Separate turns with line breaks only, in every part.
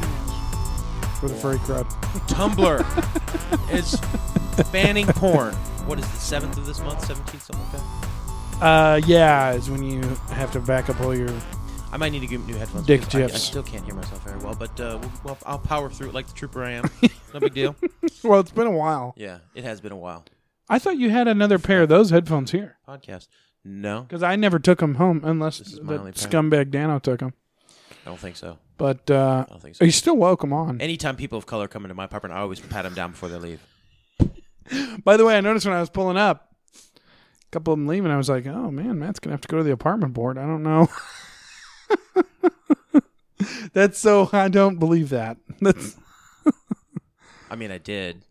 news for the furry crowd. Tumblr is banning porn.
what is the seventh of this month? Seventeenth, something like that.
Uh, yeah, is when you have to back up all your.
I might need to get new headphones.
Dick
because I- I,
gifs.
still can't hear myself very well, but uh, we'll, well, I'll power through it like the trooper I am. no big deal.
Well, it's been a while.
Yeah, it has been a while.
I thought you had another pair of those headphones here
Podcast. No,
because I never took them home unless
This
the
is my only pair.
scumbag Dano took them.
I don't think so.
But uh,
I don't think so.
you still welcome on.
Anytime people of color come into my apartment, I always pat them down before they leave.
By the way, I noticed when I was pulling up, a couple of them leaving, I was like, oh man, Matt's going to have to go to the apartment board. I don't know. That's so, I don't believe that. That's.
I mean, I did.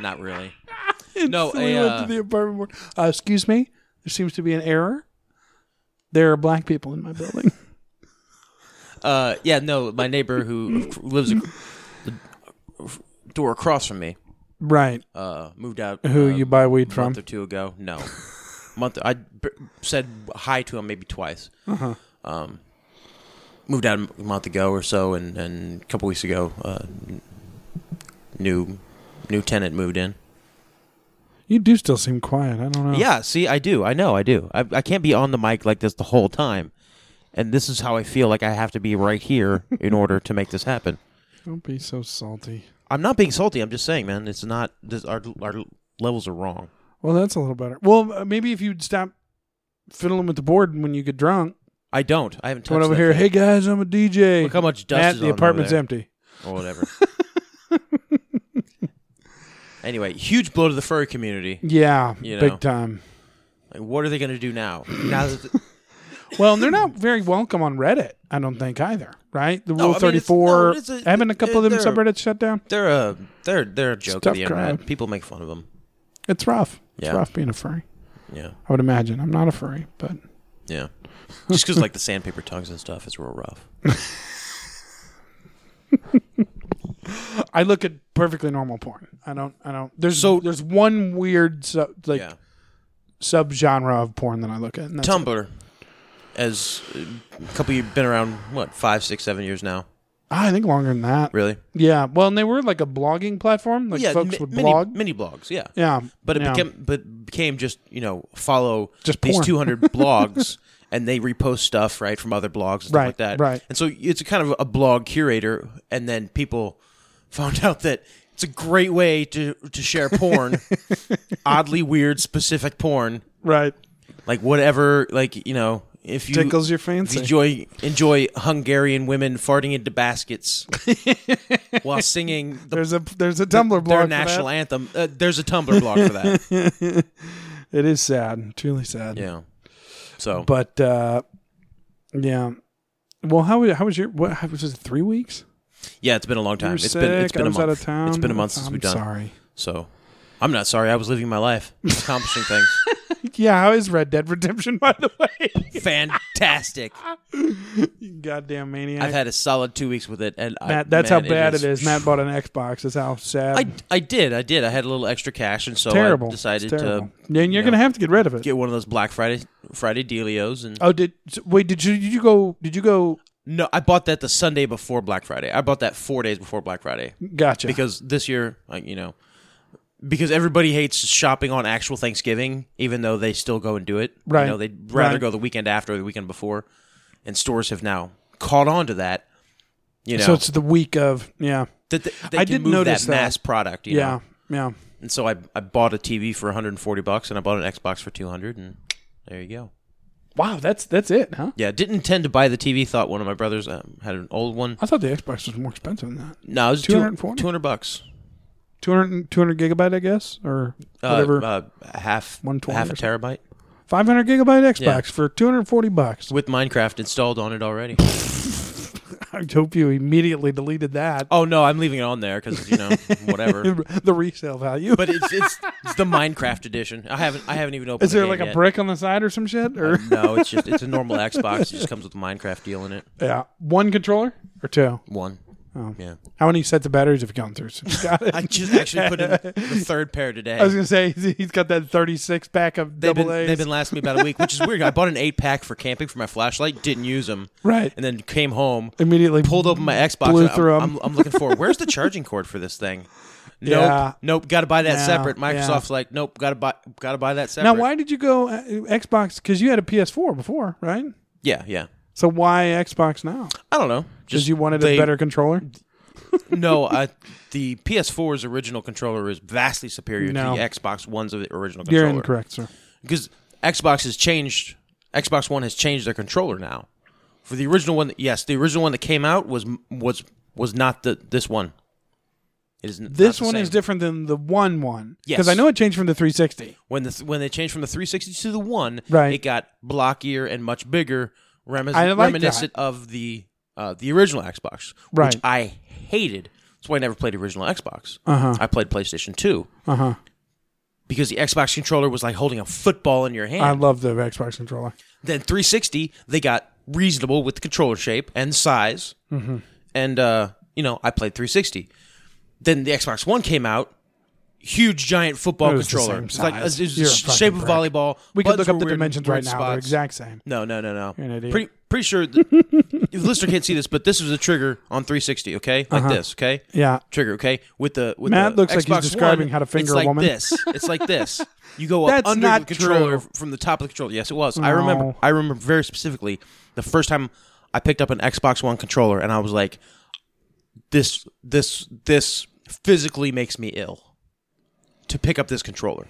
Not really.
And
No,
so we
a,
went
uh,
to the apartment board. Uh, excuse me. There seems to be an error. There are black people in my building.
Uh, yeah, no, my neighbor who lives ac- the door across from me
right.
uh, moved out.
Who
uh,
you buy weed
a
from?
month or two ago? No, month. I b- said hi to him maybe twice.
Uh-huh.
Um, moved out a month ago or so, and, and a couple weeks ago, uh, n- new new tenant moved in.
You do still seem quiet. I don't know.
Yeah, see, I do. I know, I do. I, I can't be on the mic like this the whole time. And this is how I feel like I have to be right here in order to make this happen.
Don't be so salty.
I'm not being salty. I'm just saying, man, it's not. This, our our levels are wrong.
Well, that's a little better. Well, uh, maybe if you'd stop fiddling with the board when you get drunk.
I don't. I haven't touched
Come over
that
here. Hey
thing
guys, I'm a DJ.
Look how much dust
Matt,
is
the
on over
apartment's
there.
empty.
or whatever. anyway, huge blow to the furry community.
Yeah,
You know.
big time.
Like, what are they going to do now? Now that the-
Well, and they're not very welcome on Reddit. I don't think either. Right? The
No,
Rule
I mean,
Thirty
it's- no,
Four.
it's a-
Having a couple of them
they're-
subreddits shut down.
they're a they're they're a joke
tough
of the internet.
crowd.
People make fun of them.
It's rough. It's
Yeah.
rough being a furry.
Yeah,
I would imagine. I'm not a furry, but
yeah. Just because like the sandpaper tongues and stuff is real rough.
I look at perfectly normal porn. I don't. I don't. There's so there's one weird sub, like
yeah.
subgenre of porn that I look at. And that's it.
Tumblr, as uh, a couple of you've been around what five, six, seven years now.
I think longer than that.
Really?
Yeah. Well, and they were like a blogging platform. Like folks
mi-
would
mini,
blog.
mini blogs. Yeah,
yeah.
But it
yeah.
became but became just you know follow
Just
these
porn.
two hundred blogs and they repost stuff right from other blogs and stuff
Right,
like that.
right.
And so it's kind of a blog curator, and then people found out that it's a great way to to share porn, oddly weird specific porn,
right.
like whatever, like you know. If you
Tickles your
if you
fancy.
enjoy enjoy Hungarian women farting into baskets while singing the
there's a there's a Tumblr blog.
their
for
national
that.
anthem. Uh, there's a Tumblr blog for that.
It is sad. Truly sad.
Yeah. So
But uh, yeah. Well, how was how was your what how, was it three weeks?
yeah, it's been a long
You
time.
were
It's
sick.
been it's been
I
a
was
month.
out of town.
It's been a month since
I'm
we've done.
Sorry.
So I'm not sorry. I was living my life, accomplishing things.
Yeah, how is Red Dead Redemption, by the way?
Fantastic.
You Goddamn maniac.
I've had a solid two weeks with it, and I,
Matt, that's
man,
how bad it is. Matt bought an Xbox. That's how sad.
I, I did I did I had a little extra cash, and so
terrible.
I decided
It's terrible.
to
Then you're
know,
gonna have to get rid of it.
get one of those Black Friday Friday dealios, and
oh, did so- wait? Did you did you go? Did you go?
no, I bought that the Sunday before Black Friday. I bought that four days before Black Friday.
Gotcha.
because this year, like you know, because everybody hates shopping on actual Thanksgiving, even though they still go and do it.
Right.
You know, they'd rather
Right.
go the weekend after or the weekend before, and stores have now caught on to that. You know,
so it's the week of. Yeah.
that they, they
I
can
didn't
move
notice
that mass product. You
yeah.
know?
Yeah.
and so I I bought a TV for 140 bucks, and I bought an Xbox for 200, and there you go.
Wow. That's that's it, huh?
Yeah, didn't intend to buy the TV. Thought one of my brothers um, had an old one.
I thought the Xbox was more expensive than that.
No, it was
240?
200 bucks.
200, 200 gigabyte, I guess, or
Uh,
whatever.
uh, half
120
half a
or something.
terabyte
Five hundred gigabyte Xbox
yeah.
for two hundred forty bucks.
with Minecraft installed on it already.
I hope you immediately deleted that.
Oh no, I'm leaving it on there because you know whatever.
The resale value.
But it's, it's it's the Minecraft edition. I haven't I haven't even opened.
is
the
there
game
like a
yet.
brick on the side or some shit? Or
No, it's just it's a normal Xbox. It just comes with a Minecraft deal in it.
yeah, one controller or two.
One.
Oh.
Yeah.
How many sets of batteries have you gone through? since you got it?
I just actually put in the third pair today.
I was gonna say he's got that thirty-six pack of
they've
double
been
A's.
they've been lasting me about a week, which is weird. I bought an eight pack for camping for my flashlight, didn't use them,
Right.
and then came home,
immediately
pulled open my Xbox.
Blew
and I'm-
through 'em.
I'm, I'm looking for where's the charging cord for this thing. Nope,
Yeah.
nope. Got to buy that
Yeah,
separate.
yeah.
Microsoft's like, nope. Got to buy, got to buy that separate.
Now, why did you go uh, Xbox? Because you had a PS4 before, right?
Yeah, yeah.
So why Xbox now?
I don't know.
Because you wanted
they-
a better controller.
no, I, the PS4's original controller is vastly superior
No.
to the Xbox One's of the original
You're
controller.
incorrect, sir.
because Xbox has changed. Xbox One has changed their controller now. For the original one, yes, the original one that came out was was was not the this one. It is n- not
This
the
one
same.
is different than the one one. Because
Yes.
I know it changed from the 360.
When the th- when they changed from the 360 to the one,
Right.
it got blockier and much bigger, remis-
I like
reminiscent of the uh, the original Xbox,
Right.
which I hated. That's why I never played the original Xbox.
Uh-huh.
I played PlayStation Two
Uh huh.
because the Xbox controller was like holding a football in your hand.
I love the Xbox controller.
Then 360, they got reasonable with the controller shape and size.
Mm-hmm.
And, uh, you know, I played 360. Then the Xbox One came out. Huge, giant football
It was the
controller.
same
It's like
size.
it's it's
You're a
the
fucking
shape of
prick.
volleyball.
We could look
Buttons
up
were
the
weird-
dimensions right
weird
now. They're
spots.
exact same.
No, no, no, no.
You're an idiot.
Pretty, pretty sure the, the listener can't see this, but this was a trigger on 360. Okay, like
Uh-huh.
this. Okay,
Yeah.
trigger. Okay, with the with
Matt
the
looks like he's
Xbox
describing
One,
how to finger
it's
a
like
woman.
This. It's like this. You go up
That's
under
not
the controller
true.
from the top of the controller. Yes, it was. I remember.
No.
I remember very specifically the first time I picked up an Xbox One controller, and I was like, "This, this, this physically makes me ill to pick up this controller.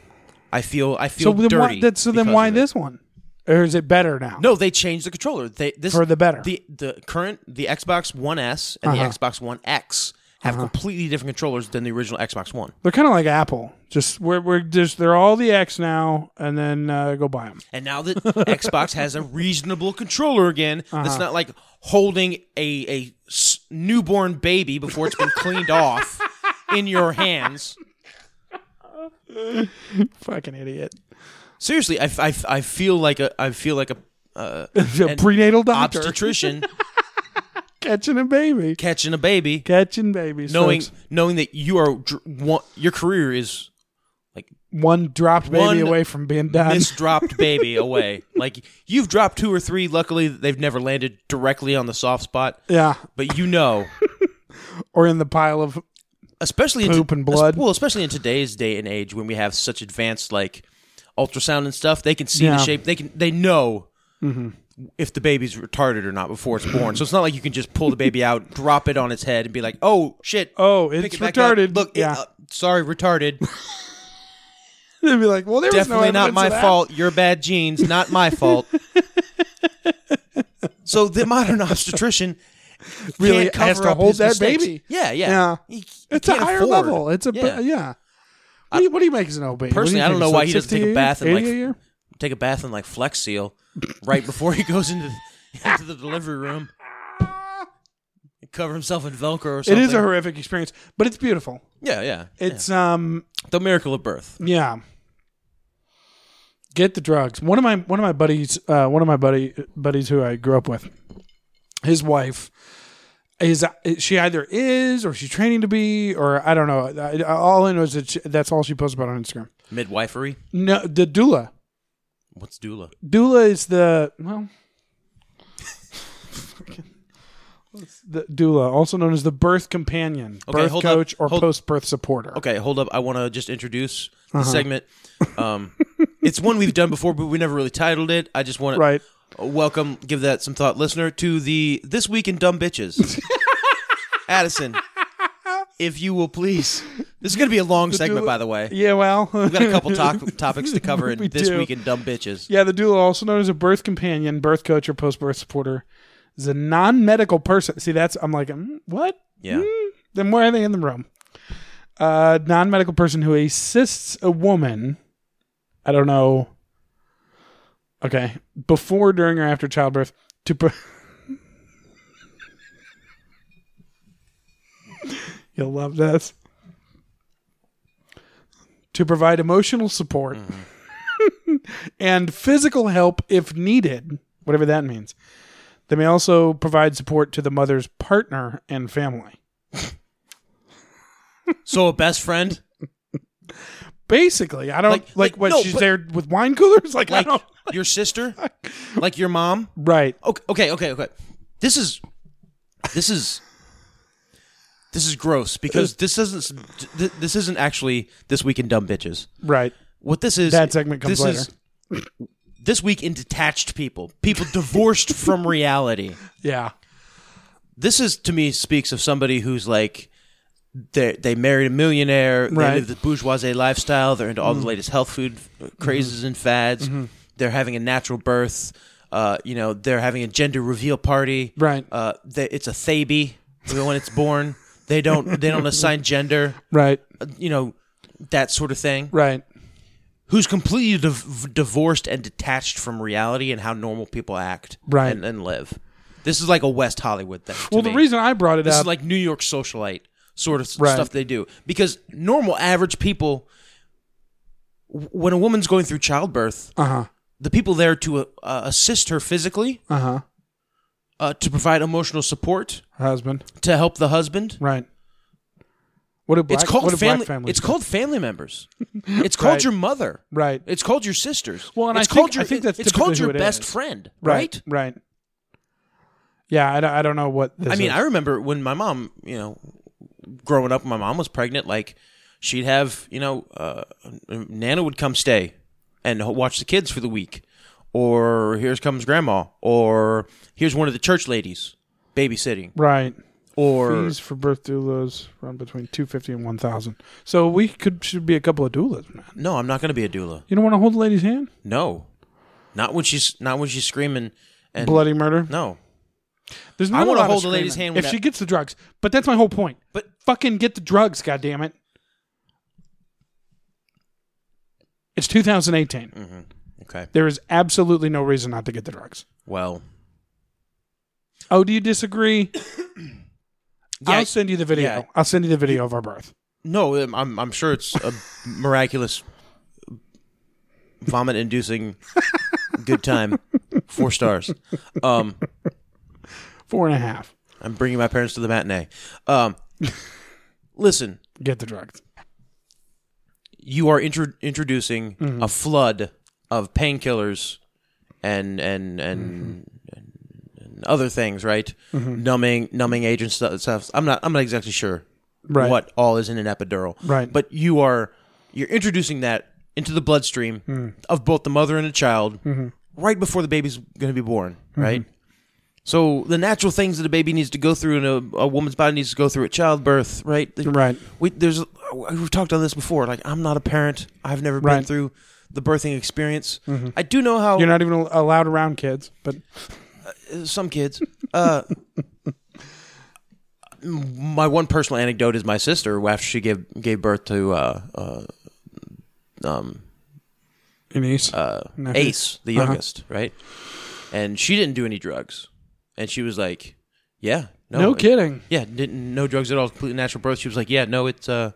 I feel, I
So
feel
then,
dirty."
why, that, so then
because
why
of it.
this one? Or is it better now?
No, they changed the controller. They this
For the better. Uh-huh.
The the current the Xbox One S and the Xbox One X have completely different controllers than the original Xbox One.
They're kind of like Apple. Just we're, we're just they're all the X now, and then uh, go buy them.
And now that Xbox has a reasonable controller again,
Uh-huh.
that's not like holding a a s- newborn baby before it's been cleaned off in your hands.
Fucking idiot.
Seriously, I, f- I f- I feel like a I feel like a uh,
A prenatal doctor
obstetrician
catching a baby,
catching a baby.
catching babies.
Knowing,
folks.
knowing that you are dr- one, your career is
one dropped baby
One
away from being done.
misdropped baby away. Like you've dropped two or three. Luckily, they've never landed directly on the soft spot.
yeah,
But you know,
or in the pile of
especially
Poop
in
and blood.
Well, especially in today's day and age, when we have such advanced like ultrasound and stuff, they can see
Yeah. Mm-hmm.
the shape. They can they know. If the baby's retarded or not before it's born, so it's not like you can just pull the baby out, drop it on its head, and be like, "Oh shit!
Oh,
pick
it's
it back up.
retarded.
Look, it-
Yeah.
uh, sorry, retarded.
they'd be like, well, there was no
definitely not
evidence
my
of that.
fault. Your bad genes, not my fault. so the modern obstetrician
Really
can't cover
has to
up
hold
his
that
mistakes.
baby.
Yeah, yeah,
Yeah.
He- he
It's a
can't
higher
afford-
level. It's a yeah.
Yeah.
What, do you, what do you make as an OB? What do you
Personally, I don't
think?
know
It's
why
like
he doesn't take a
60,
bath in,
80
like,
a year?
take a bath in like Flex Seal right before he goes into the, into the delivery room. Cover himself in Velcro or
It
something.
is a horrific experience, but it's beautiful.
yeah, yeah.
It's um
yeah. the miracle of birth.
yeah. Get the drugs. One of my one of my buddies, uh, one of my buddy buddies who I grew up with, his wife is she either is or she's training to be or I don't know. I, all I know is that she, that's all she posts about on Instagram.
Midwifery.
No, the doula.
What's doula?
Doula is the well. The doula, also known as the birth companion,
Okay,
birth
hold up,
coach, or
hold-
post-birth supporter.
Okay, hold up. I want to just introduce the
Uh-huh.
segment. Um, it's one we've done before, but we never really titled it. I just want
Right.
to welcome, give that some thought, listener, to the This Week in Dumb Bitches. Addison, if you will please. This is going to be a long segment, by the way.
Yeah, well,
We've got a couple to- topics to cover in
We
This
do.
Week in Dumb Bitches.
Yeah, the doula, also known as a birth companion, birth coach, or post birth supporter, is a non medical person. See, that's, I'm like, mm, what?
Yeah.
Then why are they in the room? Uh, non medical person who assists a woman, I don't know, okay, before, during, or after childbirth to. Pre- You'll love this. To provide emotional support and physical help if needed, whatever that means. They may also provide support to the mother's partner and family.
So a best friend,
Basically, I don't like,
Like- like,
what
no,
she's
but-
there with wine coolers. Like,
like
I don't,
your sister, like your mom.
right?
Okay, okay, okay, okay. This is, this is, this is gross because this doesn't. th- This isn't actually this week in dumb bitches.
Right.
What this is
That segment comes
this is- this week in detached people, people divorced from reality.
Yeah.
This is to me speaks of somebody who's like they they married a millionaire,
Right. Mm-hmm.
they live the bourgeoisie lifestyle, they're into all the latest health food uh, crazes and fads. They're having a natural birth. Uh, you know, they're having a gender reveal party.
Right.
Uh, they, it's a thaby when it's born. They don't they don't assign gender.
Right.
uh, You know, that sort of thing
Right.
who's completely div- divorced and detached from reality and how normal people act
Right.
and, and live. This is like a West Hollywood thing. to
Well, the
me.
reason I brought it
this
up,
is like New York socialite sort of s-
Right.
stuff they do because normal average people, w- when a woman's going through childbirth,
uh huh,
the people there to uh, uh, assist her physically,
uh huh,
uh, to provide emotional support,
her husband,
to help the husband.
right? What a black,
it's called
what do black
family.
families
It's
do?
called family members. It's called
Right.
your mother.
right,
It's called your sisters.
Well, and I
it's
think-
called your,
I think that's
it's
typically
called
who
your
it
best
is.
friend,
right, right.
right?
Yeah, I don't, I don't know what. This
I mean,
is.
I remember when my mom, you know, growing up, my mom was pregnant. Like, she'd have, you know, uh, Nana would come stay and h- watch the kids for the week, or here's comes grandma, or here's one of the church ladies babysitting,
right.
or
Fees for birth doulas run between two fifty and one thousand. So we could should be a couple of doulas, man.
no, I'm not going to be a doula.
You don't want to hold the lady's hand?
No, not when she's not when she's screaming and
Bloody murder.
no.
There's
I
not want
wanna
to
hold the lady's hand
if
when
she
that-
gets the drugs. But that's my whole point.
But-
fucking get the drugs, goddammit. It's 2018.
Mm. Okay,
There is absolutely no reason not to get the drugs.
well,
Oh, do you disagree?
yeah,
I'll send you the video.
yeah.
I'll send you the video of our birth.
No, I'm- I'm I'm sure it's a miraculous vomit inducing good time. Four stars. Um
Four and a half.
I'm bringing my parents to the matinee. Um listen,
Get the drugs.
you are intro- introducing
Mm-hmm.
a flood of painkillers and and and,
Mm-hmm.
and and other things, right? Numbing numbing agents stuff, stuff. I'm not I'm not exactly sure
Right.
what all is in an epidural.
Right.
But you are you're introducing that into the bloodstream
Mm.
of both the mother and the child
Mm-hmm.
right before the baby's going to be born, right? So the natural things that a baby needs to go through and a, a woman's body needs to go through at childbirth, right?
Right.
We, there's we've talked on this before. Like I'm not a parent. I've never been
Right. Mm-hmm.
through the birthing experience. I do know how
You're not even al- allowed around kids, but
some kids. Uh, my one personal anecdote is my sister who, after she gave gave birth to uh, uh,
Denise. Nephew.
Uh, Ace, the
Uh-huh.
youngest, right? And she didn't do any drugs, and she was like, "Yeah, no,
no
it-
kidding.
yeah, didn't no drugs at all, completely natural birth." She was like, "Yeah, no, it's uh,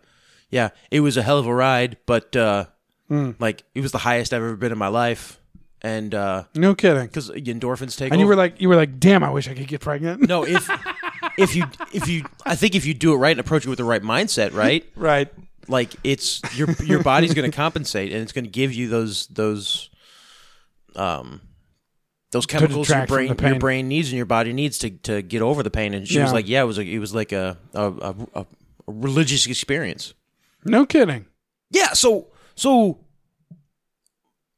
yeah, it was a hell of a ride, but uh,
Hmm.
like it was the highest I've ever been in my life, and uh,
No kidding.
because endorphins take
And you
over.
were like, you were like, damn, I wish I could get pregnant.
no, if if you if you, I think if you do it right and approach it with the right mindset, right,
Right.
like it's your your body's going to compensate and it's going to give you those those um those chemicals your
detract from
brain
the pain.
your brain needs and your body needs to to get over the pain and she was
Yeah.
like yeah it was like it was like a a, a a religious experience
No kidding.
yeah so so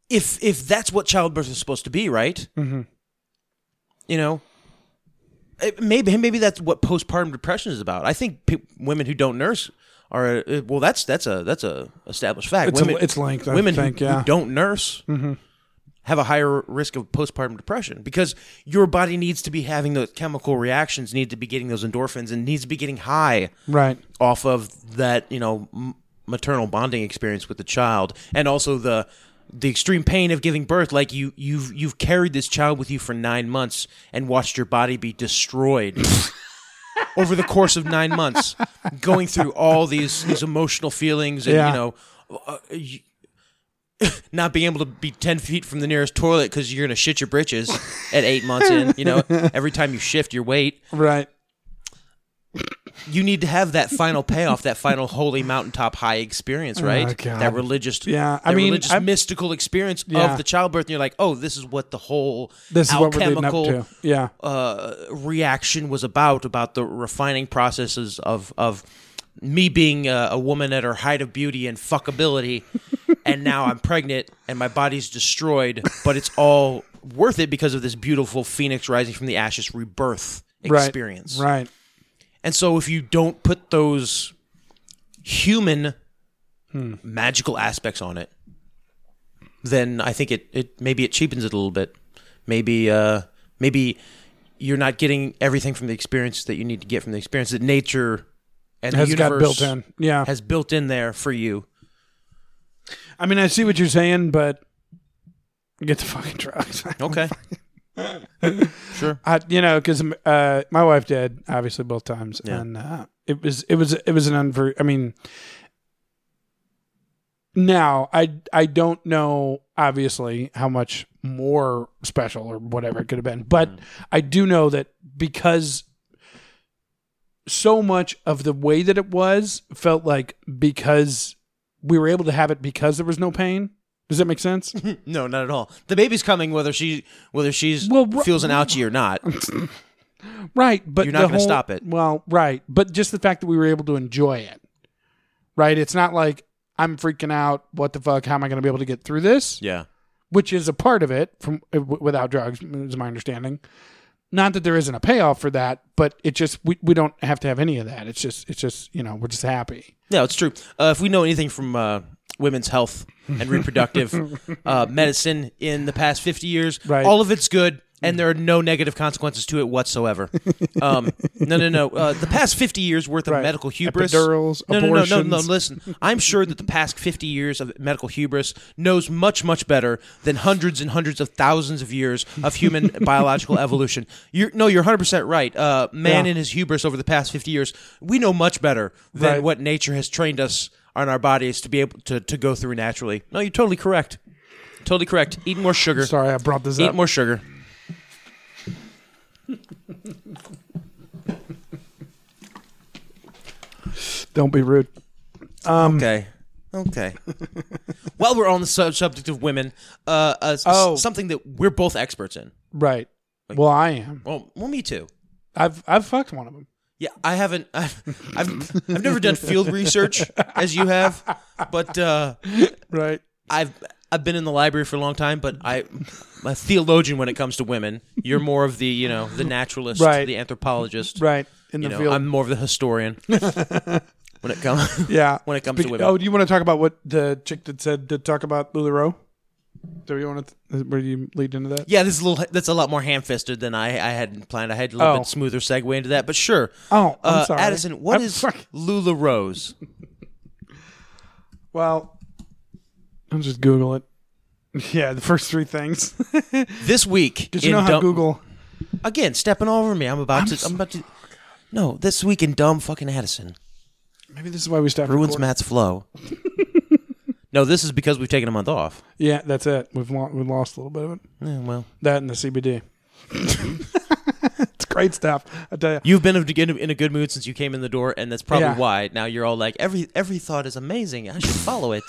if if that's what childbirth is supposed to be right
Mhm.
you know it- maybe maybe that's what postpartum depression is about i think pe- women who don't nurse are uh, well that's that's a that's a established fact
It's,
women
a, it's length. I
women
think,
who,
yeah. Mm-hmm.
who don't nurse have a higher risk of postpartum depression because your body needs to be having those chemical reactions, need to be getting those endorphins, and needs to be getting high
right.
off of that, you know, m- maternal bonding experience with the child, and also the the extreme pain of giving birth. Like you, you've you've carried this child with you for nine months and watched your body be destroyed. over the course of nine months, going through all these these emotional feelings and
Yeah.
you know, uh, you, not being able to be ten feet from the nearest toilet because you're gonna shit your britches at eight months in. You know, every time you shift your weight,
Right.
you need to have that final payoff, that final holy mountaintop high experience, right?
Oh God.
That religious,
Yeah, I
that
mean,
religious
I-
mystical experience
Yeah.
of the childbirth. And you're like, oh, this is what the whole
This is what we're leading up
alchemical
to. Yeah.
uh, reaction was about about the refining processes of of me being a, a woman at her height of beauty and fuckability, and now I'm pregnant and my body's destroyed, but it's all worth it because of this beautiful phoenix rising from the ashes rebirth
Right.
experience.
Right.
And so if you don't put those human
Hmm.
magical aspects on it, then I think it, it maybe it cheapens it a little bit. Maybe uh maybe you're not getting everything from the experience that you need to get from the experience that nature and
Has
the
got
universe
built in. Yeah.
has built in there for you.
I mean, I see what you're saying, but get the fucking drugs.
Okay. sure.
I, you know, because uh, my wife did obviously both times, and uh, it was it was it was an unver. I mean, now I I don't know obviously how much more special or whatever it could have been, but I do know that because so much of the way that it was felt like because we were able to have it because there was no pain. Does that make sense?
No, not at all. The baby's coming whether she whether she's
Well, wha-
feels an ouchie or not.
Right, but
You're not
the
gonna
whole-
stop it.
Well, right, but just the fact that we were able to enjoy it, right? It's not like I'm freaking out. What the fuck? How am I going to be able to get through this?
Yeah.
Which is a part of it from uh, w- without drugs, is my understanding. Not that there isn't a payoff for that, but it just we, we don't have to have any of that. It's just it's just you know we're just happy.
No, it's true. Uh, if we know anything from uh, women's health and reproductive uh, medicine in the past 50 years,
Right.
all of it's good. And there are no negative consequences to it whatsoever. Um, no, no, no. Uh, the past fifty years worth of
Right.
medical hubris,
Epidurals,
no, no, no, no, no.
abortions.
Listen, I'm sure that the past fifty years of medical hubris knows much, much better than hundreds and hundreds of thousands of years of human biological evolution. You're, no, you're 100 percent right. Uh, man
Yeah.
in his hubris over the past fifty years, we know much better than
Right.
what what nature has trained us on our bodies to be able to, to go through naturally. No, you're totally correct. Totally correct. Eat more sugar.
Sorry, I brought this
Eat
up.
more sugar.
don't be rude.
Okay. Okay. While we're on the sub- subject of women, uh, uh, s-
Oh.
something that we're both experts in.
Right. well, I am.
Well, well, me too.
I've I've fucked one of them.
Yeah, I haven't. I've, I've, I've never done field research as you have, but uh,
Right.
I've I've been in the library for a long time, but I, I'm a theologian when it comes to women. You're more of the you know the naturalist,
Right.
the anthropologist,
Right. In
you
the
know,
field.
I'm more of the historian when it comes.
Yeah.
when it comes to women.
Oh, do you want to talk about what the chick that said to talk about LuLaRoe? Do you want to? Where do you lead into that?
yeah, this is a little. That's a lot more ham-fisted than I, I had planned. I had a little
Oh.
bit smoother segue into that, but sure.
Oh, I'm
uh,
sorry.
Addison, what
I'm
is
sorry.
Lula Rose?
Well, I'll just Google it. Yeah, the first three things.
This week,
Did you
in
know how
dumb-
Google?
again stepping all over me? I'm about to. I'm about to. No, this week in dumb fucking Addison
Maybe this is why we stopped.
ruins
recording.
Matt's flow. no, this is because we've taken a month off.
Yeah, that's it. We've lo- we lost a little bit of it.
Yeah, well,
That and the CBD. it's great stuff. I tell you.
You've been in a- in a good mood since you came in the door, and that's probably
Yeah.
why now you're all like every every thought is amazing. I should follow it.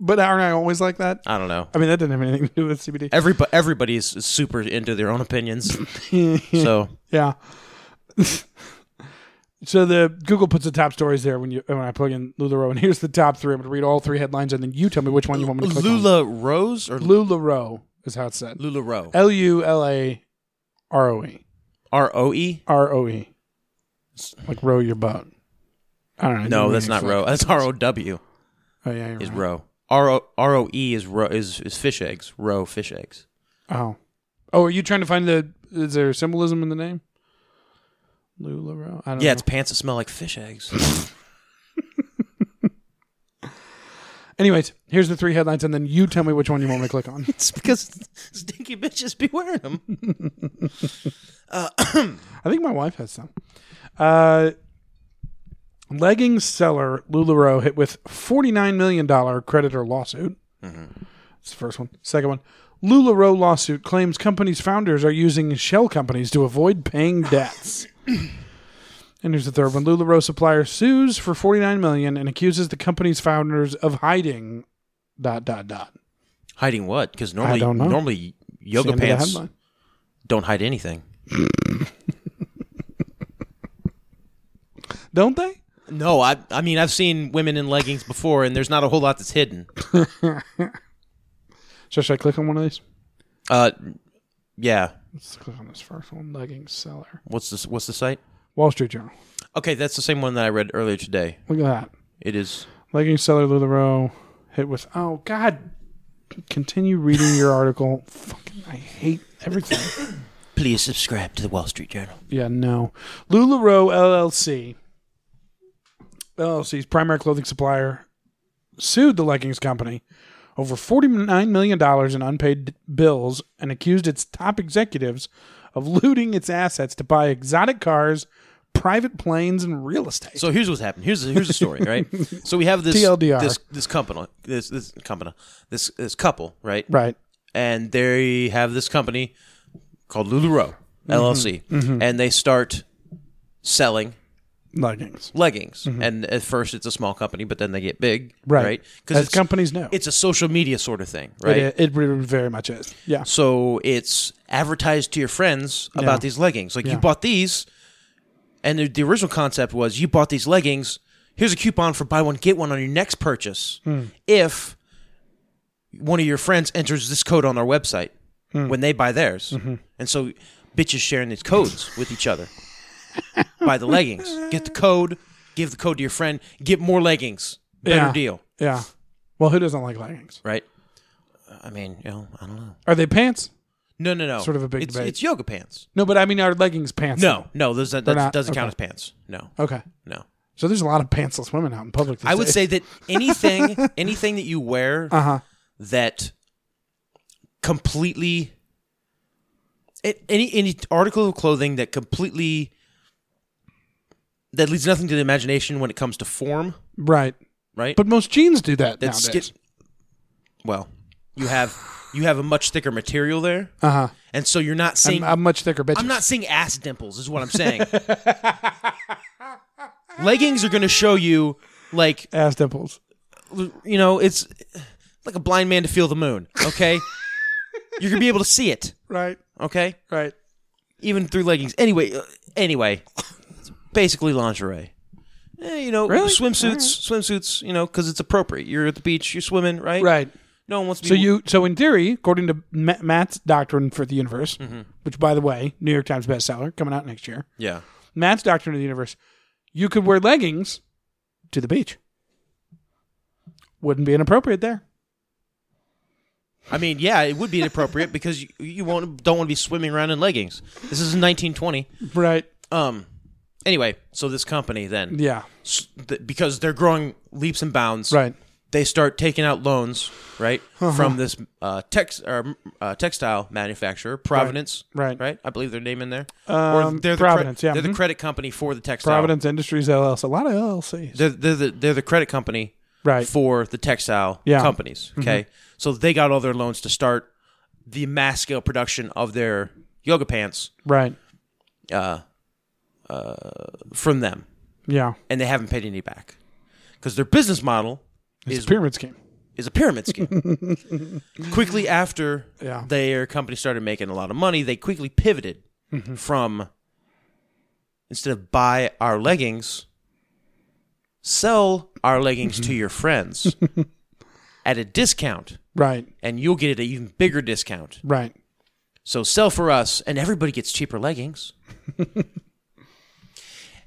But aren't I always like that?
I don't know.
I mean, that didn't have anything to do with CBD.
Everybody everybody's super into their own opinions, so
Yeah. so the Google puts the top stories there when you when I plug in LuLaRoe, and here's the top three. I'm going to read all three headlines, and then you tell me which one you want me to click on.
Lula Rose or
LuLaRoe is how it's said.
Lula Roe
L U L A R O E
R O E.
R O E. Like row your boat. I don't know.
No, that's not
It's like-
Roe. That's R O W
Oh yeah, you're
is
right.
Roe. R O R O E is Roe is is fish eggs. Roe fish eggs.
Oh, oh, are you trying to find the? Is there symbolism in the name? LuLaRoe. I don't
Yeah,
know.
it's pants that smell like fish eggs.
Anyways, here's the three headlines, and then you tell me which one you want me to click on.
It's because stinky bitches be wearing them.
I think my wife has some. Uh, leggings seller Lularoe hit with $49 million creditor lawsuit. That's the first one. Second one. Lularoe lawsuit claims companies' founders are using shell companies to avoid paying debts. and here's the third one. Lularoe supplier sues for $49 million and accuses the company's founders of hiding dot dot dot.
Hiding what? Because normally,
don't know.
normally yoga
It's the end of the
pants
headline.
don't hide anything.
Don't they?
No, I I mean I've seen women in leggings before, and there's not a whole lot that's hidden.
So should I click on one of these?
Uh, yeah.
Let's click on this first one. Leggings seller.
What's this? What's the site?
Wall Street Journal.
Okay, that's the same one that I read earlier today.
Look at that.
It is.
Leggings seller LuLaRoe hit with oh god. Continue reading your article. Fucking, I hate everything.
Please subscribe to the Wall Street Journal.
yeah, no. LuLaRoe LLC, LLC's primary clothing supplier, sued the leggings company over $49 million in unpaid bills and accused its top executives of looting its assets to buy exotic cars, private planes, and real estate.
So here's what's happened. Here's the, here's the story, right? So we have this
TLDR.
this this company this this company this this couple, right?
right.
and they have this company called LuLaRoe
Mm-hmm.
LLC, and they start selling
Leggings.
leggings. And at first, it's a small company, but then they get big,
Mm-hmm. Right.
right?
As
Because
companies know.
it's a social media sort of thing, right?
It, it really very much is. Yeah.
So it's advertised to your friends about
Yeah.
these leggings. Like
Yeah.
you bought these, and the, the original concept was you bought these leggings. Here's a coupon for buy one get one on your next purchase
Hmm.
if one of your friends enters this code on our website
Hmm.
when they buy theirs.
Mm-hmm.
And so bitches sharing these codes with each other. buy the leggings, get the code, give the code to your friend, get more leggings, better
Yeah.
deal,
Yeah. Well, who doesn't like leggings?
right? I mean, you know, I don't know.
Are they pants?
No, no, no.
Sort of a big
it's,
debate.
It's yoga pants.
No, but I mean, are leggings pants?
No, no, those, that, that
not-
doesn't count as
okay. Oh.
pants. No,
Okay.
no.
So there's a lot of pantsless women out in public. these
I would
days.
say that anything, anything that you wear
Uh-huh.
that completely, it, any any article of clothing that completely that leaves nothing to the imagination when it comes to form,
right.
right?
But most jeans do that
that's
nowadays.
well, you have you have a much thicker material there,
Uh huh.
and so you're not seeing
I'm, I'm much thicker bitches.
I'm not seeing ass dimples, is what I'm saying. Leggings are going to show you, like,
ass dimples.
you know, it's like a blind man to feel the moon, okay? You're going to be able to see it,
Right.
okay?
Right.
Even through leggings. Anyway, uh, anyway, it's basically lingerie. Eh, you know,
Really?
swimsuits, swimsuits, you know, because it's appropriate. You're at the beach, you're swimming, right?
Right.
No one wants to
So
be.
you. So in theory, according to Ma- Matt's doctrine for the universe,
Mm-hmm.
which by the way, New York Times bestseller coming out next year,
Yeah.
Matt's doctrine of the universe, you could wear leggings to the beach. Wouldn't be inappropriate there.
I mean, yeah, it would be inappropriate because you, you won't, don't want to be swimming around in leggings. This is 1920.
Right.
Um. Anyway, so this company then,
Yeah.
s- th- because they're growing leaps and bounds,
Right. Uh-huh.
They start taking out loans, right, from this uh, text or uh, textile manufacturer, Providence,
Right.
right. I believe their name in there,
Um,
cre-
Providence, yeah,
they're
mhm.
the credit company for the textile.
Providence Industries LLC. A lot of LLCs.
they're, they're the they're the credit company,
Right.
for the textile
Yeah. Mm-hmm.
companies. Okay, so they got all their loans to start the mass scale production of their yoga pants uh,
Right.
from them,
Yeah.
and they haven't paid any back because their business model
It's
is
a pyramid scheme.
is a pyramid scheme. quickly after
Yeah.
their company started making a lot of money, they quickly pivoted
Mm-hmm.
from instead of buy our leggings, sell our leggings
Mm-hmm.
to your friends at a discount,
Right.
and you'll get an even bigger discount.
Right.
So sell for us, and everybody gets cheaper leggings.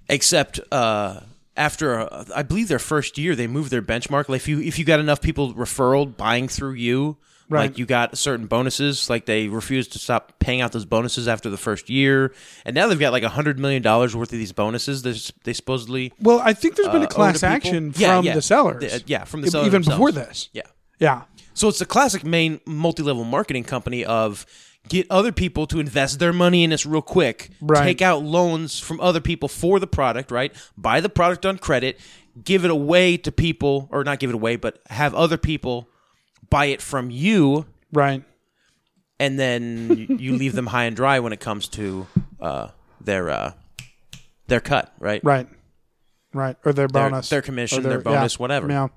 Except uh, after, uh, I believe their first year, they moved their benchmark. Like if you if you got enough people referral buying through you,
Right.
Like you got certain bonuses. Like they refused to stop paying out those bonuses after the first year, and now they've got like a hundred million dollars worth of these bonuses. They they supposedly
Well, I think there's been
uh,
a class
owe to people.
action
Yeah,
from
yeah.
the sellers.
The- uh, yeah, from the
E-
sellers
Even before
themselves.
this.
yeah.
Yeah.
So it's the classic main multi-level marketing company of get other people to invest their money in this real quick,
Right.
take out loans from other people for the product, right? Buy the product on credit, give it away to people or not give it away, but have other people buy it from you
Right.
and then you leave them high and dry when it comes to uh, their uh, their cut, right?
Right. Right. Or their
Their-
bonus.
their commission,
Or
their bonus, whatever.
Yeah.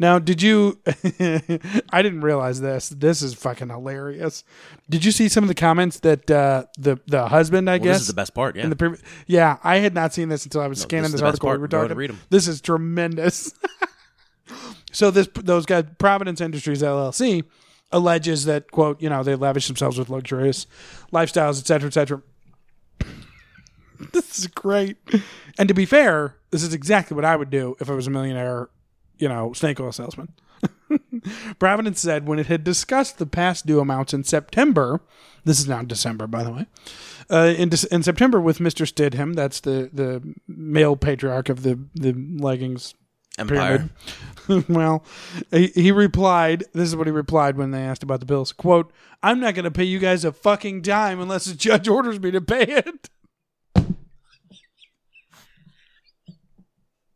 Now, did you? I didn't realize this. This is fucking hilarious. Did you see some of the comments that uh, the the husband, I
Well,
guess,
This is the best part, yeah.
in the previous? Yeah, I had not seen this until I was scanning
this
this,
is the best
article.
part.
We were
Go ahead and
talking.
read 'em.
This is tremendous. so this those guys, Providence Industries LLC, alleges that quote, you know, they lavish themselves with luxurious lifestyles, et cetera, et cetera. this is great. And to be fair, this is exactly what I would do if I was a millionaire, you know, snake oil salesman. Providence said when it had discussed the past due amounts in September, this is now December, by the way, uh, in, Dec- in September with Mr. Stidham, that's the, the male patriarch of the, the leggings
Empire.
pyramid. well, he, he replied, this is what he replied when they asked about the bills. Quote, I'm not going to pay you guys a fucking dime unless the judge orders me to pay it.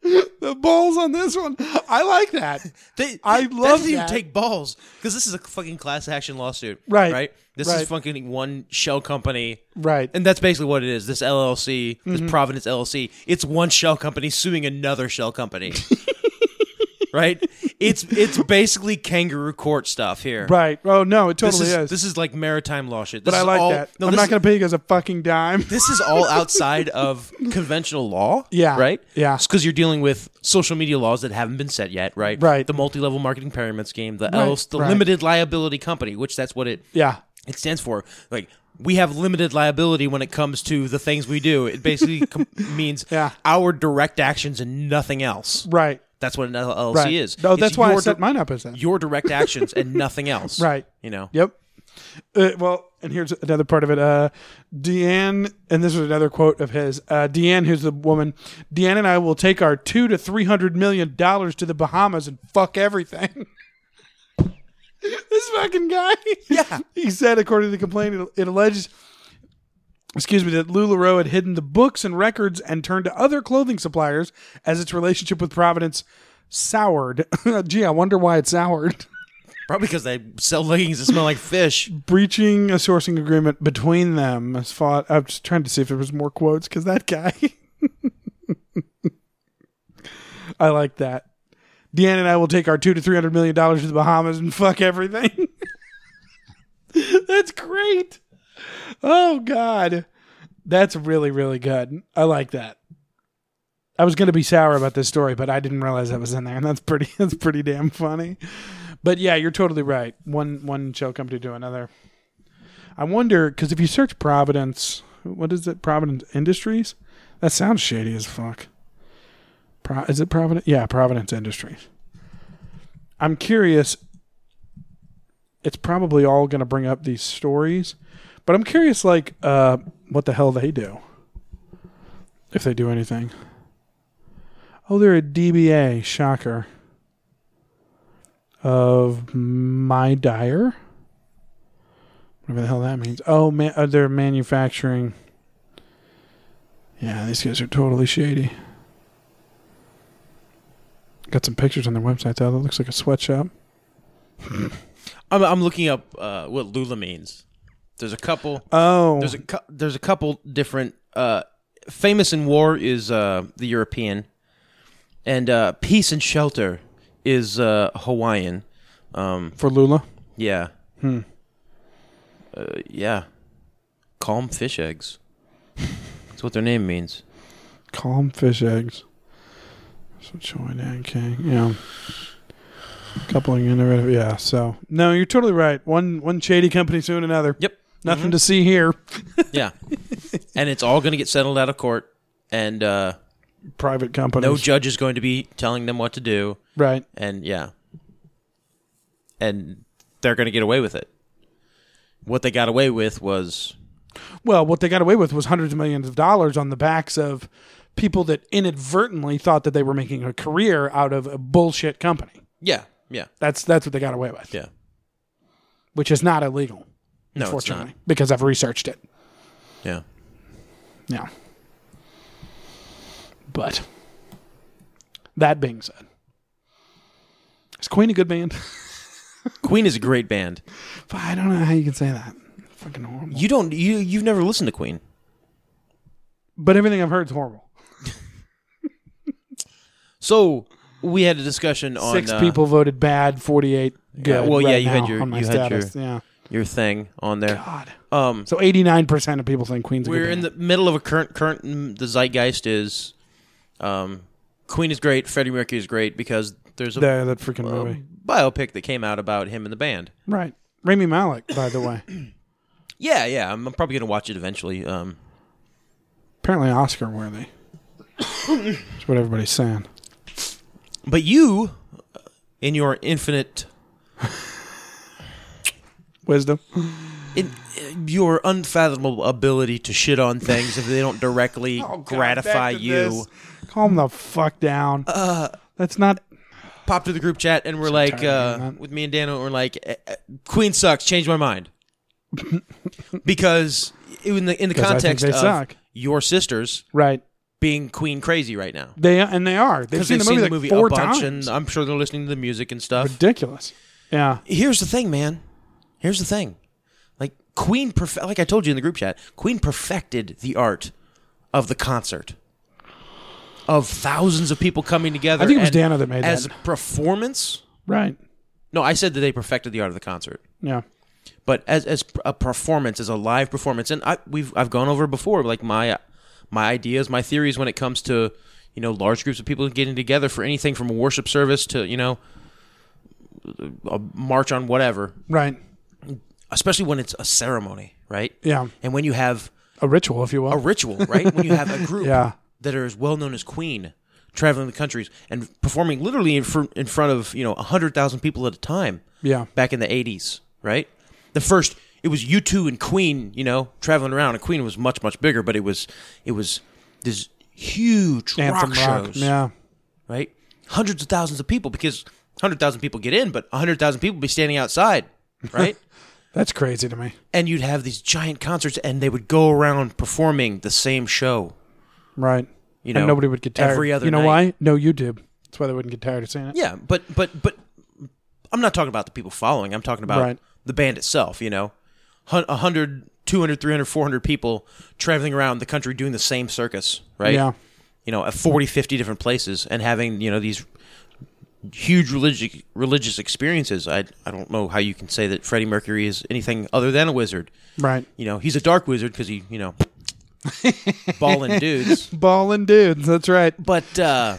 the balls on this one. I like that.
They,
I
that
love
doesn't even
that.
take balls because this is a fucking class action lawsuit,
Right,
Right. This
right.
is fucking one shell company,
Right. Mm-hmm.
and that's basically what it is. This LLC, this Providence LLC, it's one shell company suing another shell company, right? It's it's basically kangaroo court stuff here,
right. Oh, no, it
This
totally
is,
is.
this is like maritime law shit. This
but I
is
like
all-
that.
No,
I'm
this
not
is-
going to pay you guys a fucking dime.
this is all outside of conventional law.
Yeah,
Right?
yeah.
It's because you're dealing with social media laws that haven't been set yet, right?
Right.
The multi level marketing pyramid scheme, the
Right,
else the
right.
limited liability company, which that's what it
Yeah.
it stands for. Like we have limited liability when it comes to the things we do. It basically com- means
Yeah.
our direct actions and nothing else.
Right.
That's what an LLC
Right.
is.
No,
It's
that's why I
your
set
dir-
mine up as that.
Your direct actions and nothing else.
Right.
You know.
Yep. Uh, well, and here's another part of it. Uh, Deanne, and this is another quote of his. Uh, Deanne, who's the woman, Deanne and I will take our two to three hundred million dollars to the Bahamas and fuck everything. this fucking guy. Yeah. He said, according to the complaint, it, it alleges. Excuse me, that LuLaRoe had hidden the books and records and turned to other clothing suppliers as its relationship with Providence soured. Gee, I wonder why it soured
Probably because they sell leggings that smell like fish.
breaching a sourcing agreement between them as fought. I'm just trying to see if there was more quotes because that guy. I like that. Deanne and I will take our two to three hundred million dollars to the Bahamas and fuck everything. That's great. Oh God, that's really really good. I like that. I was going to be sour about this story, but I didn't realize that was in there, and that's pretty. That's pretty damn funny. But yeah, you're totally right. One one shell company to another. I wonder because if you search Providence, what is it? Providence Industries. That sounds shady as fuck. Pro, is it Providence? Yeah, Providence Industries. I'm curious. It's probably all going to bring up these stories, but I'm curious, like, uh, what the hell they do, if they do anything. Oh, they're a DBA. Shocker of my dyer whatever the hell that means oh man uh, they're manufacturing yeah these guys are totally shady got some pictures on their website though that looks like a sweatshop
I'm, I'm looking up uh, what Lula means. There's a couple.
oh
there's a cou- there's a couple different. Uh, famous in war is uh, the European, and uh, peace and shelter is uh, Hawaiian. Um,
for lula
yeah. Hmm. Uh, yeah. Calm fish eggs. That's what their name means.
calm fish eggs so join nk yeah coupling innovative yeah so no you're totally right one one shady company suing another
Yep. Mm-hmm.
nothing to see here
Yeah. and it's all going to get settled out of court, and uh,
private companies
no judge is going to be telling them what to do.
right
and yeah and they're going to get away with it. What they got away with was
Well, what they got away with was hundreds of millions of dollars on the backs of people that inadvertently thought that they were making a career out of a bullshit company.
yeah, yeah,
That's that's what they got away with,
yeah.
which is not illegal,
No, it's
fortunately,
not.
because I've researched it.
Yeah,
Yeah. But that being said, is Queen a good band?
Queen is a great band.
I don't know how you can say that. Fucking horrible.
You don't you you've never listened to Queen.
But everything I've heard is horrible.
So we had a discussion on
Six
uh,
people voted bad, forty-eight good.
Yeah, well, yeah,
right
you had
now
your-
on my
you had your-
status. yeah.
your thing on there.
God.
Um,
So eighty-nine percent of people think Queen's. A
we're
good
in
band.
the middle of a current current mm, the zeitgeist is um, Queen is great, Freddie Mercury is great because there's a
There, that freaking movie.
biopic that came out about him and the band.
Right. Rami Malik, by the way,
Yeah, yeah, I'm, I'm probably gonna watch it eventually. Um,
apparently Oscar worthy. That's what everybody's saying.
but you, uh, in your infinite,
Wisdom.
in uh, your unfathomable ability to shit on things if they don't directly gratify you,
Calm the fuck down.
Uh,
That's not.
pop to the group chat and we're like,
tired of
uh,
hearing that.
with me and Dano, we're like, eh, eh, Queen sucks. Change my mind because in the in the
'Cause I think
context
they
of
suck.
your sisters
Right.
being Queen crazy right now
They and they are. They've
because
seen,
they've
the movie
seen
like
the movie
four
a bunch
times.
and I'm sure they're listening to the music and stuff.
Ridiculous. Yeah.
Here's the thing, man. Here's the thing. Like Queen, perfe- like I told you in the group chat, Queen perfected the art of the concert. Of thousands of people coming together.
I think it was
and
Dano that made that.
as a performance.
Right.
No, I said that they perfected the art of the concert,
Yeah.
but as as a performance, as a live performance, and I we've I've gone over before, like my my ideas, my theories when it comes to you know large groups of people getting together for anything from a worship service to you know a march on whatever,
Right.
especially when it's a ceremony, right?
Yeah.
and when you have
A ritual, if you will.
a ritual, right? when you have a group
Yeah.
that are as well known as Queen traveling the countries and performing literally in, fr- in front of you know hundred thousand people at a time
yeah.
back in the 80s, right? The first it was U2 and Queen, you know, traveling around and Queen was much much bigger, but it was it was this huge
Anthem
rock
rock.
shows,
Yeah.
right? Hundreds of thousands of people because 100,000 people get in, but 100,000 people be standing outside, right?
That's crazy to me.
and you'd have these giant concerts and they would go around performing the same show.
Right.
You
and
know,
nobody would get tired.
every other
you know
night.
why? No YouTube. That's why they wouldn't get tired of seeing it.
Yeah, but but but I'm not talking about the people following. I'm talking about
Right.
the band itself, you know. Hun- 100 200 300 400 people traveling around the country doing the same circus, right?
Yeah.
You know, at 40 50 different places and having, you know, these huge religious religious experiences. I I don't know how you can say that Freddie Mercury is anything other than a wizard.
Right.
You know, he's a dark wizard because he, you know, balling dudes
Balling dudes. That's right.
but uh,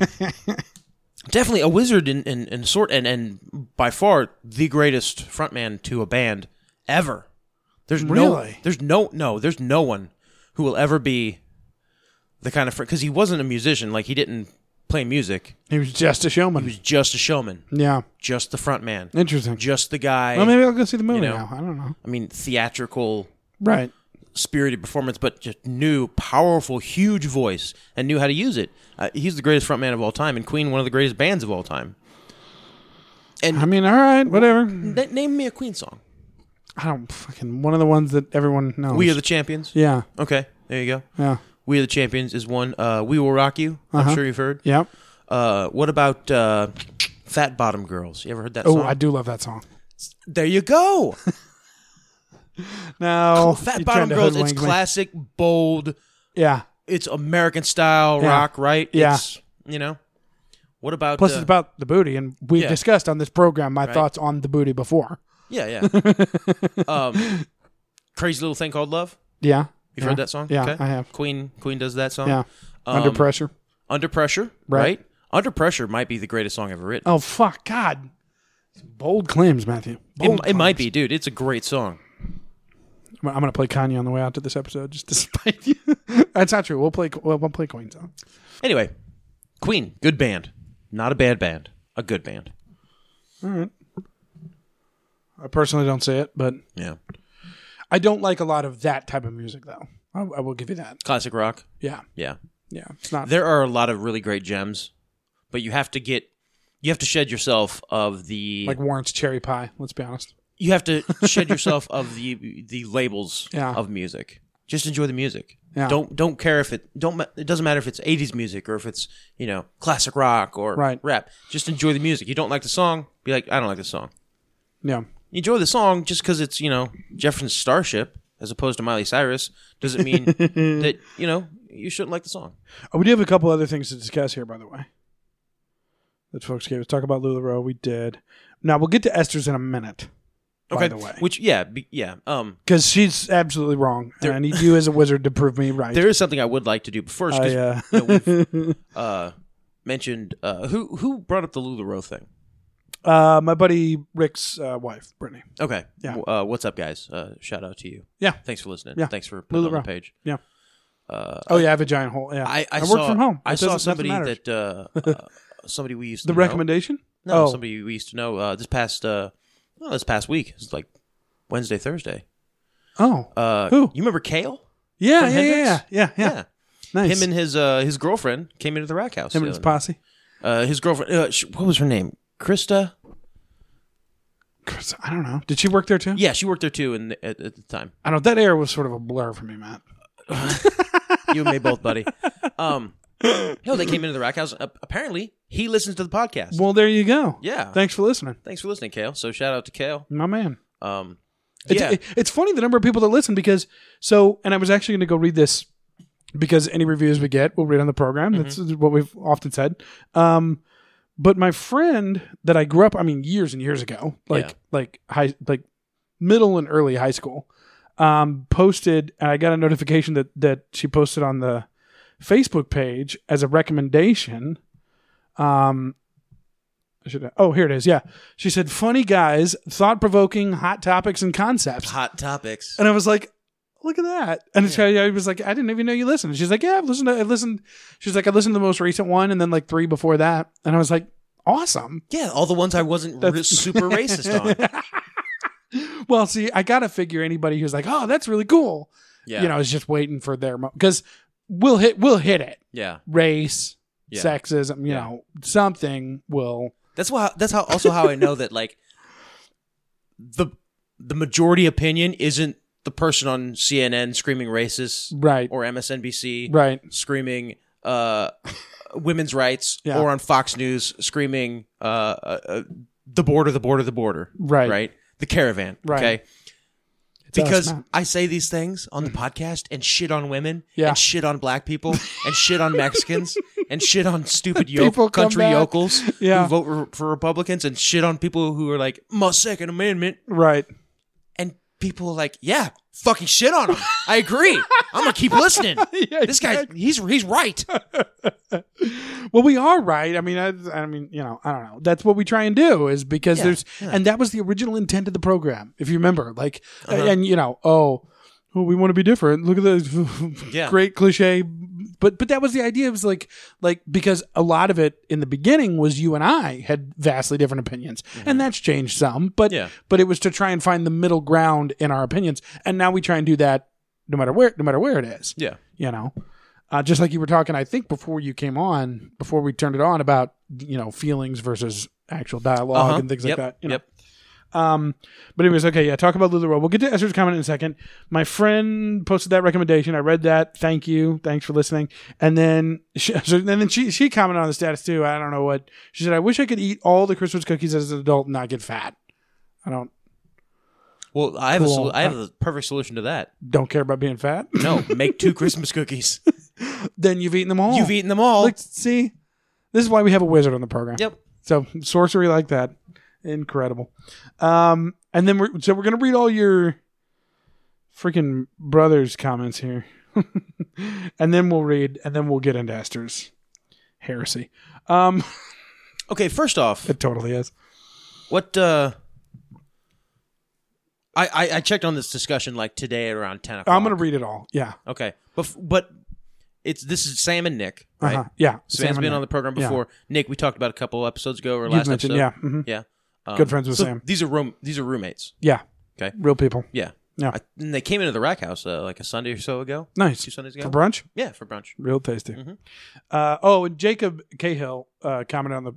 definitely a wizard in, in, in sort and, and by far the greatest frontman to a band ever. There's no
Really?
there's no no there's no one who will ever be the kind of because he wasn't a musician like he didn't play music.
He was just a showman.
He was just a showman,
yeah.
just the frontman,
Interesting.
just the guy.
well, maybe I'll go see the movie
know.
now. I don't know.
I mean theatrical
Right.
spirited performance, but just new, powerful, huge voice and knew how to use it. Uh, he's the greatest frontman of all time, and Queen, one of the greatest bands of all time.
I mean, all right, whatever.
Na- name me a Queen song.
I don't fucking one of the ones that everyone knows.
We are the champions.
yeah,
Okay, there you go.
yeah,
We are the champions is one. Uh, we will rock you. I'm sure you've heard.
Uh-huh. yeah.
Uh, what about uh, Fat Bottom Girls? You ever heard that
Oh,
song?
I do love that song.
There you go.
No,
Fat
you
Bottom
tried to
Girls. It's
hoodwink me.
classic, bold.
Yeah.
It's American style
Yeah.
rock, right?
Yeah.
It's, you know. What about?
Plus,
uh,
it's about the booty, and we've
yeah.
discussed on this program my thoughts on the booty before.
Yeah, yeah. um, crazy little thing called love.
Yeah,
You've
yeah.
heard that song?
Yeah, I have.
Queen Queen does that song.
Yeah,
Um,
under pressure.
Under pressure, right.
Right.
Under pressure might be the greatest song ever written.
Oh fuck, God! Bold claims, Matthew.
It,
Bold
it might
claims.
be, dude. It's a great song.
I'm gonna play Kanye on the way out to this episode just to spite you. That's not true. We'll play. We'll, we'll play Queen song.
Anyway, Queen, good band, not a bad band, a good band.
I personally don't see it, but
Yeah.
I don't like a lot of that type of music though. I, I will give you that.
Classic rock.
Yeah,
Yeah.
yeah. It's not.
There are a lot of really great gems, but you have to get you have to shed yourself of the
like Warren's cherry pie. Let's be honest.
you have to shed yourself of the the labels
Yeah.
of music. Just enjoy the music.
Yeah.
Don't don't care if it don't ma- it doesn't matter if it's 80s music or if it's, you know, classic rock or
Right.
rap. Just enjoy the music. You don't like the song, be like I don't like the song.
Yeah,
Enjoy the song just cuz it's, you know, Jefferson Starship as opposed to Miley Cyrus doesn't mean that, you know, you shouldn't like the song.
oh, we do have a couple other things to discuss here, by the way. That folks gave us talk about Lularoe. We did. Now we'll get to Esther's in a minute. By the way,
Which yeah, be, yeah. Um
because she's absolutely wrong, and I need you as a wizard to prove me right.
there is something I would like to do but first
I,
'cause,
uh,
you know, we've, uh mentioned uh who who brought up the LuLaRoe thing?
uh, my buddy Rick's uh, wife, Brittany.
Okay.
Yeah.
Uh, what's up, guys? Uh, shout out to you.
Yeah.
Thanks for listening.
Yeah.
Thanks for putting it on the
LuLaRoe.
page.
Yeah. oh yeah, I have a giant hole. Yeah,
Uh, I, I,
work
saw,
from home.
I
It
saw
doesn't- nothing
somebody
matters.
that uh, uh, somebody we used
the
to know.
recommendation.
No,
oh,
somebody we used to know uh, this past uh, well, this past week. It's like Wednesday, Thursday.
oh,
Uh,
Who?
You remember Kale?
yeah,
from
yeah, yeah,
Hendrix?
yeah, yeah, yeah. Nice.
Him and his uh, his girlfriend came into the rack house.
Him and his
the other night.
posse.
uh, his girlfriend. Uh, sh- what was her name? Krista.
Chris, I don't know. Did she work there too?
Yeah, she worked there too. In the, at, at the time,
I don't. That era was sort of a blur for me, Matt.
you and me both, buddy. Um, no, they came into the rack house. Uh, apparently, he listens to the podcast.
Well, there you go.
Yeah.
Thanks for listening,
Thanks for listening, Kale. So shout out to Kale.
my man.
Um,
It's,
yeah,
it- it's funny the number of people that listen because so. And I was actually going to go read this because any reviews we get, we'll read on the program. That's
Mm-hmm.
what we've often said. Um, but my friend that I grew up, I mean, years and years ago, like
Yeah.
like high, like middle and early high school, um, posted, and I got a notification that that she posted on the Facebook page as a recommendation. Um, I should oh here it is yeah she said funny guys thought provoking hot topics and concepts
hot topics.
and I was like, look at that. And she, I was like, I didn't even know you listened. And she's like, yeah, I've listened to, I listened. She's like, I listened to the most recent one and then like three before that. And I was like, awesome.
Yeah, all the ones I wasn't r-
That's-
super racist on.
Well, see, I got to figure anybody who's like, oh, that's really cool.
Yeah,
You know, is just waiting for their, because we'll hit, we'll hit it.
yeah,
Race,
yeah.
sexism, you
Yeah.
know, something will.
That's why. That's how. Also, how I know that like the the majority opinion isn't the person on CNN screaming racist
Right.
or MSNBC
Right.
screaming uh, women's rights
Yeah.
or on Fox News screaming uh, uh, uh, the border, the border, the border.
Right.
Right. The caravan.
Right.
Okay.
us,
because
Matt.
I say these things on the podcast and shit on women
Yeah.
and shit on black people and shit on Mexicans and shit on stupid yo-
People come
country
back.
yokels
Yeah.
who vote re- for Republicans and shit on people who are like, my Second Amendment.
Right.
And people are like, yeah, fucking shit on him. I agree. I'm going to keep listening.
Yeah,
this guy, he's, he's right.
Well, we are right. I mean, I, I mean, you know, I don't know. That's what we try and do is because there's, and that was the original intent of the program, if you remember. Like,
Uh-huh.
and you know, oh, well, we want to be different. Look at the
Yeah.
great cliche, but but that was the idea. It was like like because a lot of it in the beginning was you and I had vastly different opinions, and that's changed some. But
Mm-hmm. Yeah.
but it was to try and find the middle ground in our opinions, and now we try and do that no matter where no matter where it is
Yeah.
you know uh, just like you were talking i think before you came on before we turned it on about you know feelings versus actual dialog
Uh-huh.
and things
Yep.
like that you know?
Yep.
but anyways okay yeah talk about lularoe we'll get to esther's comment in a second my friend posted that recommendation i read that thank you thanks for listening and then she, so- and then she she commented on the status too i don't know what she said i wish i could eat all the christmas cookies as an adult and not get fat i don't
Well, I have a
Cool.
sol- I have a perfect solution to that.
don't care about being fat
No, make two Christmas cookies.
then you've eaten them all
You've eaten them all.
Look, see this is why we have a wizard on the program
yep.
So sorcery like that, incredible. Um, and then we're so we're gonna read all your freaking brothers' comments here, and then we'll read, and then we'll get into Esther's heresy. Um,
Okay, first off,
it totally is.
what uh I, I I checked on this discussion like today at around 10 o'clock.
I'm gonna read it all. Yeah,
Okay. But f- but it's this is Sam and Nick, right?
uh-huh. yeah.
Sam's
Sam and
been
Nick.
on the program
Yeah.
before. Nick, we talked about a couple episodes ago or
You've
last
mentioned,
episode.
yeah. mhm.
Yeah. Um,
Good friends with
So
Sam.
These are room. These are roommates.
Yeah.
Okay.
Real people.
Yeah.
Yeah.
I, and they came into the rack house uh, like a Sunday or so ago.
Nice.
Two Sundays
For
ago.
brunch?
yeah, for brunch.
Real tasty.
Mm-hmm.
Uh, oh, and Jacob Cahill uh, commented on the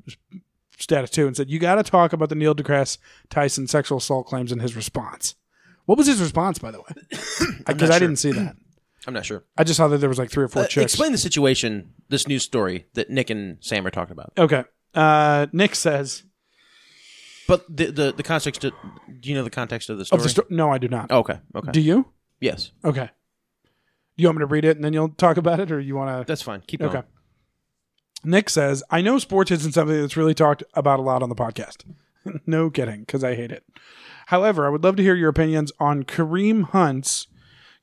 status too and said, You got to talk about the Neil deGrasse Tyson sexual assault claims and his response. What was his response, by the way? Because I
sure.
didn't see that.
I'm not sure.
I just saw that there was like three or four
Uh,
chicks.
explain the situation. This news story that Nick and Sam are talking about.
okay. Uh, Nick says,
But the the, the context. Of, do you know the context of the story?
of "Oh, the sto- No, I do not.
Oh, okay. Okay.
Do you?
yes.
Okay. You want me to read it and then you'll talk about it, or you want to?
That's fine. Keep going.
Okay. Nick says, I know sports isn't something that's really talked about a lot on the podcast. no kidding, because I hate it. However, I would love to hear your opinions on Kareem Hunt's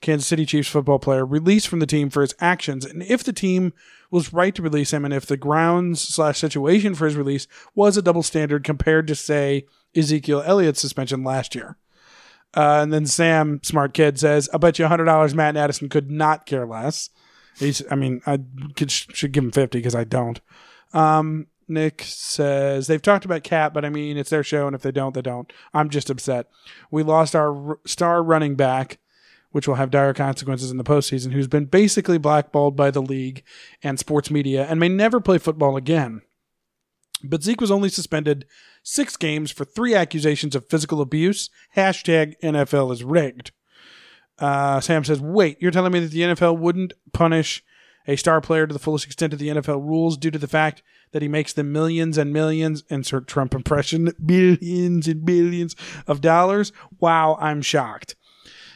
Kansas City Chiefs football player released from the team for his actions, and if the team was right to release him, and if the grounds slash situation for his release was a double standard compared to say Ezekiel Elliott's suspension last year. Uh, and then Sam, smart kid, says, "I bet you hundred dollars, Matt Addison could not care less." He's, I mean, I could, should give him fifty because I don't. Um, Nick says they've talked about Cap, but I mean, it's their show, and if they don't, they don't. I'm just upset. We lost our r- star running back, which will have dire consequences in the postseason. Who's been basically blackballed by the league and sports media, and may never play football again. But Zeke was only suspended six games for three accusations of physical abuse. Hashtag NFL is rigged. Uh, Sam says, Wait, you're telling me that the NFL wouldn't punish a star player to the fullest extent of the NFL rules due to the fact that he makes them millions and millions, insert Trump impression, billions and billions of dollars? Wow, I'm shocked.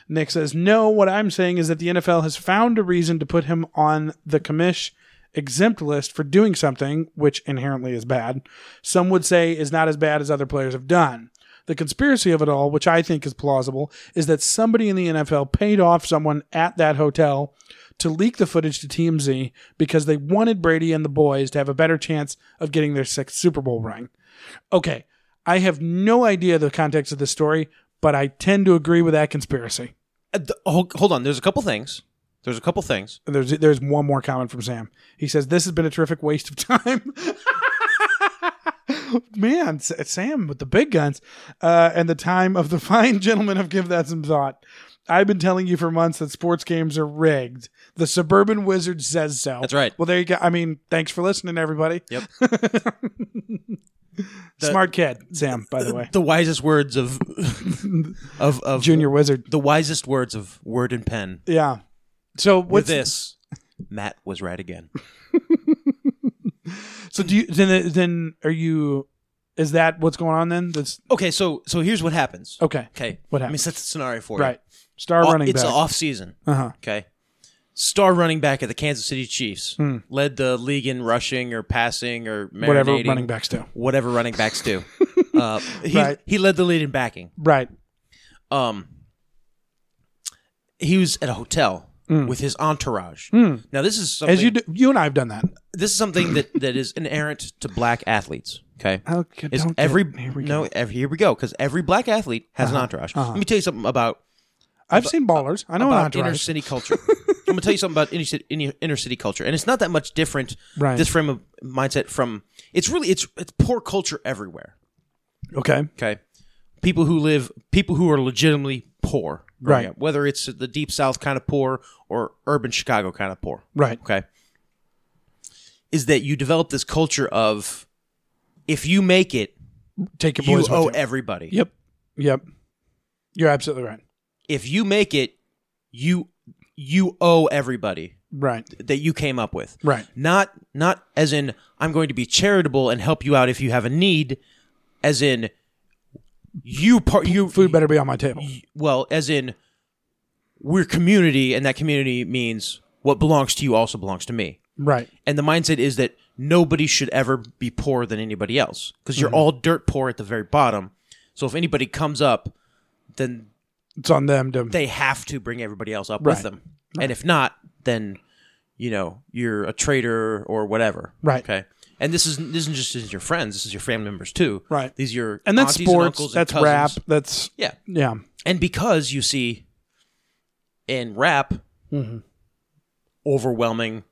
Nick says, No, what I'm saying is that the NFL has found a reason to put him on the commish exempt list for doing something, which inherently is bad, some would say is not as bad as other players have done. The conspiracy of it all, which I think is plausible, is that somebody in the NFL paid off someone at that hotel to leak the footage to Team Z because they wanted Brady and the boys to have a better chance of getting their sixth Super Bowl ring. Okay, I have no idea the context of this story, but I tend to agree with that conspiracy.
Uh, th- hold, hold on. There's a couple things. There's a couple things.
There's there's one more comment from Sam. He says this has been a terrific waste of time. Man, S- Sam with the big guns, uh, and the time of the fine gentlemen have give that some thought. I've been telling you for months that sports games are rigged. The suburban wizard says so.
That's right.
Well, there you go. I mean, thanks for listening, everybody.
Yep.
Smart kid, Sam. By the way,
The wisest words of of of
junior wizard.
The wisest words of word and pen.
Yeah. So
With
what's
this, Matt was right again.
So do you then? Then are you? Is that what's going on then? That's
Okay, so so here's what happens.
okay.
Okay,
What
Let me
happens?
set the scenario for
Right. Star
you. Right,
running
it's
back.
the off season.
Uh-huh.
Okay, star running back at the Kansas City Chiefs led the league in rushing or passing or
Hmm. Whatever
marinating,
running backs do.
Whatever running backs do. uh, he,
Right.
he led the lead in backing.
Right.
um he was at a hotel with his entourage. Now this is something
Hmm. As you do, you and I have done that.
this is something that that is inerrant to black athletes. Okay.
Okay,
It's
don't get-
every
here we go.
no
Uh-huh.
ev- here we go because every black athlete has an entourage. Let me tell you something about
I've seen ballers. I know an
about
entourage.
inner city culture. I'm gonna tell you something about inner city, inner, inner city culture, and it's not that much different.
Right.
This frame of mindset from it's really it's it's poor culture everywhere.
okay.
Okay. People who live, people who are legitimately poor, growing
Right.
Up, whether it's the deep south kind of poor or urban Chicago kind of poor.
Right.
Okay. Is that you develop this culture of if you make it,
Take your
you
boys. with
owe
you.
everybody.
Yep. Yep. You're absolutely right.
If you make it, you you owe everybody
Right.
that you came up with.
Right.
Not not as in I'm going to be charitable and help you out if you have a need, as in you part you
Food better be on my table.
well, as in we're community, and that community means what belongs to you also belongs to me.
Right.
And the mindset is that nobody should ever be poorer than anybody else because you're all dirt poor at the very bottom. So if anybody comes up, then
It's on them to.
they have to bring everybody else up
Right.
with them. And if not, then you know you're a traitor or whatever.
Right.
Okay. And this isn't this isn't just this is your friends. This is your family members too.
Right.
These are your
and that's
aunties
sports.
uncles and
that's
cousins.
rap. That's
Yeah.
yeah.
And because you see in rap
Mm-hmm.
overwhelming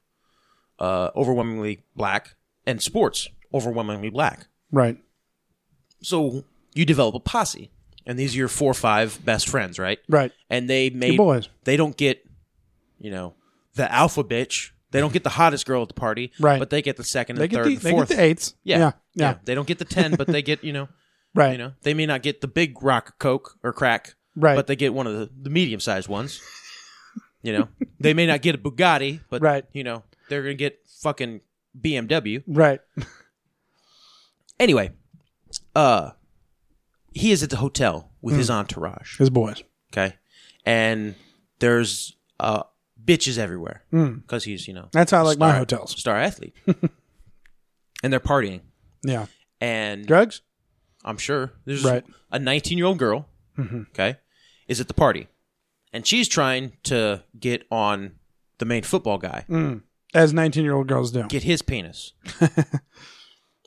uh overwhelmingly black and sports overwhelmingly black.
Right.
So you develop a posse, and these are your four or five best friends, right?
Right.
And they may
boys.
they don't get, you know, the alpha bitch. They don't get the hottest girl at the party,
Right.
But they get the second
They
and
get,
third
the,
and
they get
fourth.
the eights.
Yeah.
Yeah.
yeah,
Yeah.
They don't get the ten, but they get you know,
Right.
you know, they may not get the big rock coke or crack,
Right.
But they get one of the, the medium sized ones. You know, they may not get a Bugatti, but
Right.
You know, they're gonna get fucking BMW.
Right.
Anyway, uh, he is at the hotel with his
Mm.
entourage.
His boys.
Okay, and there's uh bitches everywhere
Hmm.
because he's you know
That's how I like my
star-
hotels.
star athlete, and they're partying
Yeah.
and
Drugs?
I'm sure. There's
Right. Mm-hmm.
a 19 year old girl, okay, is at the party. And she's trying to get on the main football guy,
Mm. As 19 year old girls do.
get his penis,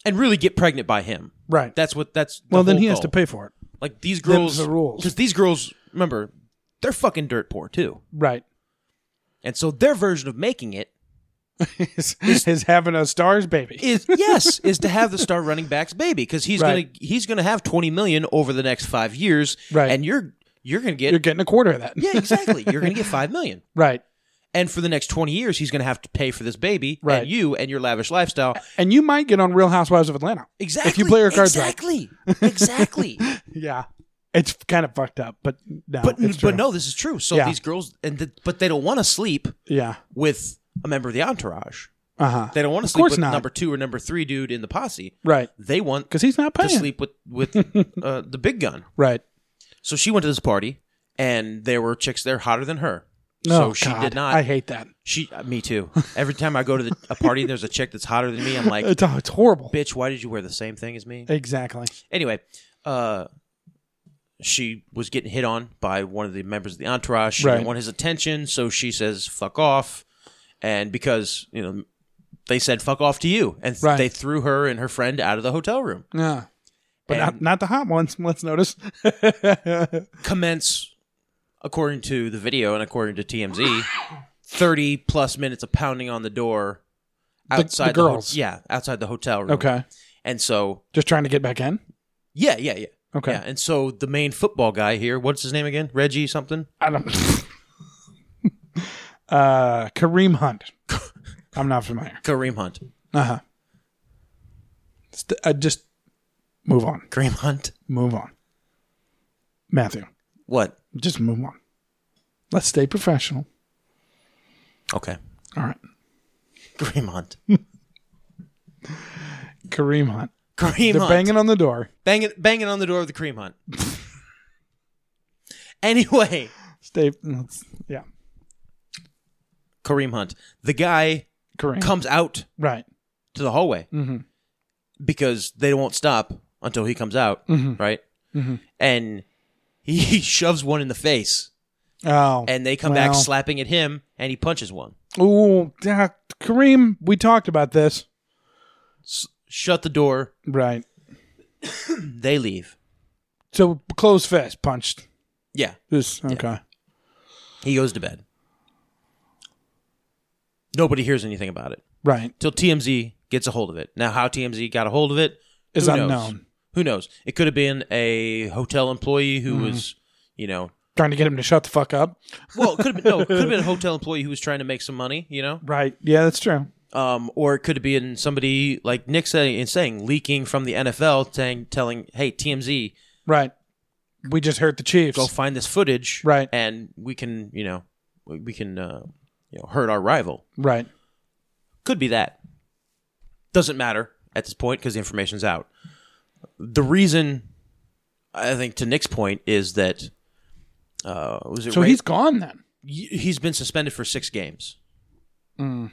and really get pregnant by him.
right.
That's what that's. the
well, then
whole
he has
goal.
to pay for it.
Like these girls.
the rules.
Because these girls, remember, they're fucking dirt poor too.
Right.
And so their version of making it
is, is having a stars baby.
is yes is to have the star running back's baby because he's
Right.
gonna he's gonna have 20 million over the next five years
Right.
and you're you're gonna get
You're getting a quarter of that.
Yeah, exactly. You're going to get 5 million.
Right.
And for the next 20 years he's going to have to pay for this baby
Right.
and you and your lavish lifestyle.
And you might get on Real Housewives of Atlanta.
Exactly.
If you play your cards right.
Exactly. Exactly.
Yeah. It's kind of fucked up, but no.
but
it's
but
true.
no, this is true. So
Yeah.
these girls and the, but they don't want to sleep
Yeah.
with a member of the entourage.
Uh huh.
They don't want to
Of
sleep
course
with
not.
number 2 or number 3 dude in the posse.
Right.
They want
Because he's not
to
paying.
sleep with with uh, the big gun.
Right.
So she went to this party and there were chicks there hotter than her.
No,
so she
God,
did not
I hate that.
She, uh, me too. Every time I go to the, a party and there's a chick that's hotter than me, I'm like,
It's, oh, it's horrible.
bitch, why did you wear the same thing as me?
Exactly.
Anyway, uh, she was getting hit on by one of the members of the entourage. She
Right.
didn't want his attention, so she says, fuck off. And because, you know, they said, fuck off to you. And th-
Right.
they threw her and her friend out of the hotel room.
Yeah. But not,
And-
not the hot ones. Let's notice.
Commence, according to the video and according to TMZ, 30 plus minutes of pounding on the door.
the
Outside the,
girls.
ho- yeah, outside the hotel room.
okay.
And so,
Just trying to get back in.
yeah, yeah, yeah.
Okay.
Yeah, and so the main football guy here, what's his name again? Reggie something?
I don't. uh, Kareem Hunt. I'm not familiar.
Kareem Hunt.
Uh huh. St- uh, just move on.
Kareem Hunt?
Move on. Matthew,
What?
just move on. Let's stay professional.
Okay.
All right.
Kareem Hunt.
Kareem Hunt.
Kareem
They're
Hunt.
banging on the door.
banging, banging on the door of the Kareem Hunt. anyway,
Stay. let's- Yeah.
Kareem Hunt. The guy
Kareem.
comes out
Right.
to the hallway because they won't stop until he comes out, right? And he shoves one in the face,
Oh.
and they come back
Well.
slapping at him, and he punches one.
Ooh, yeah, Kareem, we talked about this.
Shut the door.
Right.
They leave.
So closed fist punched.
Yeah.
This okay.
He goes to bed. Nobody hears anything about it
Right.
till TMZ gets a hold of it. Now, how TMZ got a hold of it
Is
who Knows?
unknown.
Who knows? It could have been a hotel employee who was, you know,
Trying to get him to shut the fuck up.
well, it could have been no, it could have been a hotel employee who was trying to make some money, you know,
Right. Yeah, that's true.
um, or it could have been somebody like Nick saying, saying leaking from the NFL, saying, telling, hey, TMZ,
Right. We just hurt the Chiefs.
go find this footage,
Right.
and we can, you know, we- we can, uh, you know, hurt our rival.
right.
Could be that. Doesn't matter at this point because the information's out. The reason, I think, to Nick's point, is that uh, was it
So
Ra-
he's gone then.
y- he's been suspended for six games.
Mm.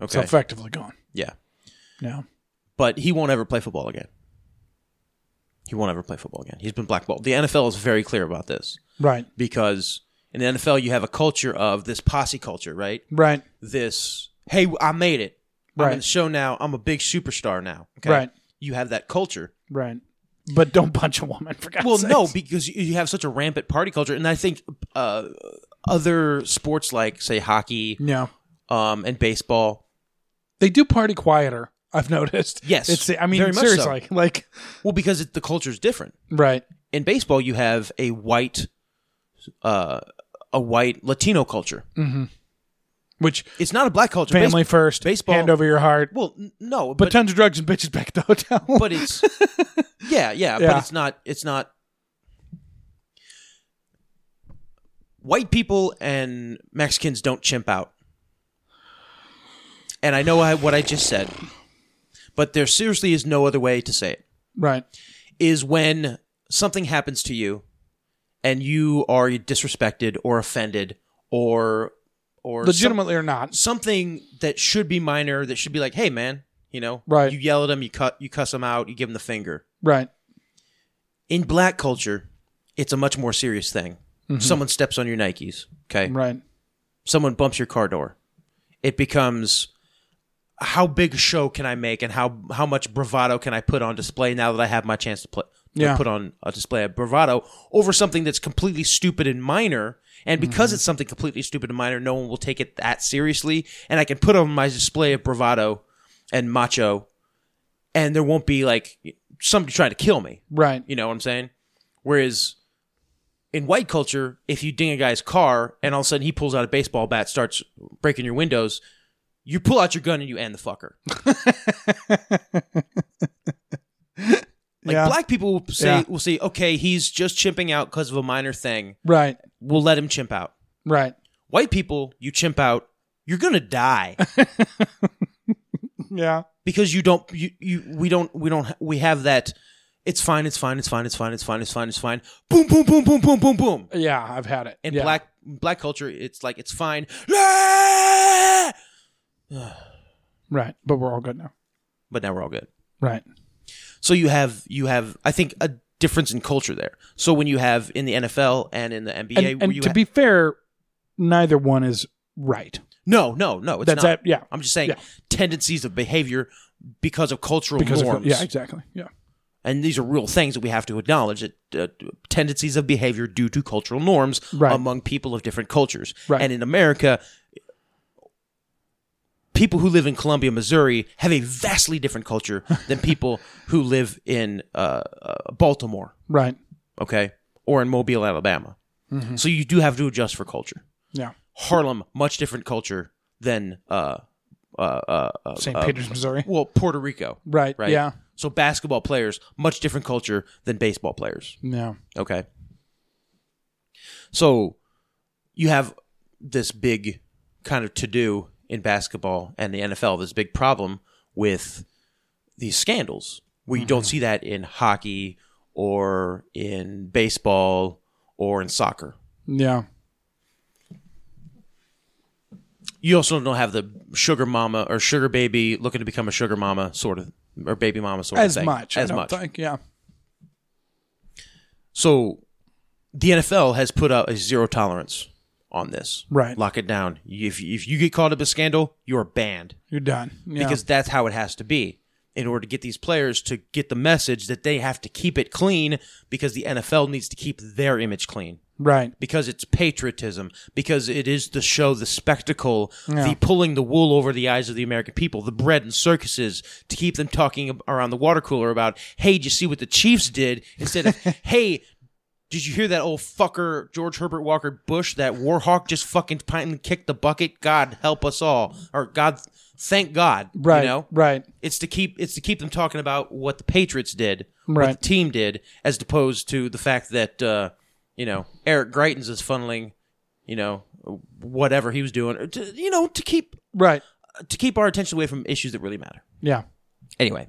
So
Okay,
effectively gone.
yeah,
Yeah.
but he won't ever play football again. He won't ever play football again. He's been blackballed. The NFL is very clear about this
Right.
because in the NFL you have a culture of this posse culture, right?
Right.
this hey i made it i'm in
Right.
the show now i'm a big superstar now okay
Right.
you have that culture
Right. But don't punch a woman for God's
well
sake.
no because you- you have such a rampant party culture and i think uh, other sports like say hockey
No.
um, and baseball
They do party quieter. I've noticed.
Yes,
it's. I mean,
very much so.
seriously, like
Well, because it, the culture is different.
right,
In baseball, you have a white, uh, a white Latino culture.
which
It's not a black culture.
Mm. family
Base-
first,
baseball-
hand over your heart,
Well, n- no,
but,
but
tons of drugs and bitches back at the hotel.
but it's yeah, yeah,
Yeah.
but it's not it's not white people and Mexicans don't chimp out. And I know I, what I just said, but there seriously is no other way to say it.
right,
Is when something happens to you and you are disrespected or offended or or some-
legitimately or not.
something that should be minor that should be like, hey man, you know,
Right.
You yell at him, you cut, you cuss him out, you give him the finger.
Right,
In black culture, it's a much more serious thing. Someone steps on your Nikes, okay?
right,
Someone bumps your car door. It becomes how big a show can I make and how how much bravado can I put on display now that I have my chance to play to
Yeah.
put on a display of bravado over something that's completely stupid and minor. And because it's something completely stupid and minor, no one will take it that seriously. And I can put on my display of bravado and macho, and there won't be like somebody trying to kill me.
right.
You know what I'm saying? Whereas in white culture, if you ding a guy's car and all of a sudden he pulls out a baseball bat, starts breaking your windows, you pull out your gun and you end the fucker. Like
Yeah.
black people will say,
Yeah.
will say, okay, he's just chimping out because of a minor thing.
Right,
We'll let him chimp out.
right.
White people, you chimp out, you're gonna die
Yeah,
because you don't, you, you, we don't, we don't, we have that. It's fine, it's fine, it's fine, it's fine, it's fine, it's fine, it's fine. Boom, boom, boom, boom, boom, boom, boom.
yeah. I've had it.
in
yeah.
black black culture it's like it's fine but
Right, but we're all good now.
now we're all good
Right,
so you have you have i think a difference in culture there so when you have in the nfl and in the nba
and,
where
and
you
to
ha-
be fair, neither one is right.
no no no it's
That's
not.
that. Yeah,
i'm just saying
Yeah.
tendencies of behavior because of cultural
because of
norms
yeah, exactly. Yeah,
and these are real things that we have to acknowledge that uh, tendencies of behavior due to cultural norms
Right.
among people of different cultures
Right.
and in america people who live in columbia missouri have a vastly different culture than people who live in uh, uh, baltimore
right.
okay or in mobile alabama
Mm-hmm.
so you do have to adjust for culture
Yeah,
harlem much different culture than uh, uh, uh, uh,
St.
uh,
Peter's, Missouri.
well puerto rico
Right.
right
Yeah.
so basketball players much different culture than baseball players
Yeah.
Okay. So you have this big kind of to do in basketball and the NFL, this big problem with these scandals where you
Mm-hmm.
don't see that in hockey or in baseball or in soccer.
Yeah.
You also don't have the sugar mama or sugar baby looking to become a sugar mama sort of or baby mama sort
As
of thing.
much.
As
I don't
much.
Think. Yeah.
So the NFL has put out a zero tolerance on this.
Right.
Lock it down. If, if you get caught up in scandal, you're banned
You're done. Yeah.
because that's how it has to be in order to get these players to get the message that they have to keep it clean because the NFL needs to keep their image clean
right.
because it's patriotism because it is the show the spectacle the pulling the wool over the eyes of the american people the bread and circuses to keep them talking ab- around the water cooler about hey did you see what the chiefs did instead of hey did you hear that old fucker george herbert walker bush that war hawk just fucking finally kicked the bucket god help us all or god thank god
Right.
you know
Right.
it's to keep it's to keep them talking about what the Patriots did,
Right.
what the team did, as opposed to the fact that uh, you know Eric Greitens is funneling, you know whatever he was doing, to, you know to keep
Right.
to keep our attention away from issues that really matter.
Yeah.
Anyway,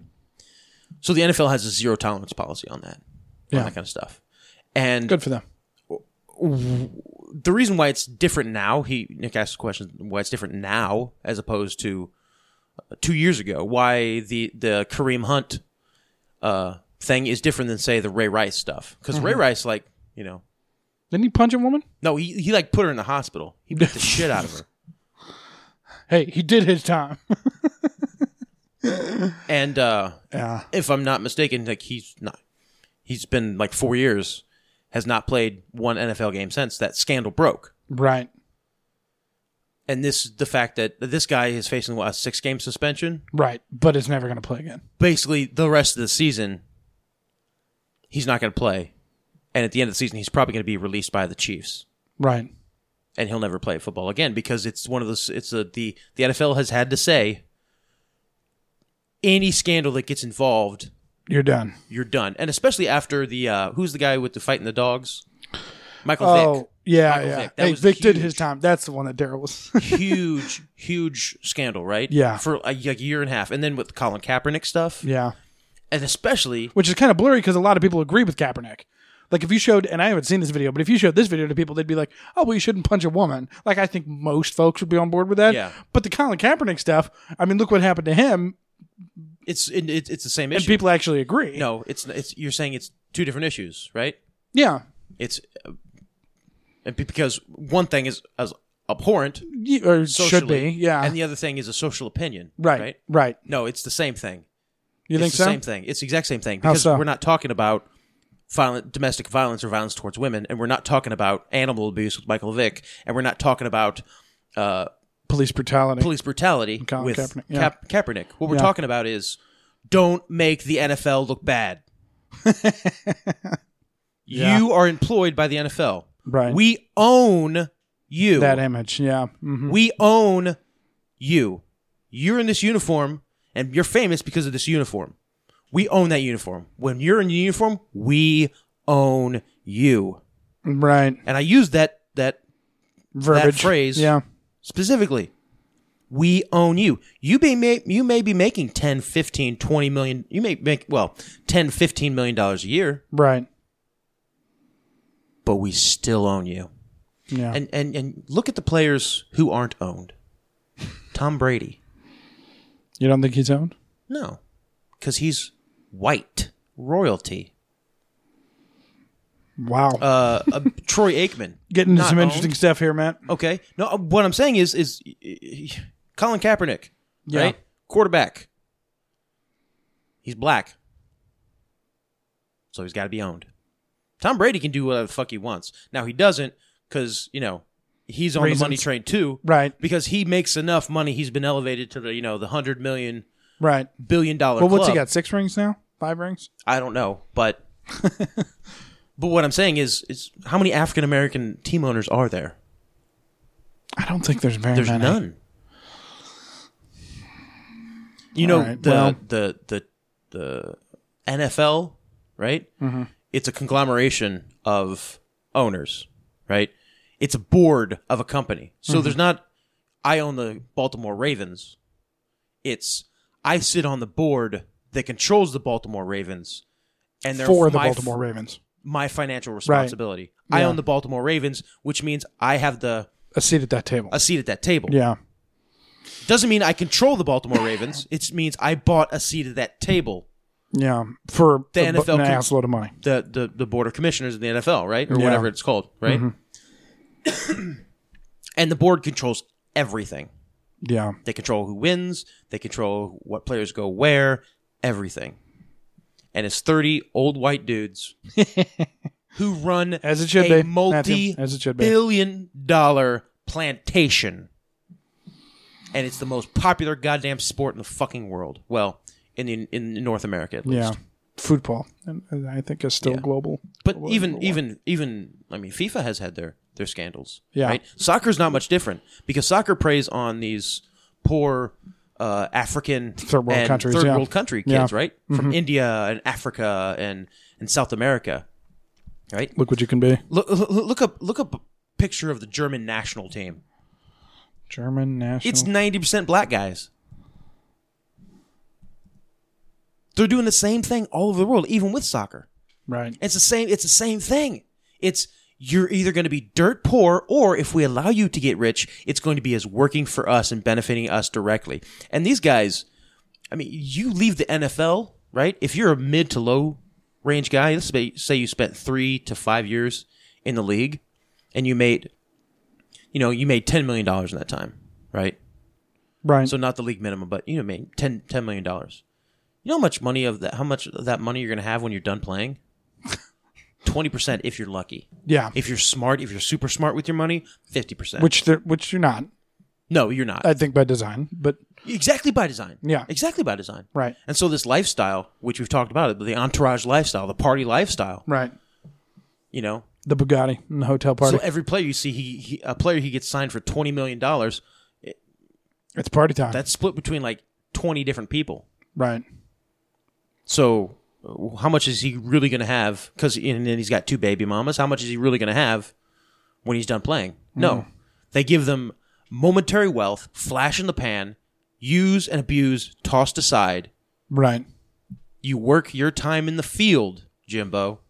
so the NFL has a zero tolerance policy on that,
Yeah.
on that kind of stuff, and
Good for them.
the reason why it's different now, he Nick asked the question why it's different now as opposed to uh, two years ago. Why the the Kareem Hunt uh, thing is different than say the Ray Rice stuff because Ray Rice like you know
Didn't he punch a woman?
no he he like put her in the hospital. He beat the shit out of her.
Hey, he did his time.
And uh,
Yeah.
if I'm not mistaken, like he's not he's been like four years has not played one NFL game since that scandal broke.
Right.
and this the fact that this guy is facing what, a six game suspension.
Right, but it's never going to play again.
Basically, the rest of the season, he's not going to play, and at the end of the season, he's probably going to be released by the Chiefs,
Right.
and he'll never play football again because it's one of those. It's a, the the NFL has had to say any scandal that gets involved,
You're done.
you're done, and especially after the uh, who's the guy with the fighting the dogs, Michael
Oh,
Vick.
yeah,
Michael
yeah.
Vick. That
Hey,
was
Vic did his
huge.
time. That's the one that Daryl was.
huge, huge scandal, right?
Yeah.
For a, y- a year and a half. And then with Colin Kaepernick stuff,
yeah.
and especially,
Which is kind of blurry because a lot of people agree with Kaepernick. Like if you showed, and I haven't seen this video, but if you showed this video to people, they'd be like, "Oh, well, you shouldn't punch a woman." Like I think most folks would be on board with that.
Yeah.
But the Colin Kaepernick stuff, I mean, look what happened to him,
it's it, it- it's the same
and
issue.
people actually agree.
no, it's it's you're saying it's two different issues, right?
Yeah.
It's uh, and be- because one thing is as abhorrent
Y- Or should
socially,
be. Yeah.
and the other thing is a social opinion,
right.
Right?
Right.
No, it's the same thing.
You
it's
think
the
so?
same thing. It's the exact same thing
How
because
so?
we're not talking about violent domestic violence or violence towards women, and we're not talking about animal abuse with Michael Vick, and we're not talking about uh,
Police brutality.
police brutality
Colin
with
Kaepernick,
Kaepernick.
yeah.
Kaep- Kaepernick. What we're
Yeah.
talking about is don't make the NFL look bad. You are employed by the NFL.
Right.
We own you.
that image. Yeah. hmm
we own you. You're in this uniform and you're famous because of this uniform. We own that uniform. When you're in your uniform, we own you.
Right.
And I use that that
Verbiage.
phrase-
Yeah.
specifically we own you you may, may you may be making 10 15 20 million you may make well 10 15 million dollars a year
Right.
but we still own you
Yeah.
and and and look at the players who aren't owned tom brady
you don't think he's owned?
no cuz he's white royalty
Wow.
uh, uh troy aikman
Getting into
not
some interesting
owned.
stuff here, Matt.
okay no uh, what i'm saying is is uh, colin kaepernick
Yeah.
right quarterback he's black so he's got to be owned tom brady can do whatever the fuck he wants now he doesn't because you know he's on
Reasons.
the money train too
Right.
because he makes enough money he's been elevated to the you know the hundred million
Right.
billion dollar
Well, what's he
club.
got? Six rings now? Five rings?
i don't know but but what i'm saying is is how many african american team owners are there
I don't think there's very
There's
many.
none. You know
Alright,
the,
well-
the the the NFL, right? Mm-hmm. It's a conglomeration of owners, right? It's a board of a company.
Mm-hmm.
So there's not I own the Baltimore Ravens. It's I sit on the board that controls the Baltimore Ravens, and they're
for the
my-
Baltimore Ravens.
my financial responsibility. I
Yeah.
own the Baltimore Ravens, which means I have the
A seat at that table.
a seat at that table.
yeah.
Doesn't mean I control the Baltimore Ravens. It means I bought a seat at that table,
Yeah. For
The
a bu-
NFL
an
can-
ass load of money.
the the, the board of commissioners in the NFL, right, or
Yeah.
whatever it's called, right? and the board controls everything.
Yeah.
They control who wins. They control what players go where. Everything. And it's thirty old white dudes who run
As it should
a
be,
multi
Matthew, as it should be.
billion dollar plantation. And it's the most popular goddamn sport in the fucking world. Well, in the, in North America at least.
Yeah. Football. And, and I think is still global.
But
global
even
number one.
even even I mean FIFA has had their their scandals.
Yeah.
Right? Soccer's not much different because soccer preys on these poor uh, African
Third world
and
countries,
third
yeah.
world country kids,
Yeah. Mm-hmm.
right? From India and Africa and, and South America. Right?
Look what you can be.
Look, look look up look up a picture of the German national team.
German national.
It's ninety percent black guys. They're doing the same thing all over the world, even with soccer.
right.
It's the same. It's the same thing. It's you're either going to be dirt poor, or if we allow you to get rich, it's going to be as working for us and benefiting us directly. And these guys, I mean, you leave the NFL, right? If you're a mid to low range guy, let's say say you spent three to five years in the league, and you made, you know, you made ten million dollars in that time, right?
Right.
So not the league minimum, but you know, made 10, $10 million dollars. You know how much money of that? How much of that money you're going to have when you're done playing? Twenty percent if you're lucky.
yeah.
If you're smart, if you're super smart with your money, fifty percent.
which they're, which you're not.
No, you're not.
I think by design, but
exactly by design.
Uh, Yeah.
Exactly by design.
right,
And so this lifestyle, which we've talked about, it, the entourage lifestyle, the party lifestyle,
right.
you know.
The Bugatti in the hotel party.
So every player you see, he, he a player he gets signed for twenty million dollars.
it's party time.
That's split between like twenty different people.
right.
So uh, how much is he really going to have? Because and then he's got two baby mamas. How much is he really going to have when he's done playing? No, they give them momentary wealth, flash in the pan, use and abuse, tossed aside.
Right.
You work your time in the field, Jimbo.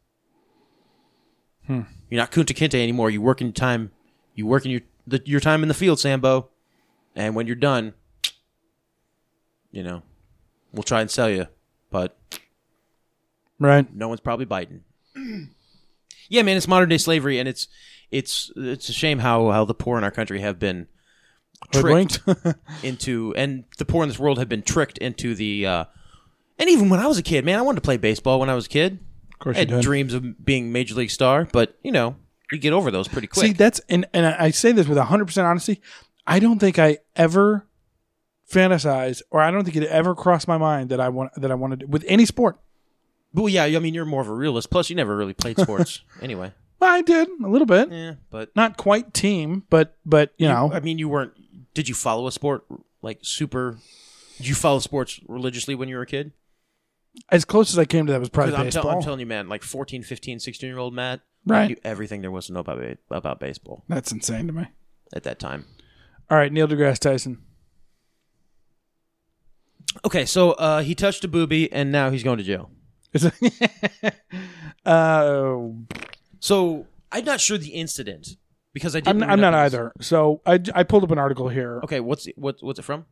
You're not Kunta Kinte anymore. You work in time. You work in your the, your time in the field, Sambo. And when you're done, you know, we'll try and sell you, but
Right.
no one's probably biting. yeah, man, it's modern day slavery, and it's it's it's a shame how how the poor in our country have been tricked
Hoodwinked.
into, and the poor in this world have been tricked into the. Uh, and even when I was a kid, man, I wanted to play baseball when I was a kid. Of
course
I had
you did.
dreams of being major league star, but you know, you get over those pretty quick.
See, that's and and I I say this with hundred percent honesty. I don't think I ever fantasize, or I don't think it ever crossed my mind that I want that I wanted with any sport.
well, yeah, I mean, you're more of a realist. Plus, you never really played sports anyway.
Well, I did a little bit,
Yeah, but
not quite team, but but you know,
I mean, you weren't. Did you follow a sport like super? Did you follow sports religiously when you were a kid?
as close as I came to that was probably
'Cause I'm, tell- I'm
baseball.
telling you, man, like 14, 15, 16 year old Matt, I
Right.
knew everything there was to know about ba- about baseball
that's insane to me.
at that time.
All right, Neil deGrasse Tyson.
Okay, so uh, he touched a booby, and now he's going to jail.
Is it- uh,
So I'm not sure the incident because I
I'm,
didn't. read
I'm
up
not
on this.
either. So I, I pulled up an article here.
Okay, what's it, what, what's it from?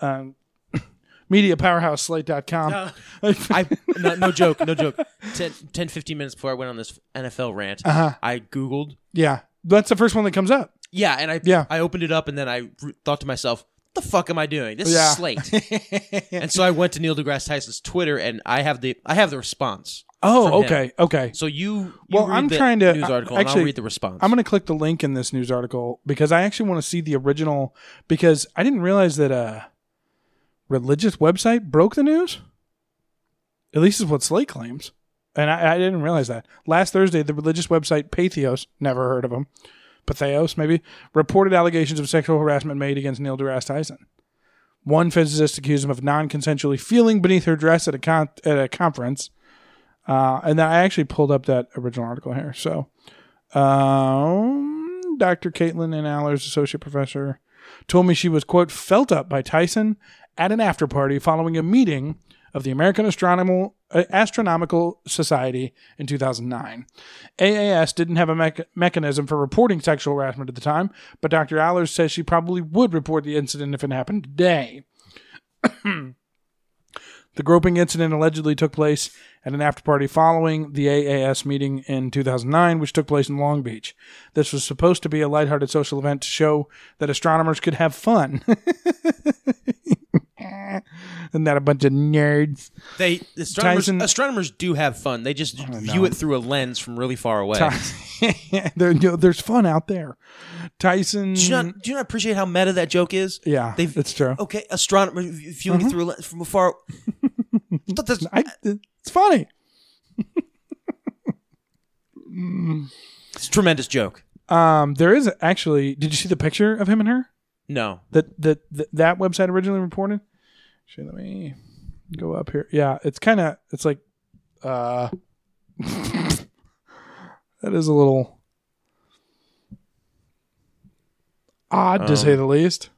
Um, MediaPowerhouseSlate.com.
Uh, I no, no joke, no joke. 10, 10, 15 minutes before I went on this NFL rant,
Uh-huh.
I googled
Yeah, that's the first one that comes up.
Yeah, and I
Yeah.
I opened it up and then I re- thought to myself, "What the fuck am I doing? This
Yeah.
is slate." and so I went to Neil deGrasse Tyson's Twitter and I have the I have the response. from
Oh,
him.
okay, okay.
So you, you
Well,
read
I'm
the
trying to-
news
I-
article and
actually,
I'll read the response.
I'm going to click the link in this news article because I actually want to see the original because I didn't realize that a religious website broke the news. At least is what Slate claims. And I, I didn't realize that. Last Thursday, the religious website Patheos, never heard of them, Patheos maybe, reported allegations of sexual harassment made against Neil deGrasse Tyson. One physicist accused him of non-consensually feeling beneath her dress at a con- at a conference. Uh, and then I actually pulled up that original article here. So, um, Dr. Caitlin Ann Allers, associate professor, told me she was, quote, felt up by Tyson at an after party following a meeting of the American Astronomical, uh, Astronomical Society in 2009. AAS didn't have a mech mechanism for reporting sexual harassment at the time, but Dr. Allers says she probably would report the incident if it happened today. The groping incident allegedly took place at an after party following the AAS meeting in 2009, which took place in Long Beach. This was supposed to be a lighthearted social event to show that astronomers could have fun. Isn't that a bunch of nerds?
they astronomers,
Tyson-
astronomers do have fun. They just view it through a lens from really far away.
there, you know, there's fun out there. Tyson.
do you not do you not appreciate how meta that joke is?
yeah,
They've- Oh,
it's true.
Okay, astronomer viewing it through a lens from afar. I thought that's-
Mm-hmm. I, it's funny.
it's a tremendous joke.
Um, there is actually. Did you see the picture of him and her?
No,
that that that, that website originally reported. Actually, let me go up here. Yeah, it's kind of it's like uh that is a little odd to say the least.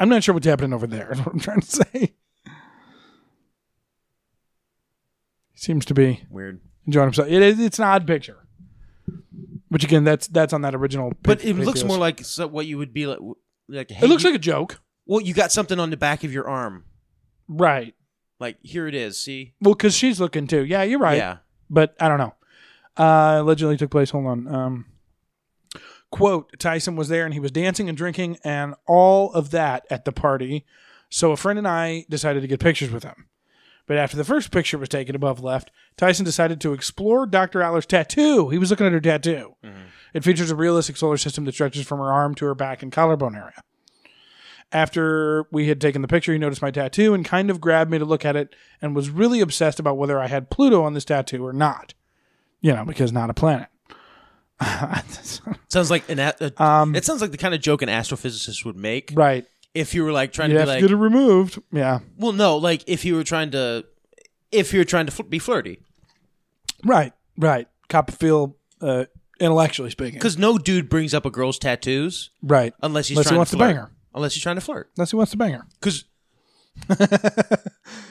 I'm not sure what's happening over there. Is what I'm trying to say. Seems to be
weird.
enjoying himself. It is. It's an odd picture. Which again, that's that's on that original.
But
pic-
it looks
Patheos.
more like so what you would be like. Like, hey,
It looks
you-
like a joke.
Well, you got something on the back of your arm.
Right.
Like here it is. See,
Well, because she's looking too. Yeah, you're right.
yeah,
But I don't know. Uh, allegedly took place. Hold on. Um, quote Tyson was there and he was dancing and drinking and all of that at the party. So a friend and I decided to get pictures with him. But after the first picture was taken above left, Tyson decided to explore Dr. Aller's tattoo. He was looking at her tattoo. It features a realistic solar system that stretches from her arm to her back and collarbone area. After we had taken the picture, he noticed my tattoo and kind of grabbed me to look at it and was really obsessed about whether I had Pluto on this tattoo or not. You know, because not a planet.
Sounds like an. A, a- it sounds like the kind of joke an astrophysicist would make.
Um, right.
If you were like trying
You
to
have
be like,
to get it removed. Yeah.
well, no, like if you were trying to, if you were trying to fl- be flirty,
Right. Right. Copperfield, uh, intellectually speaking.
because no dude brings up a girl's tattoos
Right.
unless he's
Unless he
trying
wants to
to flirt.
bang her.
Unless he's trying to flirt,
Uh, Unless he wants to bang her.
because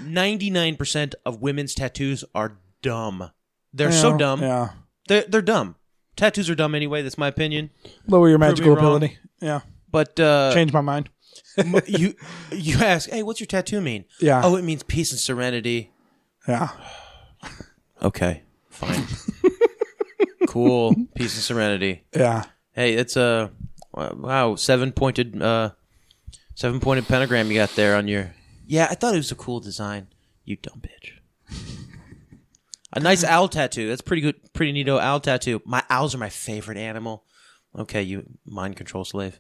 ninety nine percent of women's tattoos are dumb. They're so
Yeah,
dumb.
Yeah.
They're they're dumb. Tattoos are dumb anyway. That's my opinion.
Lower your magical
wrong.
ability. Yeah.
But uh,
Change my mind.
m- you you ask, hey, what's your tattoo mean?
Yeah.
Oh, it means peace and serenity.
Yeah.
Okay, fine. cool. Peace and serenity.
Yeah.
Hey, it's a wow seven pointed uh, seven pointed pentagram you got there on your. Yeah, I thought it was a cool design. You dumb bitch. A nice owl tattoo. That's pretty good. Pretty neato owl tattoo. My owls are my favorite animal. Okay, you mind control slave.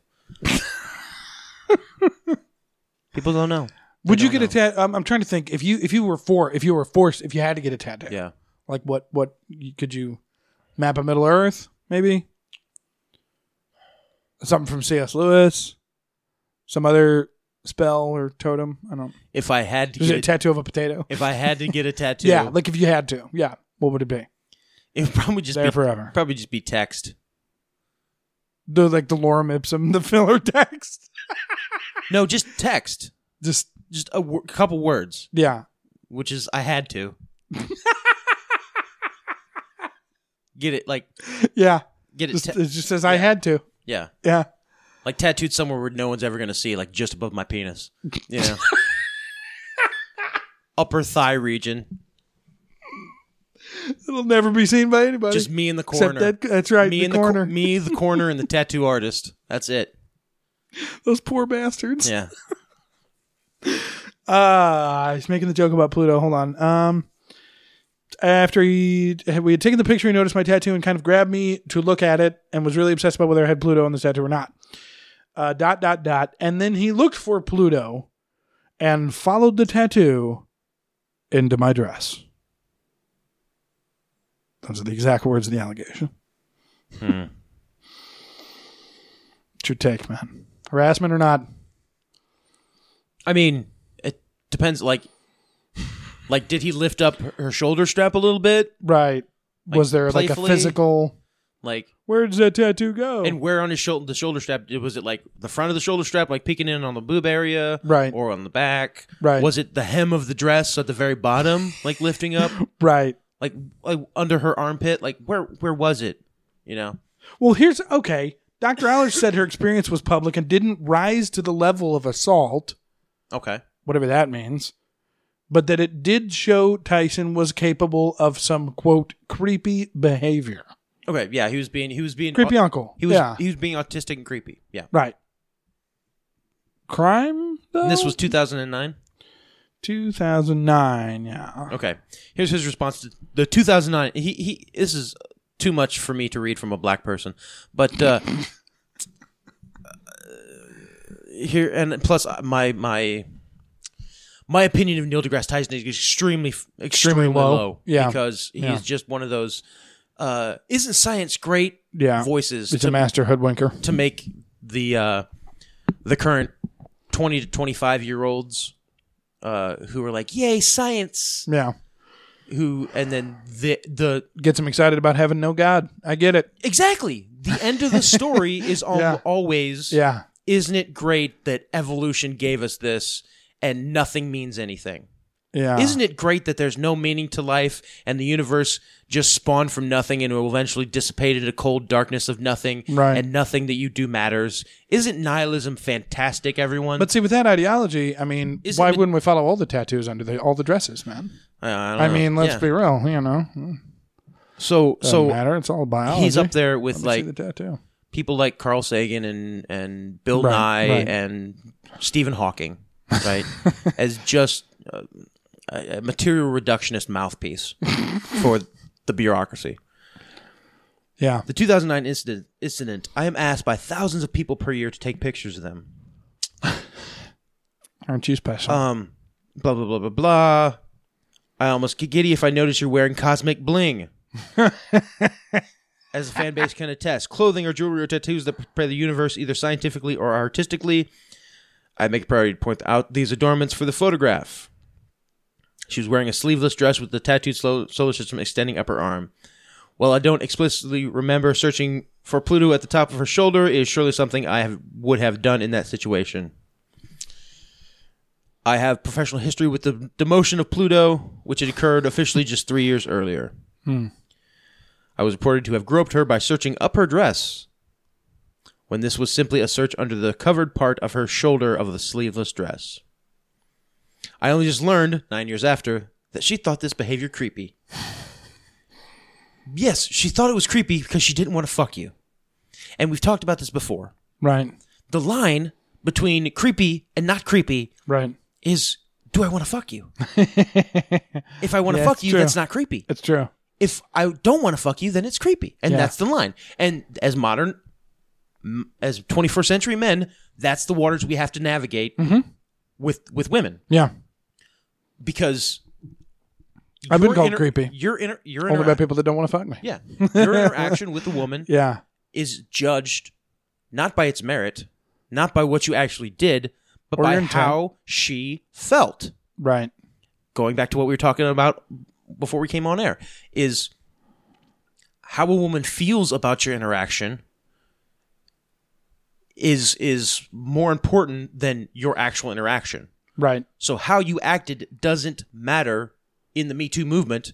People don't know.
Would you get a tattoo? I'm, I'm trying to think. If you if you were for if you were forced if you had to get a tattoo,
Yeah.
Like what what you- could you map a Middle Earth maybe? Something from C.S. Lewis, some other spell or totem. I don't.
If I had to
Is it
get
a
a
tattoo of a potato?
if I had to get a tattoo,
Yeah, like if you had to. Yeah, what would it be?
it would probably just
There
be
forever.
probably just be text.
The like the lorem ipsum, the filler text.
No, just text.
Just
Just a wo- couple words,
yeah.
which is I had to. get it like
Yeah.
get it
Just,
ta-
it just says I had to.
yeah.
Yeah.
Like tattooed somewhere where no one's ever going to see like just above my penis. You know. Upper thigh region.
It'll never be seen by anybody.
Just me in the corner.
Except that, that's right,
me
the
in
corner.
the cor- me the corner and the tattoo artist. That's it.
Those poor bastards.
Yeah.
Uh, he's making the joke about Pluto. Hold on. Um, after he we had taken the picture, he noticed my tattoo and kind of grabbed me to look at it, and was really obsessed about whether I had Pluto on the tattoo or not. Uh, dot dot dot, and then he looked for Pluto, and followed the tattoo into my dress. Those are the exact words of the allegation.
Hmm.
It's your take, man. Harassment or not?
I mean, it depends like like did he lift up her- her shoulder strap a little bit?
Right.
Like,
was there like
playfully?
a physical
Like
where does that tattoo go?
And where on his shoulder, the shoulder strap was it like the front of the shoulder strap, like peeking in on the boob area,
Right.
or on the back,
Right.
Was it the hem of the dress at the very bottom, like lifting up,
right.
like, like under her armpit, like where where was it? You know,
Well, here's okay. Dr. Aller said her experience was public and didn't rise to the level of assault,
okay,
whatever that means, but that it did show Tyson was capable of some quote creepy behavior.
okay, yeah, he was being he was being
Creepy uncle.
he was
yeah.
he was being autistic and creepy, yeah.
right. Crime though?
And this was 2009.
2009, yeah.
Okay, here's his response to the 2009. He he. This is too much for me to read from a black person, but uh, here and plus uh, my my my opinion of Neil deGrasse Tyson is extremely extremely,
low.
low.
Yeah.
because he's
Yeah.
just one of those. Uh, isn't science great?
Yeah.
voices
He's
to,
a master hoodwinker.
to make the uh, the current 20 to 25 year olds uh, who are like, "Yay, science!"
Yeah.
who and then the the
Gets him excited about having no god. I get it.
exactly the end of the story is al-
Yeah.
always
Yeah.
isn't it great that evolution gave us this and nothing means anything
Yeah.
isn't it great that there's no meaning to life and the universe just spawned from nothing and will eventually dissipate into cold darkness of nothing
Right.
and nothing that you do matters isn't nihilism fantastic everyone
But see, with that ideology, I mean,
Isn't
why
the-
wouldn't we follow all the tattoos under the all the dresses, man?
i, don't
I
know.
mean, let's
Yeah.
be real, you know.
so
So
so
matter, it's all biology.
he's up there with
Let me see
like
the tattoo.
people like Carl Sagan and and Bill
Right,
Nye
right.
and Stephen Hawking, right? as just uh, a, a material reductionist mouthpiece for the bureaucracy.
Yeah.
The 2009 incident, incident, I am asked by thousands of people per year to take pictures of them.
Aren't you special?
Um, blah, blah, blah, blah, blah. I almost get giddy if I notice you're wearing cosmic bling. As the fan base can attest, clothing or jewelry or tattoos that portray the universe either scientifically or artistically. I make a priority to point out these adornments for the photograph. She was wearing a sleeveless dress with the tattooed slo- solar system extending up her arm. While I don't explicitly remember searching for Pluto at the top of her shoulder, it is surely something I have, would have done in that situation. I have professional history with the demotion of Pluto, which had occurred officially just three years earlier. I was reported to have groped her by searching up her dress, when this was simply a search under the covered part of her shoulder of the sleeveless dress. I only just learned, nine years after, that she thought this behavior creepy. yes, she thought it was creepy because she didn't want to fuck you. And we've talked about this before.
right.
The line between creepy and not creepy
Right.
is do I want to fuck you? if I want to
Yeah,
fuck
it's
you,
true.
that's not creepy.
It's true.
If I don't want to fuck you, then it's creepy. And
Yeah.
that's the line. And as modern, m- as 21st century men, that's the waters we have to navigate
Mm-hmm.
with with women
Yeah.
because
I've been
your
called
inter-
creepy.
Your inter- your
Only by
intera-
people that don't want to fuck me.
yeah, your interaction with a woman
Yeah.
is judged not by its merit, not by what you actually did, but
Or
by
your intent.
how she felt.
Right.
going back to what we were talking about before we came on air is how a woman feels about your interaction is is more important than your actual interaction.
Right.
So how you acted doesn't matter in the Me Too movement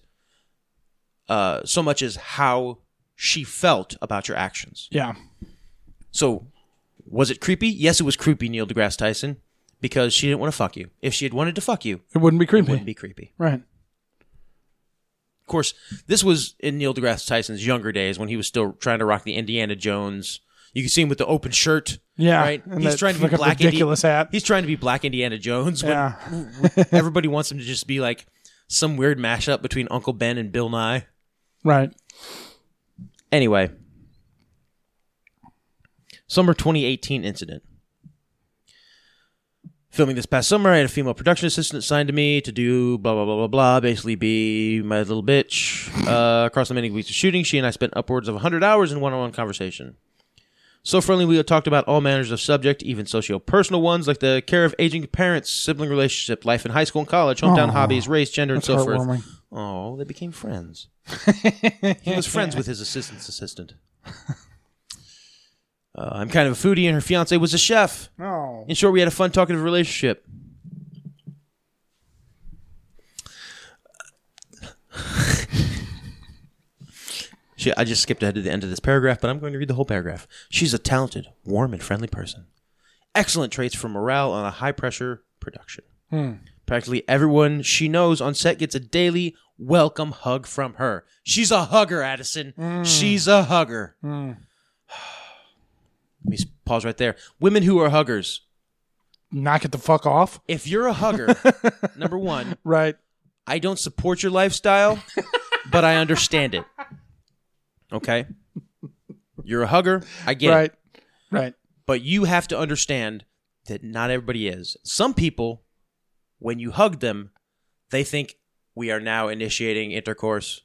uh, so much as how she felt about your actions.
Yeah.
So, was it creepy? Yes, it was creepy, Neil deGrasse Tyson, because she didn't want to fuck you. If she had wanted to fuck you,
It wouldn't be
it
creepy.
wouldn't be creepy.
Right.
Of course, this was in Neil deGrasse Tyson's younger days when he was still trying to rock the Indiana Jones. You can see him with the open shirt.
Yeah,
right.
and
He's
that
trying to be
fucking
black. Indi-
ridiculous hat.
He's trying to be black Indiana Jones. When
Yeah.
Everybody wants him to just be like some weird mashup between Uncle Ben and Bill Nye.
Right.
Anyway, summer 2018 incident. Filming this past summer, I had a female production assistant assigned to me to do blah blah blah blah blah. Basically, be my little bitch. Uh, across the many weeks of shooting, she and I spent upwards of 100 hours in one-on-one conversation. So friendly, we talked about all manners of subject, even socio-personal ones like the care of aging parents, sibling relationship, life in high school and college, hometown hobbies, race, gender, and so forth.
Heartwarming.
Oh, they became friends. he was friends with his assistant's assistant. Uh, I'm kind of a foodie, and her fiance was a chef.
Oh.
In short, we had a fun talkative relationship. Shit, I just skipped ahead to the end of this paragraph, but I'm going to read the whole paragraph. She's a talented, warm, and friendly person. Excellent traits for morale on a high pressure production. Practically everyone she knows on set gets a daily welcome hug from her. She's a hugger, Addison. She's a hugger. Let me s- pause right there. Women who are huggers,
Knock it the fuck off.
if you're a hugger, number one,
Right.
I don't support your lifestyle, but I understand it. Okay? You're a hugger. I get
Right.
it.
Right.
But you have to understand that not everybody is. Some people, when you hug them, they think we are now initiating intercourse.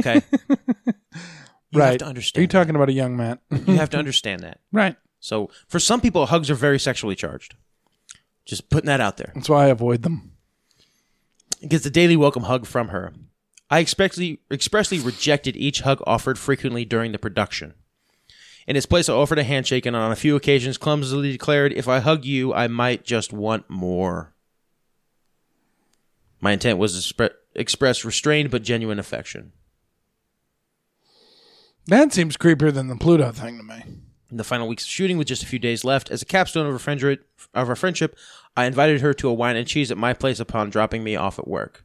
okay? You
right.
have to
Are you
understand.
talking about a young man?
you have to understand that.
right.
So for some people, hugs are very sexually charged. Just putting that out there.
That's why I avoid them.
gets a daily welcome hug from her. I expressly, expressly rejected each hug offered frequently during the production. In its place, I offered a handshake and on a few occasions clumsily declared, If I hug you, I might just want more. My intent was to spre- express restrained but genuine affection.
That seems creepier than the Pluto thing to me.
In the final weeks of shooting, with just a few days left, as a capstone of our, friendship, of our friendship, I invited her to a wine and cheese at my place upon dropping me off at work.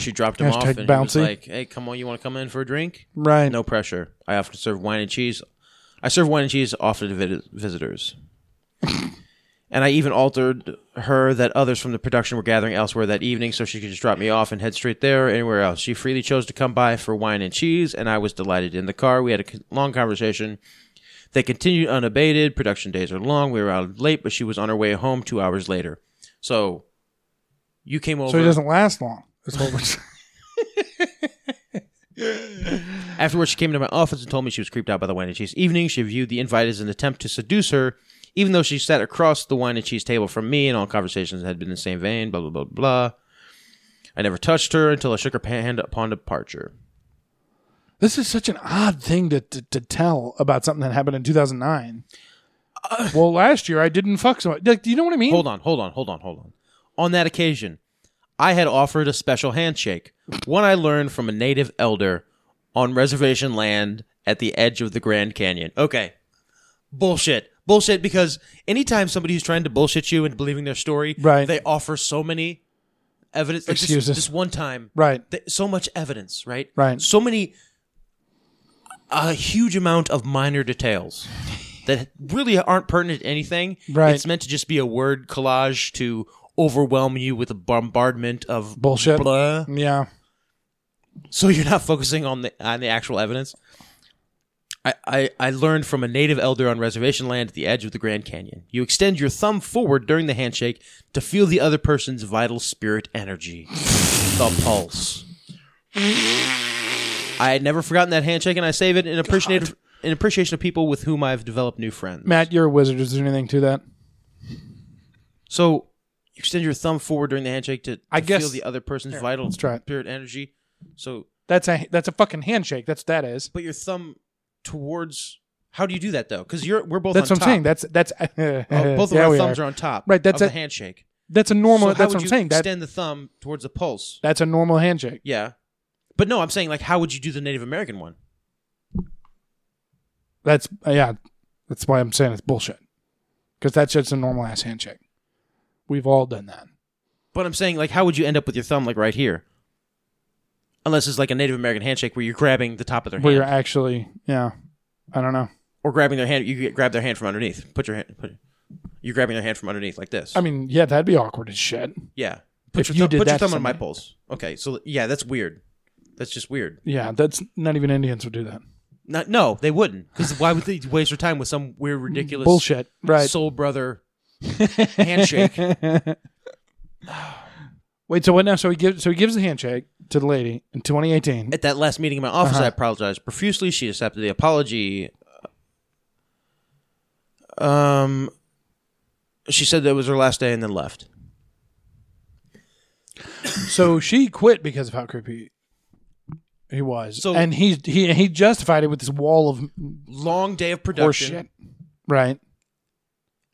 She dropped him off
Hmm. Hashtag
and he was
bouncy.
like, Hey, come on, you want to come in for a drink?
Right.
No pressure. I often serve wine and cheese. I serve wine and cheese often to vid- visitors. and I even altered her that others from the production were gathering elsewhere that evening, so she could just drop me off and head straight there or anywhere else. She freely chose to come by for wine and cheese, and I was delighted. In the car, we had a c- long conversation. They continued unabated. Production days are long. We were out late, but she was on her way home two hours later. So you came over.
So he doesn't last long. That's what we're saying.
Afterwards, she came into my office and told me she was creeped out by the wine and cheese evening. She viewed the invite as an attempt to seduce her, even though she sat across the wine and cheese table from me and all conversations had been in the same vein, blah, blah, blah, blah. I never touched her until I shook her hand upon departure.
This is such an odd thing to, to, to tell about something that happened in 2009. well, last year I didn't fuck someone. Like, do you know what I mean?
Uh, Hold on, hold on, hold on, hold on. On that occasion, I had offered a special handshake, one I learned from a native elder on reservation land at the edge of the Grand Canyon. Okay. Bullshit. Bullshit because anytime somebody who's trying to bullshit you into believing their story,
Right.
they offer so many evidence. Like this,
Excuses.
this one time,
Right.
th- so much evidence, right?
Right.
So many, a huge amount of minor details that really aren't pertinent to anything.
Right.
It's meant to just be a word collage to overwhelm you with a bombardment of
Bullshit.
blah,
Yeah.
so you're not focusing on the on the actual evidence. I, I, I learned from a native elder on reservation land at the edge of the Grand Canyon. You extend your thumb forward during the handshake to feel the other person's vital spirit energy, the pulse. I had never forgotten that handshake, and I save it in appreciation in appreciation of people with whom I've developed new friends.
Matt, you're a wizard. Is there anything to that?
So you extend your thumb forward during the handshake to, to
I guess-
feel the other person's vital
let's try it.
spirit energy. So
That's a that's a fucking handshake. That's what that is.
but your thumb towards. How do you do that though? Because you're we're both.
That's
on
what I'm saying.
top.
That's that's
Oh, both of
yeah,
our
we
thumbs are. on top.
Right, that's
of
a-
the handshake.
That's a
So
normal.
how
that's what
would
I'm
you
saying. That,
extend the thumb towards the pulse.
that's a normal handshake.
Yeah, but no, I'm saying like how would you do the Native American one?
That's yeah. That's why I'm saying it's bullshit. Because that's just a normal ass handshake. We've all done that.
But I'm saying like how would you end up with your thumb like right here? Unless it's like a Native American handshake where you're grabbing the top of their
Where
hand
you're actually yeah. I don't know.
or grabbing their hand. You get- grab their hand from underneath. Put your hand. Put, you're grabbing their hand from underneath like this.
I mean, yeah, that'd be awkward as shit.
Yeah. Put
If
your
you
thumb,
did
put your
that to
thumb on my
somebody.
pulse. Okay, so yeah, that's weird. That's just weird.
Yeah, that's not even Indians would do that.
Not, no, they wouldn't. Because why would they waste their time with some weird, ridiculous
Bullshit. Right.
soul brother handshake?
Wait, so what now? So he gives so he gives the handshake to the lady in 2018.
At that last meeting in my
Uh-huh.
office, I apologized profusely. She accepted the apology. Um, she said that was her last day and then left.
so she quit because of how creepy he was.
So-
and he he he justified it with this wall of
Long day of
horseshit.
production.
Right.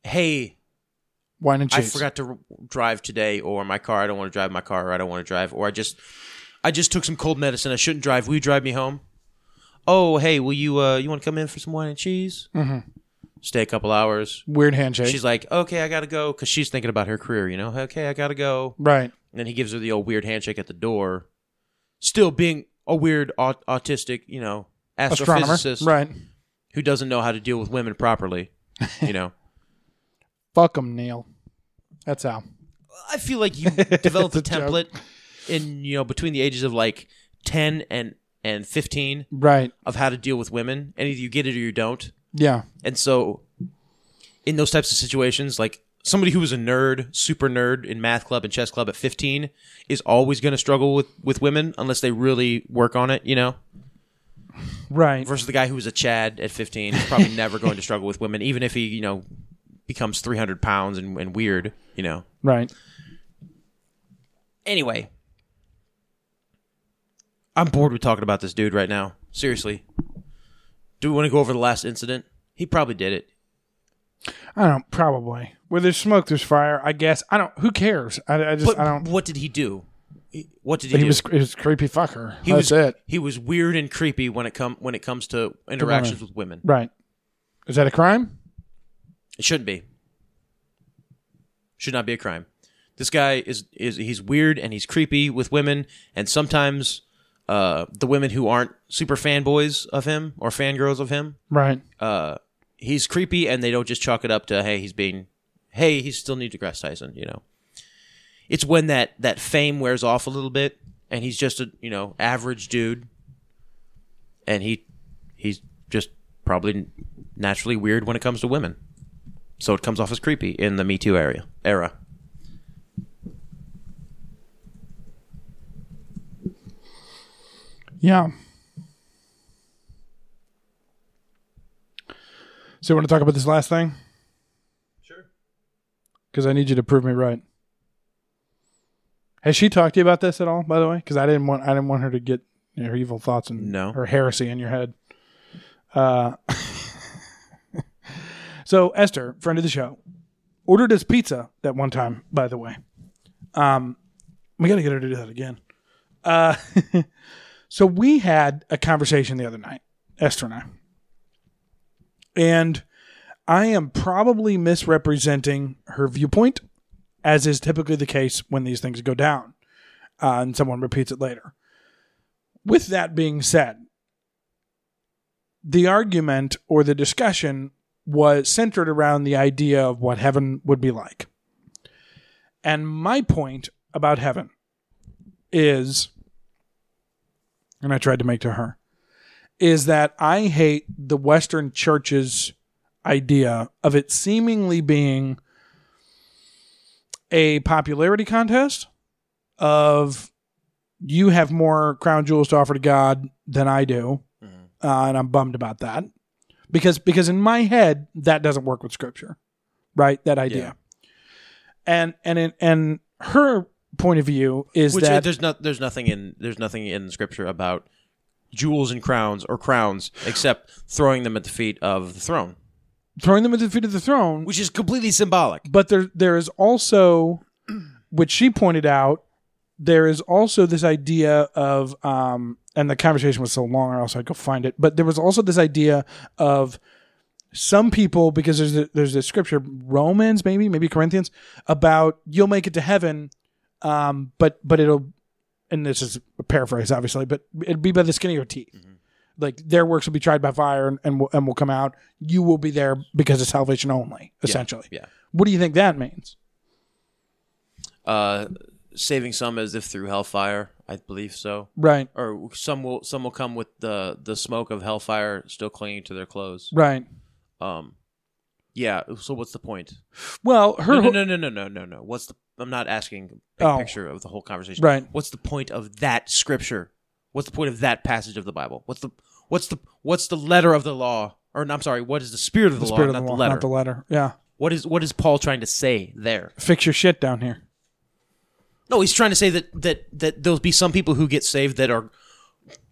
Hey,
Wine and
I
cheese.
forgot to r- drive today, or my car. I don't want to drive my car, or I don't want to drive, or I just, I just took some cold medicine. I shouldn't drive. Will you drive me home? Oh, hey, will you? Uh, you want to come in for some wine and cheese? Mm-hmm. Stay a couple hours.
Weird handshake.
She's like, okay, I gotta go, cause she's thinking about her career. You know, okay, I gotta go.
right.
And then he gives her the old weird handshake at the door, still being a weird aut- autistic, you know,
Astronomer.
astrophysicist
Right.
who doesn't know how to deal with women properly. You know.
Fuck him, Neil. That's how.
I feel like you developed a
It's a joke.
template in you know between the ages of like ten and and fifteen
Right.
of how to deal with women, and either you get it or you don't.
Yeah.
And so, in those types of situations, like somebody who was a nerd, super nerd in math club and chess club at fifteen, is always going to struggle with with women unless they really work on it, you know.
Right.
Versus the guy who was a Chad at fifteen, is probably never going to struggle with women, even if he you know becomes three hundred pounds and, and weird, you know.
Right.
Anyway, I'm bored with talking about this dude right now. Seriously. Do we want to go over the last incident? He probably did it.
I don't probably. Where there's smoke, there's fire. I guess I don't. Who cares? I, I just
But
I don't.
what did he do? He- What did he,
But he
do?
was he was a creepy fucker.
he
That's
was
it.
he was weird and creepy when it come when it comes to interactions with women.
Right. Is that a crime?
It shouldn't be. Should not be a crime. This guy is is he's weird and he's creepy with women, and sometimes uh, the women who aren't super fanboys of him or fangirls of him
Right.
uh, he's creepy and they don't just chalk it up to hey he's being hey, he's still Neil deGrasse Tyson. You know, it's when that that fame wears off a little bit, and he's just a you know average dude, and he he's just probably naturally weird when it comes to women, so it comes off as creepy in the Me Too area era.
Yeah. So, you want to talk about this last thing? Sure. Because I need you to prove me right. Has she talked to you about this at all? By the way, because I didn't want I didn't want her to get her evil thoughts and
No.
her heresy in your head. Uh, so Esther, friend of the show, ordered us pizza that one time. By the way, um, we got to get her to do that again. Uh, so we had a conversation the other night, Esther and I, and I am probably misrepresenting her viewpoint, as is typically the case when these things go down, uh, and someone repeats it later. With that being said, the argument or the discussion was centered around the idea of what heaven would be like. And my point about heaven is, and I tried to make to her, is that I hate the Western church's idea of it seemingly being a popularity contest of you have more crown jewels to offer to God than I do, uh, and I'm bummed about that because because in my head that doesn't work with Scripture, right? That idea, and and in, and her point of view is
Which uh,
that
there's not there's nothing in there's nothing in scripture about jewels and crowns or crowns except throwing them at the feet of the throne,
throwing them at the feet of the throne
which is completely symbolic.
But there there is also, which she pointed out, there is also this idea of um, and the conversation was so long, or else I'd go find it. But there was also this idea of some people because there's a, there's a scripture Romans maybe maybe Corinthians about you'll make it to heaven, um, but but it'll and this is a paraphrase obviously, but it'd be by the skin of your teeth. Like their works will be tried by fire and, and will and will come out. You will be there because of salvation only, essentially.
Yeah.
What do you think that means?
Uh, saving some as if through hellfire, I believe so.
Right,
Or some will some will come with the the smoke of hellfire still clinging to their clothes.
right.
Um, yeah. So what's the point?
Well, her
No, no, no, no, no, no, no, no. What's the? I'm not asking a
Oh.
picture of the whole conversation.
Right.
What's the point of that scripture? What's the point of that passage of the Bible? What's the what's the what's the letter of the law? Or no, I'm sorry. What is the spirit of the,
the
law,
spirit of
not
the
the
law,
letter?
not the letter. Yeah,
what is what is Paul trying to say there?
fix your shit down here.
No, he's trying to say that that that there'll be some people who get saved that are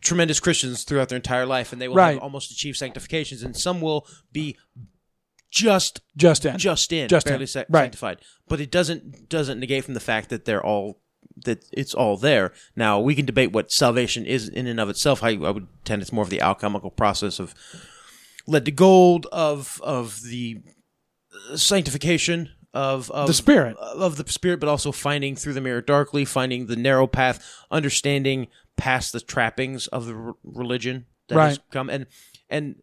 tremendous Christians throughout their entire life, and they will
Right.
have almost achieve sanctifications, and some will be just
Just in.
just in,
Just
barely
in.
sac-
Right.
sanctified. But it doesn't doesn't negate from the fact that they're all that it's all there. Now we can debate what salvation is in and of itself. I, I would tend it's more of the alchemical process of lead to gold of of the uh, sanctification of, of
The Spirit.
of the spirit, but also finding through the mirror darkly, finding the narrow path, understanding past the trappings of the r- religion that has
Right.
come, and and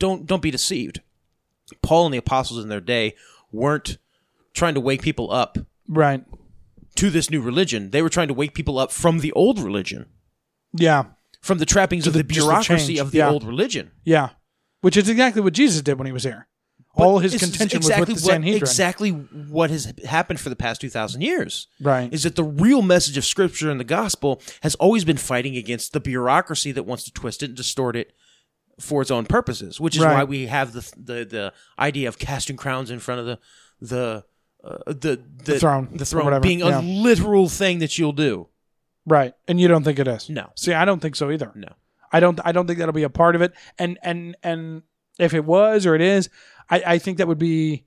don't don't be deceived. Paul and the apostles in their day weren't trying to wake people up
Right.
to this new religion. They were trying to wake people up from the old religion,
Yeah.
from the trappings of the,
just the
bureaucracy
change,
of the
yeah.
old religion.
Yeah. Which is exactly what Jesus did when he was here. All his
This is
contention was with the
what,
Sanhedrin.
Exactly what has happened for the past 2,000 years.
Right.
Is that the real message of Scripture and the gospel has always been fighting against the bureaucracy that wants to twist it and distort it for its own purposes, which is
Right.
why we have the, the the idea of casting crowns in front of the the uh, the, the,
throne,
the
or
throne
whatever,
being
yeah.
a literal thing that you'll do.
Right. And you don't think it is?
No.
See, I don't think so either.
No.
I don't I don't think that'll be a part of it. And and and if it was or it is, I, I think that would be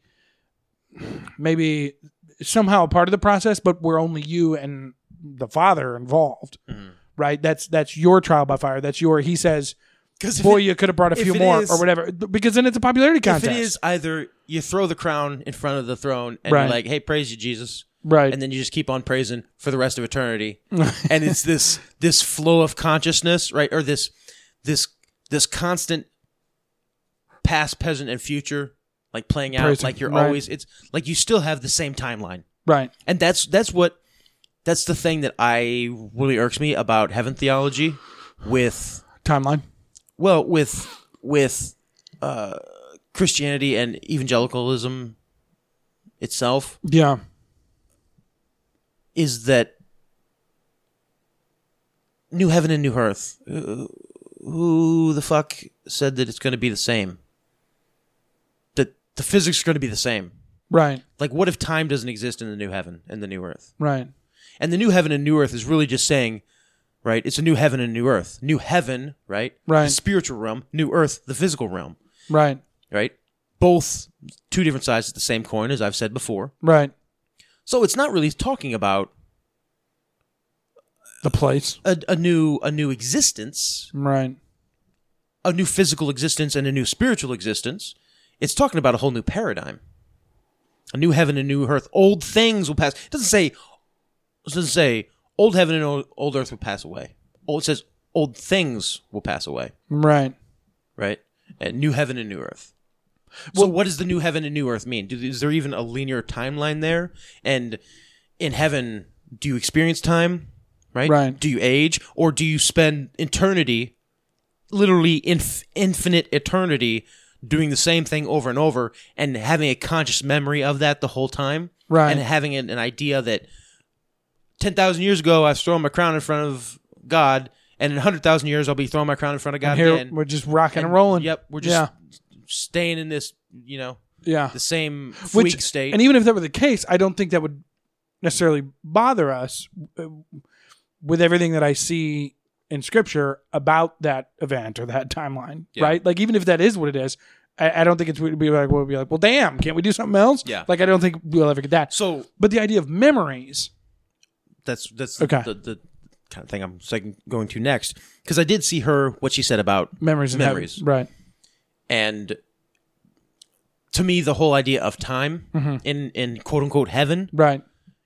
maybe somehow a part of the process, but we're only you and the father involved.
Mm-hmm.
Right? That's that's your trial by fire. That's your he says,
Because
Boy, you could have brought a
if
few
it
more
is-
or whatever. Because then it's a popularity
if
contest.
it is either you throw the crown in front of the throne and
Right.
you're like, "Hey, praise you, Jesus,"
Right.
and then you just keep on praising for the rest of eternity and it's this this flow of consciousness right or this this this constant past present and future like playing out
Praising,
like you're
right.
always it's like you still have the same timeline
Right.
and that's that's what that's the thing that i really irks me about heaven theology with
Timeline.
well with with uh christianity and evangelicalism itself
Yeah.
is that new heaven and new earth uh, who the fuck said that it's going to be the same that the physics is going to be the same
Right.
like what if time doesn't exist in the new heaven and the new earth
Right.
and the new heaven and new earth is really just saying right it's a new heaven and new earth new heaven right
Right.
the spiritual realm new earth the physical realm
Right.
right both two different sides of the same coin as i've said before
Right.
so it's not really talking about
The place.
a, a new a new existence
Right.
a new physical existence and a new spiritual existence. It's talking about a whole new paradigm. A new heaven and new earth. Old things will pass. It doesn't say it doesn't say old heaven and old, old earth will pass away. Oh, it says old things will pass away,
Right.
right? And new heaven and new earth. So what does the new heaven and new earth mean? Do, is there even a linear timeline there? And in heaven, do you experience time, right?
Right.
Do you age or do you spend eternity literally inf- infinite eternity doing the same thing over and over and having a conscious memory of that the whole time
Right.
and having an, an idea that 10,000 years ago I was throwing my crown in front of God and in 100,000 years I'll be throwing my crown in front of God
Here
again.
we're just rocking and rolling.
Yep, we're just
yeah.
staying in this, you know,
Yeah.
the same freak
Which,
state.
And even if that were the case, I don't think that would necessarily bother us uh, with everything that I see in scripture about that event or that timeline,
Yeah.
right? Like, even if that is what it is, I, I don't think it's we'd be like, we'll be like, well, damn, can't we do something else?
Yeah.
Like, I don't think we'll ever get that.
so
but the idea of memories,
that's that's
Okay.
the, the kind of thing I'm second going to next because I did see her what she said about
memories, in heaven.
Memories.
right?
and to me the whole idea of time
Mm-hmm.
in in quote unquote heaven
Right.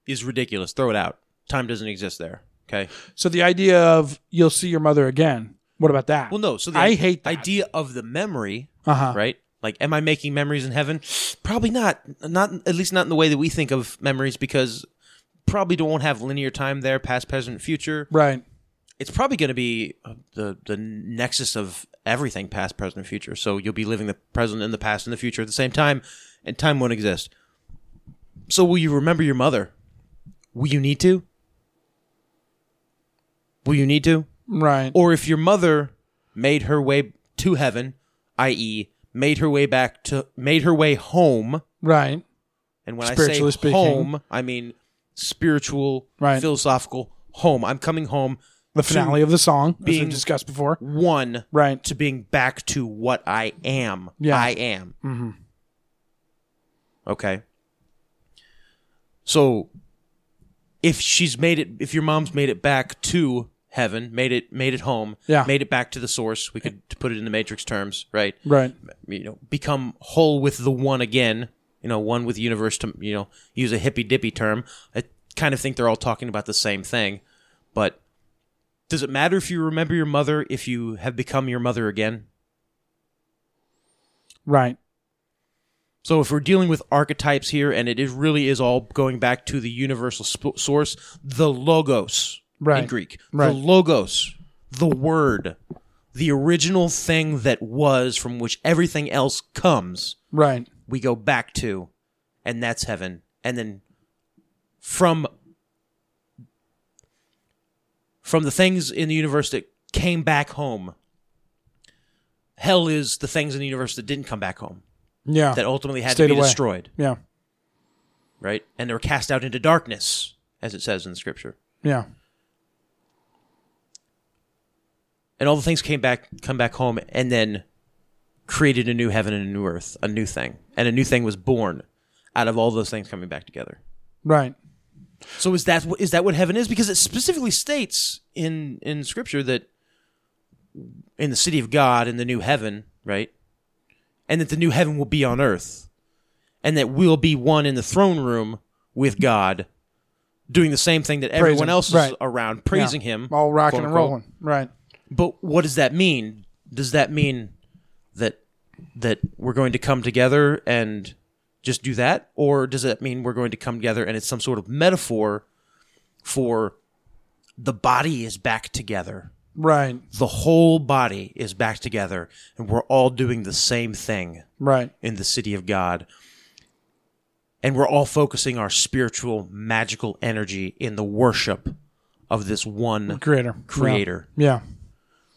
is ridiculous throw it out time doesn't exist there okay
So the idea of you'll see your mother again. What about that?
well no so the
I hate that.
idea of the memory
Uh-huh.
right like am i making memories in heaven probably not not at least not in the way that we think of memories because probably don't have linear time there past present future
Right.
it's probably going to be uh, the the nexus of everything past present and future so you'll be living the present and the past and the future at the same time and time won't exist so will you remember your mother will you need to will you need to
Right.
or if your mother made her way to heaven i.e. made her way back to made her way home
right.
and when I
Spiritually
say
speaking.
home I mean spiritual
Right.
philosophical home I'm coming home
The finale of the song, as we
being-
discussed before.
one
Right.
to being back to what I am.
Yeah.
I am. Mm-hmm. Okay. So if she's made it if your mom's made it back to heaven, made it made it home,
Yeah.
made it back to the source, we could to put it in the matrix terms, right?
Right.
You know, become whole with the one again, you know, one with the universe to you know, use a hippy dippy term. I kind of think they're all talking about the same thing, but does it matter if you remember your mother if you have become your mother again?
Right.
So if we're dealing with archetypes here, and it is really is all going back to the universal sp- source, the logos
Right.
in Greek,
Right.
the logos, the word, the original thing that was from which everything else comes.
Right.
We go back to, and that's heaven, and then from from the things in the universe that came back home. Hell is the things in the universe that didn't come back home
Yeah.
that ultimately had
Stayed
to be
away.
destroyed,
yeah.
right? And they were cast out into darkness, as it says in Scripture.
Yeah.
And all the things came back, come back home, and then created a new heaven and a new earth, a new thing, and a new thing was born out of all those things coming back together.
Right.
So is that wh- is that what heaven is? Because it specifically states in in Scripture that in the city of God in the new heaven, right, and that the new heaven will be on earth, and that we'll be one in the throne room with God, doing the same thing that everyone
him.
else is
Right.
around, praising
Yeah.
Him,
All rocking and
quote unquote.
rolling. Right.
But what does that mean? Does that mean that that we're going to come together and just do that, or does that mean we're going to come together and it's some sort of metaphor for the body is back together?
Right.
The whole body is back together, and we're all doing the same thing
Right.
in the city of God. And we're all focusing our spiritual, magical energy in the worship of this one
Creator.
creator
Yeah.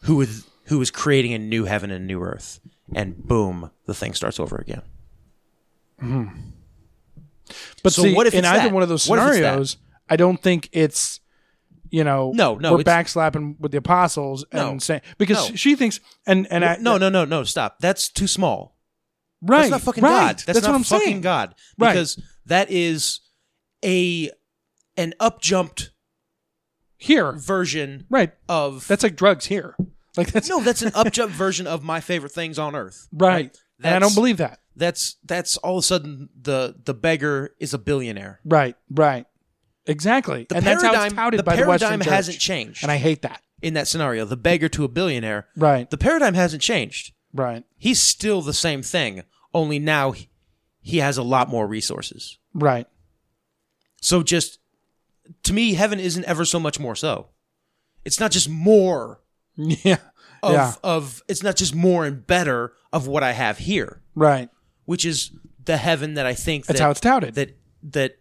who is who is creating a new heaven and a new earth. And boom, the thing starts over again.
But
So
see,
what if
in
it's
either
that?
one of those
What if it's that?
scenarios, I don't think it's you know
No, no,
we're
it's-
backslapping with the apostles and
No.
saying because
No.
she thinks and and I
no, no, no, no, stop. That's too small.
right
That's not fucking
right,
God. That's, not
what I'm
fucking
saying.
God.
Right.
Because that is a an upjumped
here
version
right
of
that's like drugs here like that's
no, that's an upjump version of my favorite things on earth.
right and I
That's-
don't believe that
That's that's all of a sudden the the beggar is a billionaire.
right right exactly
The
and that's
paradigm,
how it's touted
the
by the Western
paradigm
Church.
hasn't changed
and I hate that
in that scenario. The beggar to a billionaire.
right
The paradigm hasn't changed.
right
He's still the same thing, only now he- he has a lot more resources.
right
So just to me, heaven isn't ever so much more so. It's not just more
yeah
of
yeah
of it's not just more and better of what I have here,
right
which is the heaven that I think
That's
that,
how it's touted.
That that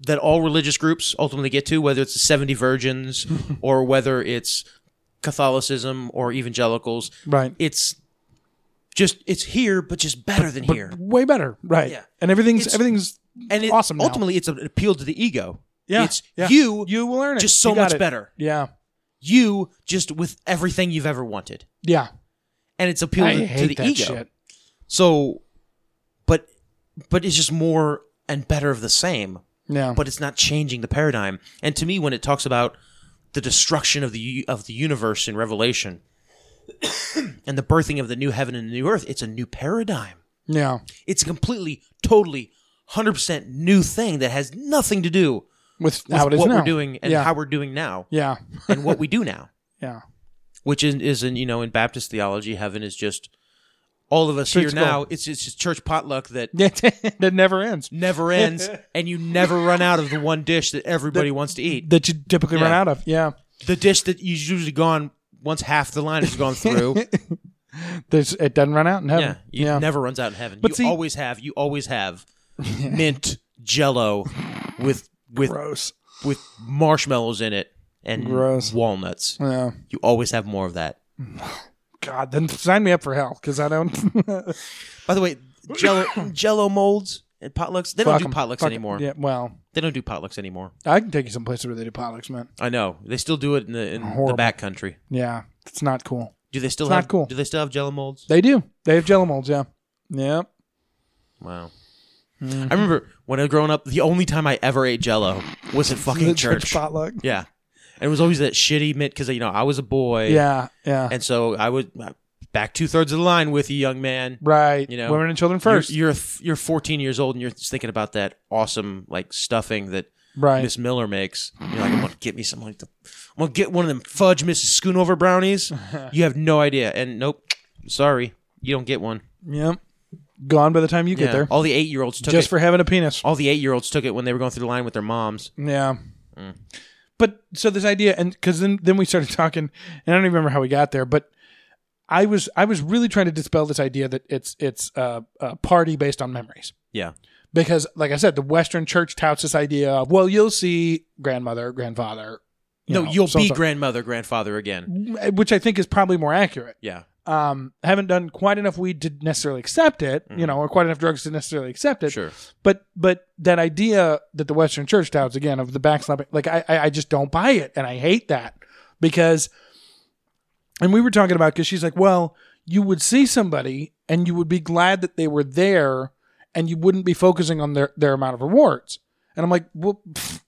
that all religious groups ultimately get to, whether it's the seventy virgins or whether it's Catholicism or evangelicals.
right
It's just it's here, but just better than here.
way better right
Yeah.
and everything's
It's-
everything's
and it,
awesome now.
ultimately it's an appeal to the ego.
Yeah,
it's
yeah.
you.
You will earn it.
Just so
You got
much
it.
better.
yeah
You just with everything you've ever wanted,
yeah
and it's appeal
I
to,
hate
to the
that
ego.
shit
So, but but it's just more and better of the same.
yeah
But it's not changing the paradigm. And to me, when it talks about the destruction of the u- of the universe in Revelation and the birthing of the new heaven and the new earth, it's a new paradigm.
yeah
It's a completely, totally, hundred percent new thing that has nothing to do
with,
with
how it is
what
now.
we're doing and
yeah.
how we're doing now
yeah
and what we do now,
yeah
which is, is in you know in Baptist theology, heaven is just all of us
Church
here now. It's it's just church potluck that
that never ends
never ends, and you never run out of the one dish that everybody wants to eat.
that you typically run
Yeah.
out of yeah
The dish that you usually gone once half the line has gone through.
There's, it doesn't run out in
yeah,
heaven
you never runs out in heaven.
But
you
see-
always have. You always have mint Jello with with
gross
with marshmallows in it and
Gross.
walnuts.
yeah
You always have more of that.
god then sign me up for hell because i don't
By the way, Jello Jello molds and potlucks. They
Fuck
don't
'em.
do potlucks
Fuck 'em.
anymore.
yeah well
They don't do potlucks anymore.
i can take you some places where they do potlucks man
I know they still do it in the in the
Horrible.
back country.
yeah it's not cool
Do they still
It's not
have
cool.
Do they still have Jello molds?
they do they have jello molds yeah yeah
Wow.
Mm-hmm.
I remember when I was growing up, the only time I ever ate Jello was at fucking
The
church.
potluck
Yeah, and it was always that shitty mint because you know I was a boy.
yeah yeah
and so I would uh, back two thirds of the line with you, young man.
right
you know,
women and children first
You're, you're th- you're 14 years old and you're thinking about that awesome like stuffing that
right
Miss Miller makes. You're like, I'm gonna get me some like the, I'm gonna get one of them fudge Mrs. Schoonover brownies. you have no idea, and nope, sorry, you don't get one.
Yep. Gone by the time you get
Yeah.
there.
All the eight year olds took
Just
it.
for having a penis.
all the eight year olds took it when they were going through the line with their moms.
Yeah.
Mm.
But so this idea, and because then then we started talking, and I don't even remember how we got there, but I was I was really trying to dispel this idea that it's it's uh, a party based on memories.
Yeah,
because like i said the western church touts this idea of well you'll see grandmother grandfather you
no,
know,
you'll be
so-and-so.
grandmother, grandfather again.
which i think is probably more accurate
Yeah,
um haven't done quite enough weed to necessarily accept it you know or quite enough drugs to necessarily accept it
sure.
but but that idea that the western church touts again of the backslapping like i i I just don't buy it and i hate that because and we were talking about because she's like well you would see somebody and you would be glad that they were there and you wouldn't be focusing on their their amount of rewards and i'm like well pfft,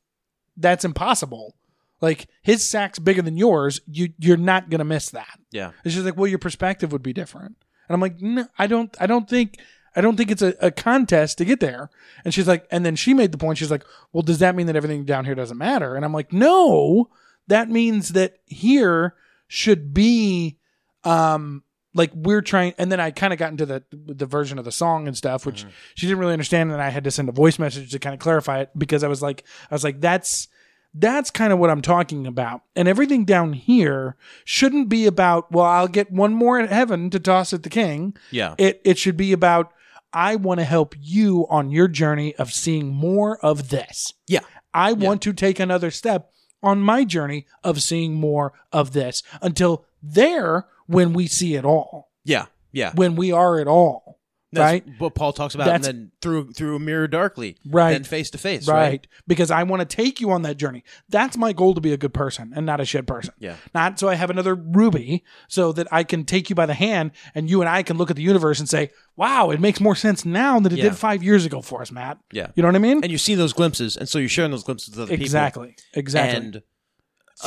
that's impossible like his sack's bigger than yours you you're not gonna miss that
Yeah,
and she's like, "Well, your perspective would be different." And I'm like, "No, I don't. I don't think. I don't think it's a, a contest to get there." And she's like, and then she made the point. She's like, "Well, does that mean that everything down here doesn't matter?" And I'm like, "No, that means that here should be, um, like we're trying and then i kind of got into the the version of the song and stuff which she didn't really understand and i had to send a voice message to kind of clarify it because i was like i was like that's that's kind of what i'm talking about and everything down here shouldn't be about well i'll get one more in heaven to toss at the king
Yeah.
it it should be about i want to help you on your journey of seeing more of this
Yeah.
I want to take another step on my journey of seeing more of this until there when we see it all,
Yeah. Yeah.
when we are it all,
That's
right?
What Paul talks about,
That's-
and then through through a mirror darkly,
Right.
Then face to face,
right.
right?
Because I want to take you on that journey. That's my goal to be a good person and not a shit person.
Yeah.
Not so I have another ruby so that I can take you by the hand and you and I can look at the universe and say, wow, it makes more sense now than it
Yeah.
did five years ago for us, Matt.
Yeah.
You know what I mean?
And you see those glimpses, and so you're sharing those glimpses with other people.
exactly. Exactly.
And
Through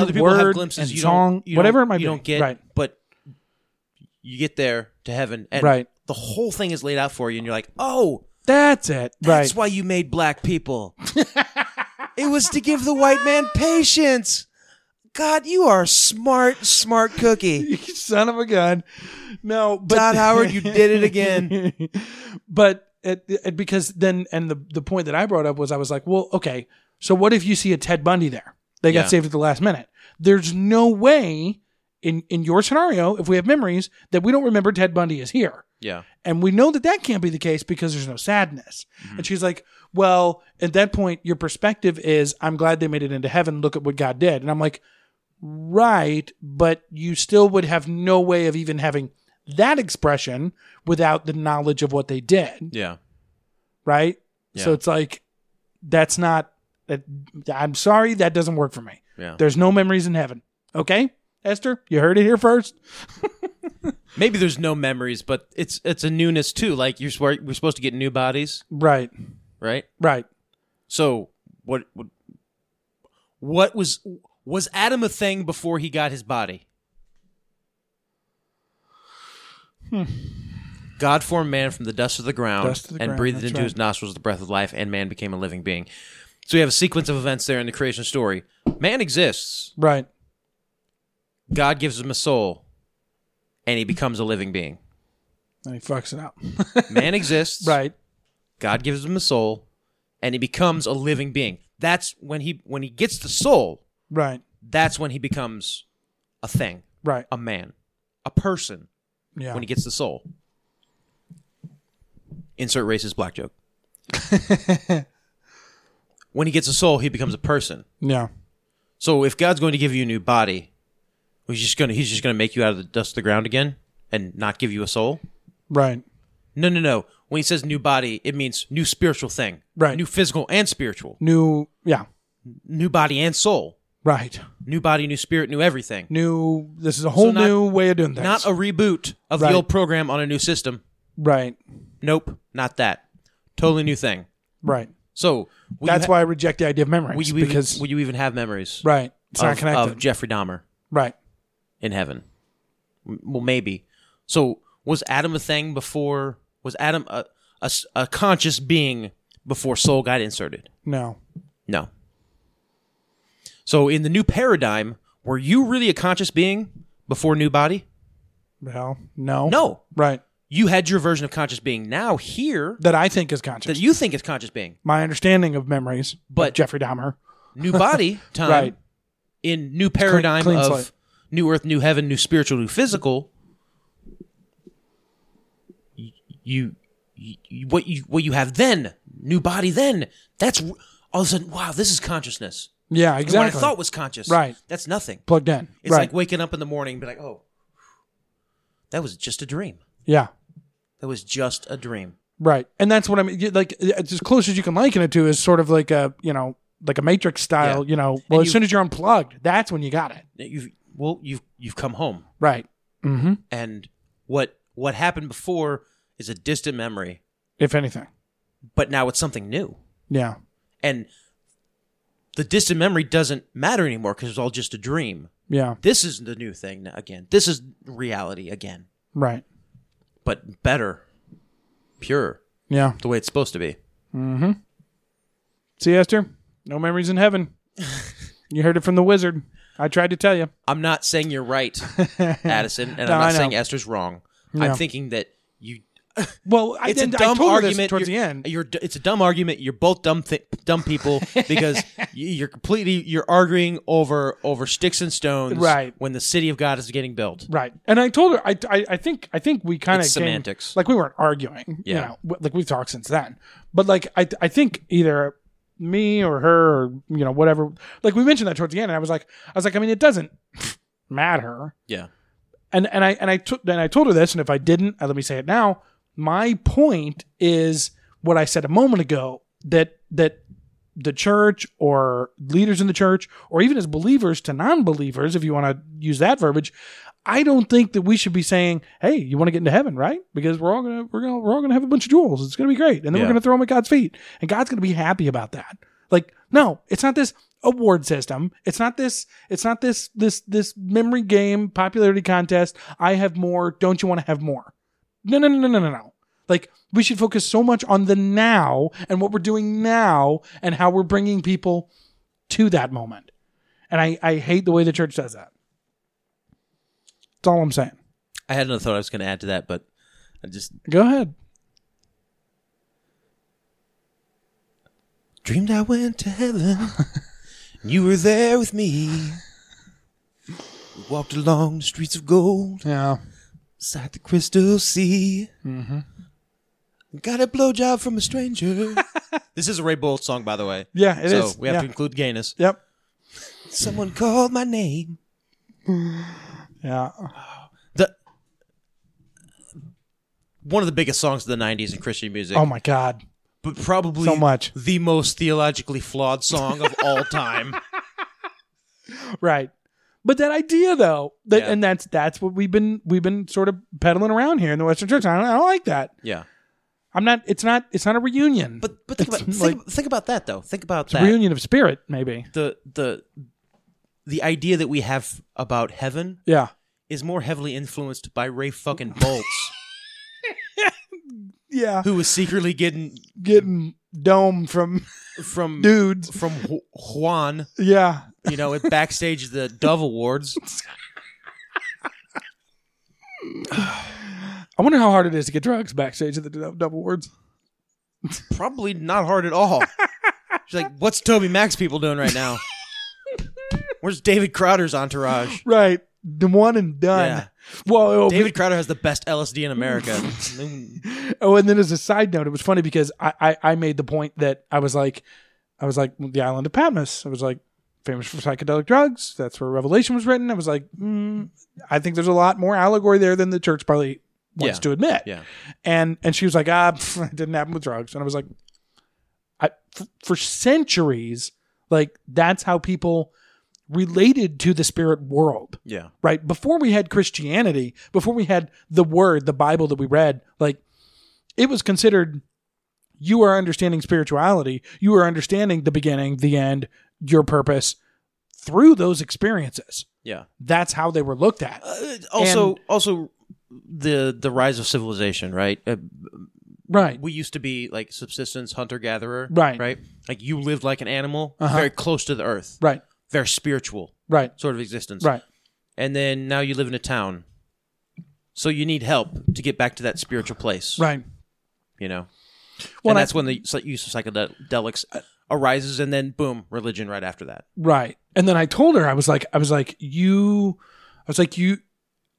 other people have
word
glimpses
and
you
song,
don't, you
whatever
don't,
it might
you
be.
don't get,
Right.
but you get there to heaven, and
Right.
the whole thing is laid out for you, and you're like, oh,
That's it.
that's
right.
why you made black people. it was to give the white man patience. God, you are a smart, smart cookie.
son of a gun. No, but
Todd Howard, you did it again.
but it, it- because then, and the the point that I brought up was, I was like, well, okay, so what if you see a Ted Bundy there? They got
Yeah.
saved at the last minute. There's no way in in your scenario, if we have memories, that we don't remember Ted Bundy is here.
Yeah.
And we know that that can't be the case because there's no sadness. And she's like, Well, at that point, your perspective is, I'm glad they made it into heaven. Look at what God did. And I'm like, Right. But you still would have no way of even having that expression without the knowledge of what they did.
Yeah.
Right. So
Yeah.
it's like, That's not, that, I'm sorry, that doesn't work for me.
Yeah.
There's no memories in heaven. Okay. Esther, you heard it here first.
Maybe there's no memories, but it's it's a newness too. Like you're swear, we're supposed to get new bodies,
Right.
right?
Right.
So what what, what was was Adam a thing before he got his body? God formed man from the dust of the ground
Hmm. Dust of the
and
ground,
breathed
that's
into
right.
his nostrils the breath of life, and man became a living being. So we have a sequence of events there in the creation story. Man exists.
Right.
God gives him a soul, and he becomes a living being.
And he fucks it up.
Man exists.
right.
God gives him a soul, and he becomes a living being. That's when he when he gets the soul.
Right.
That's when he becomes a thing,
Right.
a man, a person.
Yeah.
Uh, When he gets the soul. Insert racist black joke. when he gets a soul, he becomes a person.
yeah.
So if God's going to give you a new body, he's just gonna he's just gonna make you out of the dust of the ground again and not give you a soul.
Right.
No, no, no. When he says new body, it means new spiritual thing.
Right.
New physical and spiritual.
New. Yeah.
New body and soul.
Right.
New body, new spirit, new everything.
New. This is a whole
not-
new way of doing things.
Not a reboot of
Right.
the old program on a new system.
right.
Nope, not that. Totally new thing.
Right.
So will
That's
you
why I reject the idea of memories
will you even,
because
will you even have memories?
right. It's
of,
not connected.
of Jeffrey Dahmer
right.
in heaven. M- Well, maybe. So was Adam a thing before? Was Adam a a s a a conscious being before soul got inserted?
No.
No. So in the new paradigm, were you really a conscious being before new body?
Well. No.
No.
Right.
You had your version of conscious being now here
That I think is conscious.
that you think is conscious being.
My understanding of memories.
But-
Jeffrey Dahmer.
New body time
Right.
in new paradigm
clean
of
slate.
new earth, new heaven, new spiritual, new physical. y- You, you, what you what you have then, new body then. That's r- all of a sudden. Wow, this is consciousness.
Yeah.
And What
Exactly.
I thought was conscious.
Right.
That's nothing.
plugged in.
It's
right.
like waking up in the morning and be like, oh, that was just a dream.
yeah.
That was just a dream.
Right. And that's what I mean. You- Like it's as close as you can liken it to is sort of like a you know like a Matrix style.
Yeah.
You know. Well, as
you-
soon as you're unplugged, that's when you got it.
You've well, you've you've come home,
Right. Mm-hmm.
and what what happened before is a distant memory,
If anything.
but now it's something new,
Yeah.
and the distant memory doesn't matter anymore because it's all just a dream.
Yeah.
This is the new thing now- again. This is reality again,
Right.
but better, pure,
Yeah.
the way it's supposed to be.
See, Esther, no memories in heaven. you heard it from the wizard. I tried to tell you.
I'm not saying you're right, Addison, and
No,
I'm
I
not
know.
saying Esther's wrong.
Yeah.
I'm thinking that you.
Well, I,
It's a
did, I
dumb
told her this
argument
towards
you're,
the end.
You're, d- it's a dumb argument. You're both dumb, th- dumb people because y- you're completely you're arguing over over sticks and stones.
Right.
When the city of God is getting built.
Right, and I told her I I, I think I think we kind of
It's semantics. Mm-hmm.
like we weren't arguing.
Yeah.
you know, w- like we've talked since then. But like I I think either me or her or you know whatever. Like we mentioned that towards the end, and I was like I was like I mean it doesn't matter.
Yeah.
and and I and I took and I told her this, and if I didn't, uh, let me say it now. My point is what I said a moment ago that that the church or leaders in the church or even as believers to non-believers, if you want to use that verbiage, I don't think that we should be saying, "Hey, you want to get into heaven, right?" Because we're all gonna we're gonna we're all gonna have a bunch of jewels. It's gonna be great, and then we're
Yeah.
gonna throw them at God's feet, and God's gonna be happy about that. Like, no, it's not this award system. It's not this. It's not this this this memory game popularity contest. I have more. Don't you want to have more? No, no, no, no, no, no, no. Like we should focus so much on the now and what we're doing now and how we're bringing people to that moment. And I I hate the way the church does that. That's all I'm saying.
I had another thought I was going to add to that, but I just
Go ahead.
dreamed I went to heaven. and you were there with me. We walked along the streets of gold
Yeah.
beside the crystal sea. Mm-hmm. Got a blowjob from a stranger. this is a Ray Bolt song, by the way.
Yeah, it is.
so we have to
Yeah.
include gayness.
Yep.
Someone called my name.
Yeah.
The one of the biggest songs of the '90s in Christian music,
Oh my God.
but probably
so much.
the most theologically flawed song of all time.
Right. But that idea though, that,
Yeah.
and that's that's what we've been we've been sort of peddling around here in the Western Church. I don't, I don't like that.
yeah,
I'm not. It's not. It's not a reunion.
but but think
It's
about, think,
like-
think about that though. Think about
it's a
that.
reunion of spirit, maybe.
the the the idea that we have about heaven
Yeah.
is more heavily influenced by Ray fucking Bolts,
Yeah.
who was secretly getting
Getting dome from
from
dudes.
from Ju- Juan,
Yeah.
you know, at backstage the Dove Awards.
I wonder how hard it is to get drugs backstage at the dou- double words.
Probably not hard at all. She's like, "What's Toby Max people doing right now? Where's David Crowder's entourage?"
Right. The one and done.
Yeah.
Well, it'll be-
David Crowder has the best LSD in America.
Oh, and then as a side note, it was funny because I, I I made the point that I was like, I was like the island of Patmos. I was like famous for psychedelic drugs. That's where Revelation was written. I was like, mm, I think there's a lot more allegory there than the church probably wants
Yeah.
to admit.
yeah,
And and she was like, ah, pff, it didn't happen with drugs. And I was like, I for, for centuries, like that's how people related to the spirit world
yeah,
right? Before we had Christianity, before we had the word, the Bible that we read, like it was considered you are understanding spirituality, you are understanding the beginning, the end, your purpose through those experiences.
yeah.
That's how they were looked at.
Uh, also,
And-
also the the rise of civilization, right? Uh,
Right.
we used to be like subsistence hunter gatherer,
Right.
Right. Like you lived like an animal,
Uh-huh.
very close to the earth,
Right.
very spiritual
Right.
sort of existence,
Right.
And then now you live in a town, so you need help to get back to that spiritual place,
Right.
You know,
Well,
and
I-
that's when the s- use of psychedelics arises, and then boom, religion right after that.
Right. And then I told her, I was like, I was like, you, I was like, you,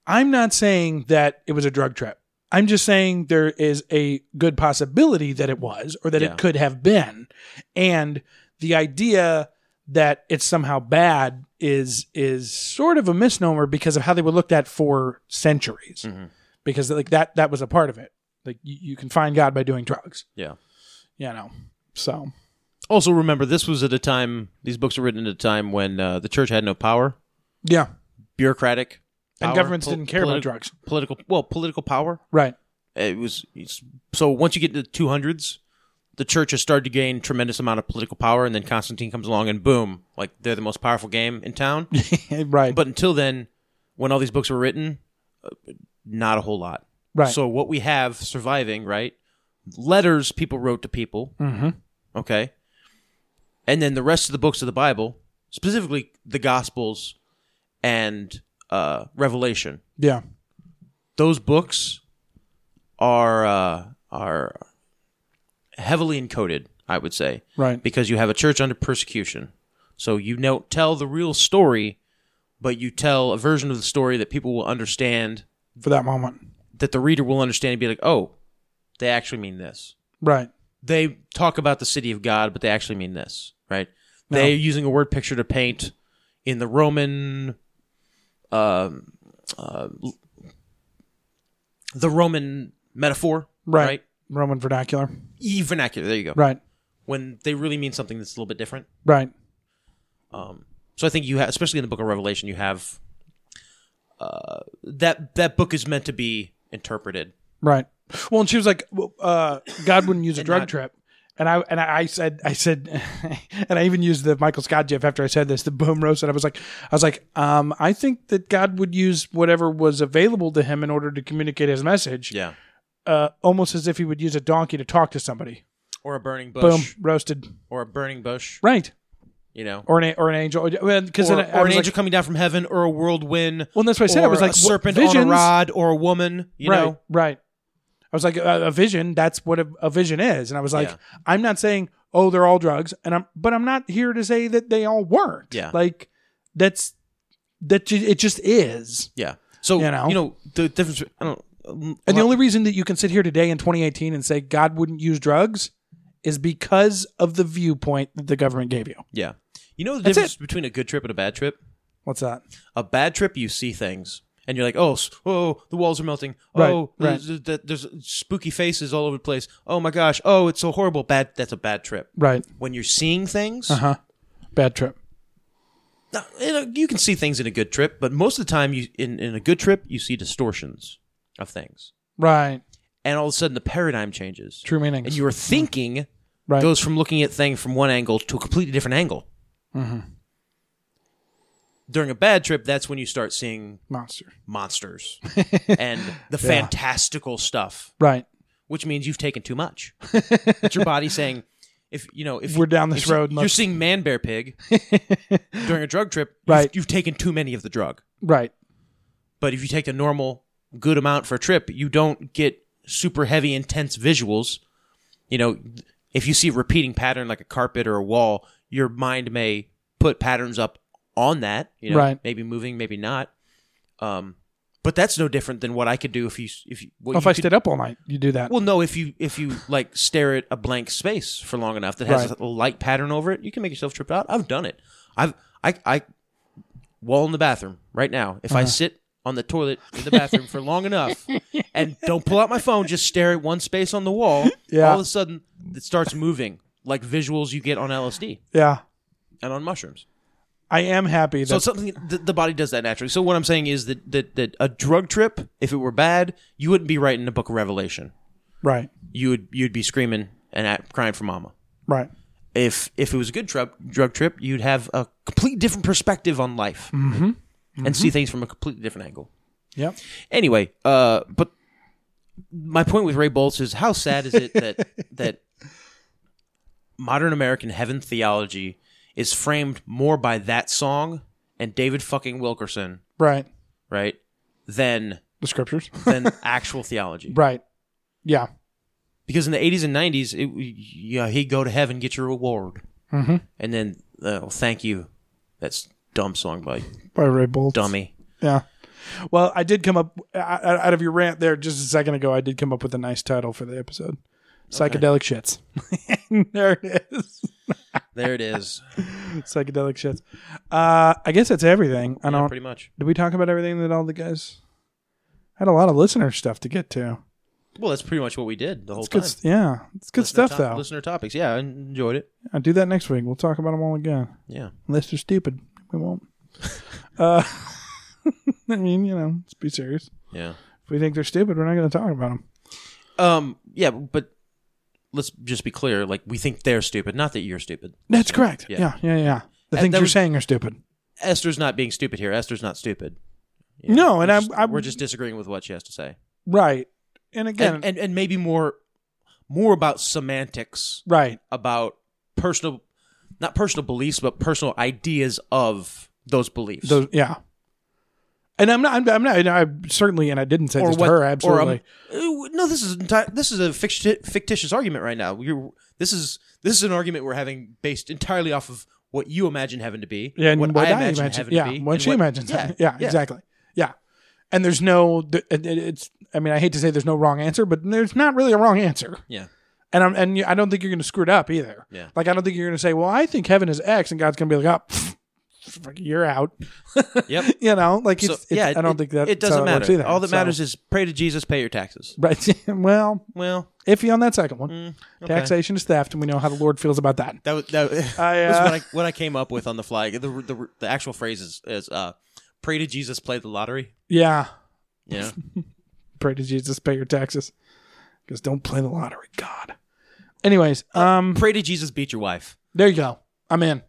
I'm not saying that it was a drug trip. I'm just saying there is a good possibility that it was or that
Yeah.
it could have been. And the idea that it's somehow bad is is sort of a misnomer because of how they were looked at for centuries.
Mm-hmm.
Because like that that was a part of it. Like you, you can find God by doing drugs,
Yeah.
you know. So
Also, remember this was at a time; these books were written at a time when uh, the church had no power,
yeah.
bureaucratic,
And
power,
governments
pol-
didn't care about
politi-
drugs.
Political, well, political power.
Right.
it was it's, so once you get to the 200s the church has started to gain tremendous amount of political power and then constantine comes along and boom like they're the most powerful game in town
right.
but until then when all these books were written uh, not a whole lot
Right.
so what we have surviving right letters people wrote to people mm-hmm. okay and then the rest of the books of the bible specifically the gospels and uh, revelation
yeah.
those books are uh, are heavily encoded, I would say,
Right.
Because you have a church under persecution, so you don't tell the real story, but you tell a version of the story that people will understand,
for that moment.
that the reader will understand, and be like, oh, they actually mean this.
Right.
They talk about the city of God, but they actually mean this, right? They're using a word picture to paint in the Roman um, uh, l- the Roman metaphor,
Right.
right?
Roman vernacular.
E vernacular. There you go.
Right.
When they really mean something that's a little bit different.
Right.
So I think you, ha- especially in the Book of Revelation, you have uh, that that book is meant to be interpreted.
Right. Well, and she was like, well, uh, "God wouldn't use a
And
drug
not-
trip," and I and I I said, I said, and I even used the Michael Scott gif after I said this, the boom roast, and I was like, I was like, um, I think that God would use whatever was available to him in order to communicate his message,
Yeah.
uh, almost as if he would use a donkey to talk to somebody.
Or a burning bush.
Boom, roasted.
Or a burning bush.
Right.
You know.
Or an a- or an angel, because
Or,
then I, I
or an
was
angel
like,
coming down from heaven, or a whirlwind.
Well, that's what I said. I
or
was like, what-
a serpent on
visions-
a rod, or a woman. You
right,
know.
right. I was like, uh, a, a vision. That's what a, a vision is. And I was like,
Yeah.
I'm not saying, oh, they're all drugs, and I'm, but I'm not here to say that they all weren't.
Yeah.
like that's that. ju- It just is.
Yeah. So
You
you
know.
know, the difference. I don't. um,
And the only reason that you can sit here today in 2018 and say God wouldn't use drugs is because of the viewpoint that the government gave you.
yeah. You know the
That's
difference between a good trip and a bad trip.
What's that?
a bad trip, you see things and you're like, oh, s- oh, the walls are melting.
Right,
Oh,
right.
There's, th- there's spooky faces all over the place. Oh my gosh. Oh, it's so horrible. Bad. That's a bad trip.
Right.
When you're seeing things,
Uh huh. Bad trip.
uh, you, know, you can see things in a good trip, but most of the time, you in, in a good trip, you see distortions of things,
Right.
and all of a sudden, the paradigm changes.
True meanings.
And your thinking
Right.
goes from looking at thing from one angle to a completely different angle.
Mm-hmm.
During a bad trip, that's when you start seeing
monster.
monsters and the fantastical stuff,
Right.
which means you've taken too much. it's your body saying, if you know, if
We're down this
if you-
road,
you're
let's-
seeing man bear pig during a drug trip. you've-
Right.
you've, taken too many of the drug.
Right.
But if you take the normal good amount for a trip, you don't get super heavy, intense visuals. You know, if you see a repeating pattern like a carpet or a wall, your mind may put patterns up on that. You know,
Right.
maybe moving, maybe not. Um, but that's no different than what I could do if you if you, what
Well, if
you
I
could-
stayed up all night, you do that.
Well, no, if you if you like stare at a blank space for long enough that has
Right.
a light pattern over it, you can make yourself trip out. I've done it. I've I I wall in the bathroom right now. If
Uh-huh.
I sit on the toilet in the bathroom for long enough and don't pull out my phone, just stare at one space on the wall,
Yeah.
all of a sudden it starts moving like visuals you get on LSD
yeah.
and on mushrooms.
I am happy that
So it's something the, the body does that naturally. So what I'm saying is that, that that a drug trip, if it were bad, you wouldn't be writing the book of Revelation.
right.
You would you'd be screaming and at, crying for mama.
Right.
If if it was a good trip, drug trip, you'd have a complete different perspective on life and see things from a completely different angle.
Yep.
Anyway, uh, but my point with Ray Bolts is how sad is it that that modern American heaven theology is framed more by that song and David fucking Wilkerson,
Right.
right, than
The scriptures.
than actual theology.
right. Yeah.
Because in the 80s and 90s, it, you know, he'd go to heaven, get your reward, mm-hmm. and then oh, thank you. That's dumb song by
By Ray Bolts.
dummy.
Yeah. Well, I did come up o- o- out of your rant there just a second ago. I did come up with a nice title for the episode. Psychedelic shits. there it is.
There it is.
Psychedelic shits. Uh, I guess that's everything. I
yeah,
don't.
pretty much.
Did we talk about everything that all the guys had a lot of listener stuff to get to?
Well, that's pretty much what we did the whole
It's good.
time.
s- Yeah, it's good
Listener
stuff
top-
though.
Listener topics. Yeah, I enjoyed it.
I'll do that next week. We'll talk about them all again.
Yeah.
unless they're stupid. We won't. uh, I mean, you know, let's be serious.
Yeah.
If we think they're stupid, we're not going to talk about them.
Um. Yeah, but let's just be clear. Like, we think they're stupid, not that you're stupid.
That's correct. Yeah,
Yeah.
yeah, yeah. The
That-
things
that
you're
was-
saying are stupid.
Esther's not being stupid here. Esther's not stupid.
No, and
We're
I-
just-
I-
we're just disagreeing with what she has to say,
Right. And again,
and, and and maybe more more about semantics,
right.
about personal, not personal beliefs, but personal ideas of those beliefs.
Those, yeah. And I'm not. I'm, I'm not. I'm certainly, and I didn't say this to her. Absolutely.
Or, um, ooh, no, this is enti- this is a ficti- fictitious argument right now. You're this is this is an argument we're having based entirely off of what you imagine heaven to be,
yeah, and
what, I imagine heaven
yeah,
to be,
what
and
she imagines,
yeah,
heaven. yeah, exactly, yeah. And there's no, th- it- it- it's. I mean, I hate to say there's no wrong answer, but there's not really a wrong answer.
Yeah.
And I'm, and you, I don't think you're going to screw it up either.
Yeah.
Like I don't think you're going to say, well, I think heaven is X, and God's going to be like, oh, pff, fuck, you're out.
Yep.
You know, like it's,
So,
it's-
yeah,
I don't
it-
think that
it doesn't matter. All that matters
is
is pray to Jesus, pay your taxes.
right. well,
Well,
iffy on that second one.
Mm, okay.
Taxation is theft, and we know how the Lord feels about that.
that was that
I,
was
uh,
what I what I came up with on the fly. The the, the actual phrase is, is uh, pray to Jesus, play the lottery.
Yeah.
You know?
pray to Jesus, pay your taxes. Because don't play the lottery, God. Anyways, um,
pray to Jesus, beat your wife.
there you go. I'm in.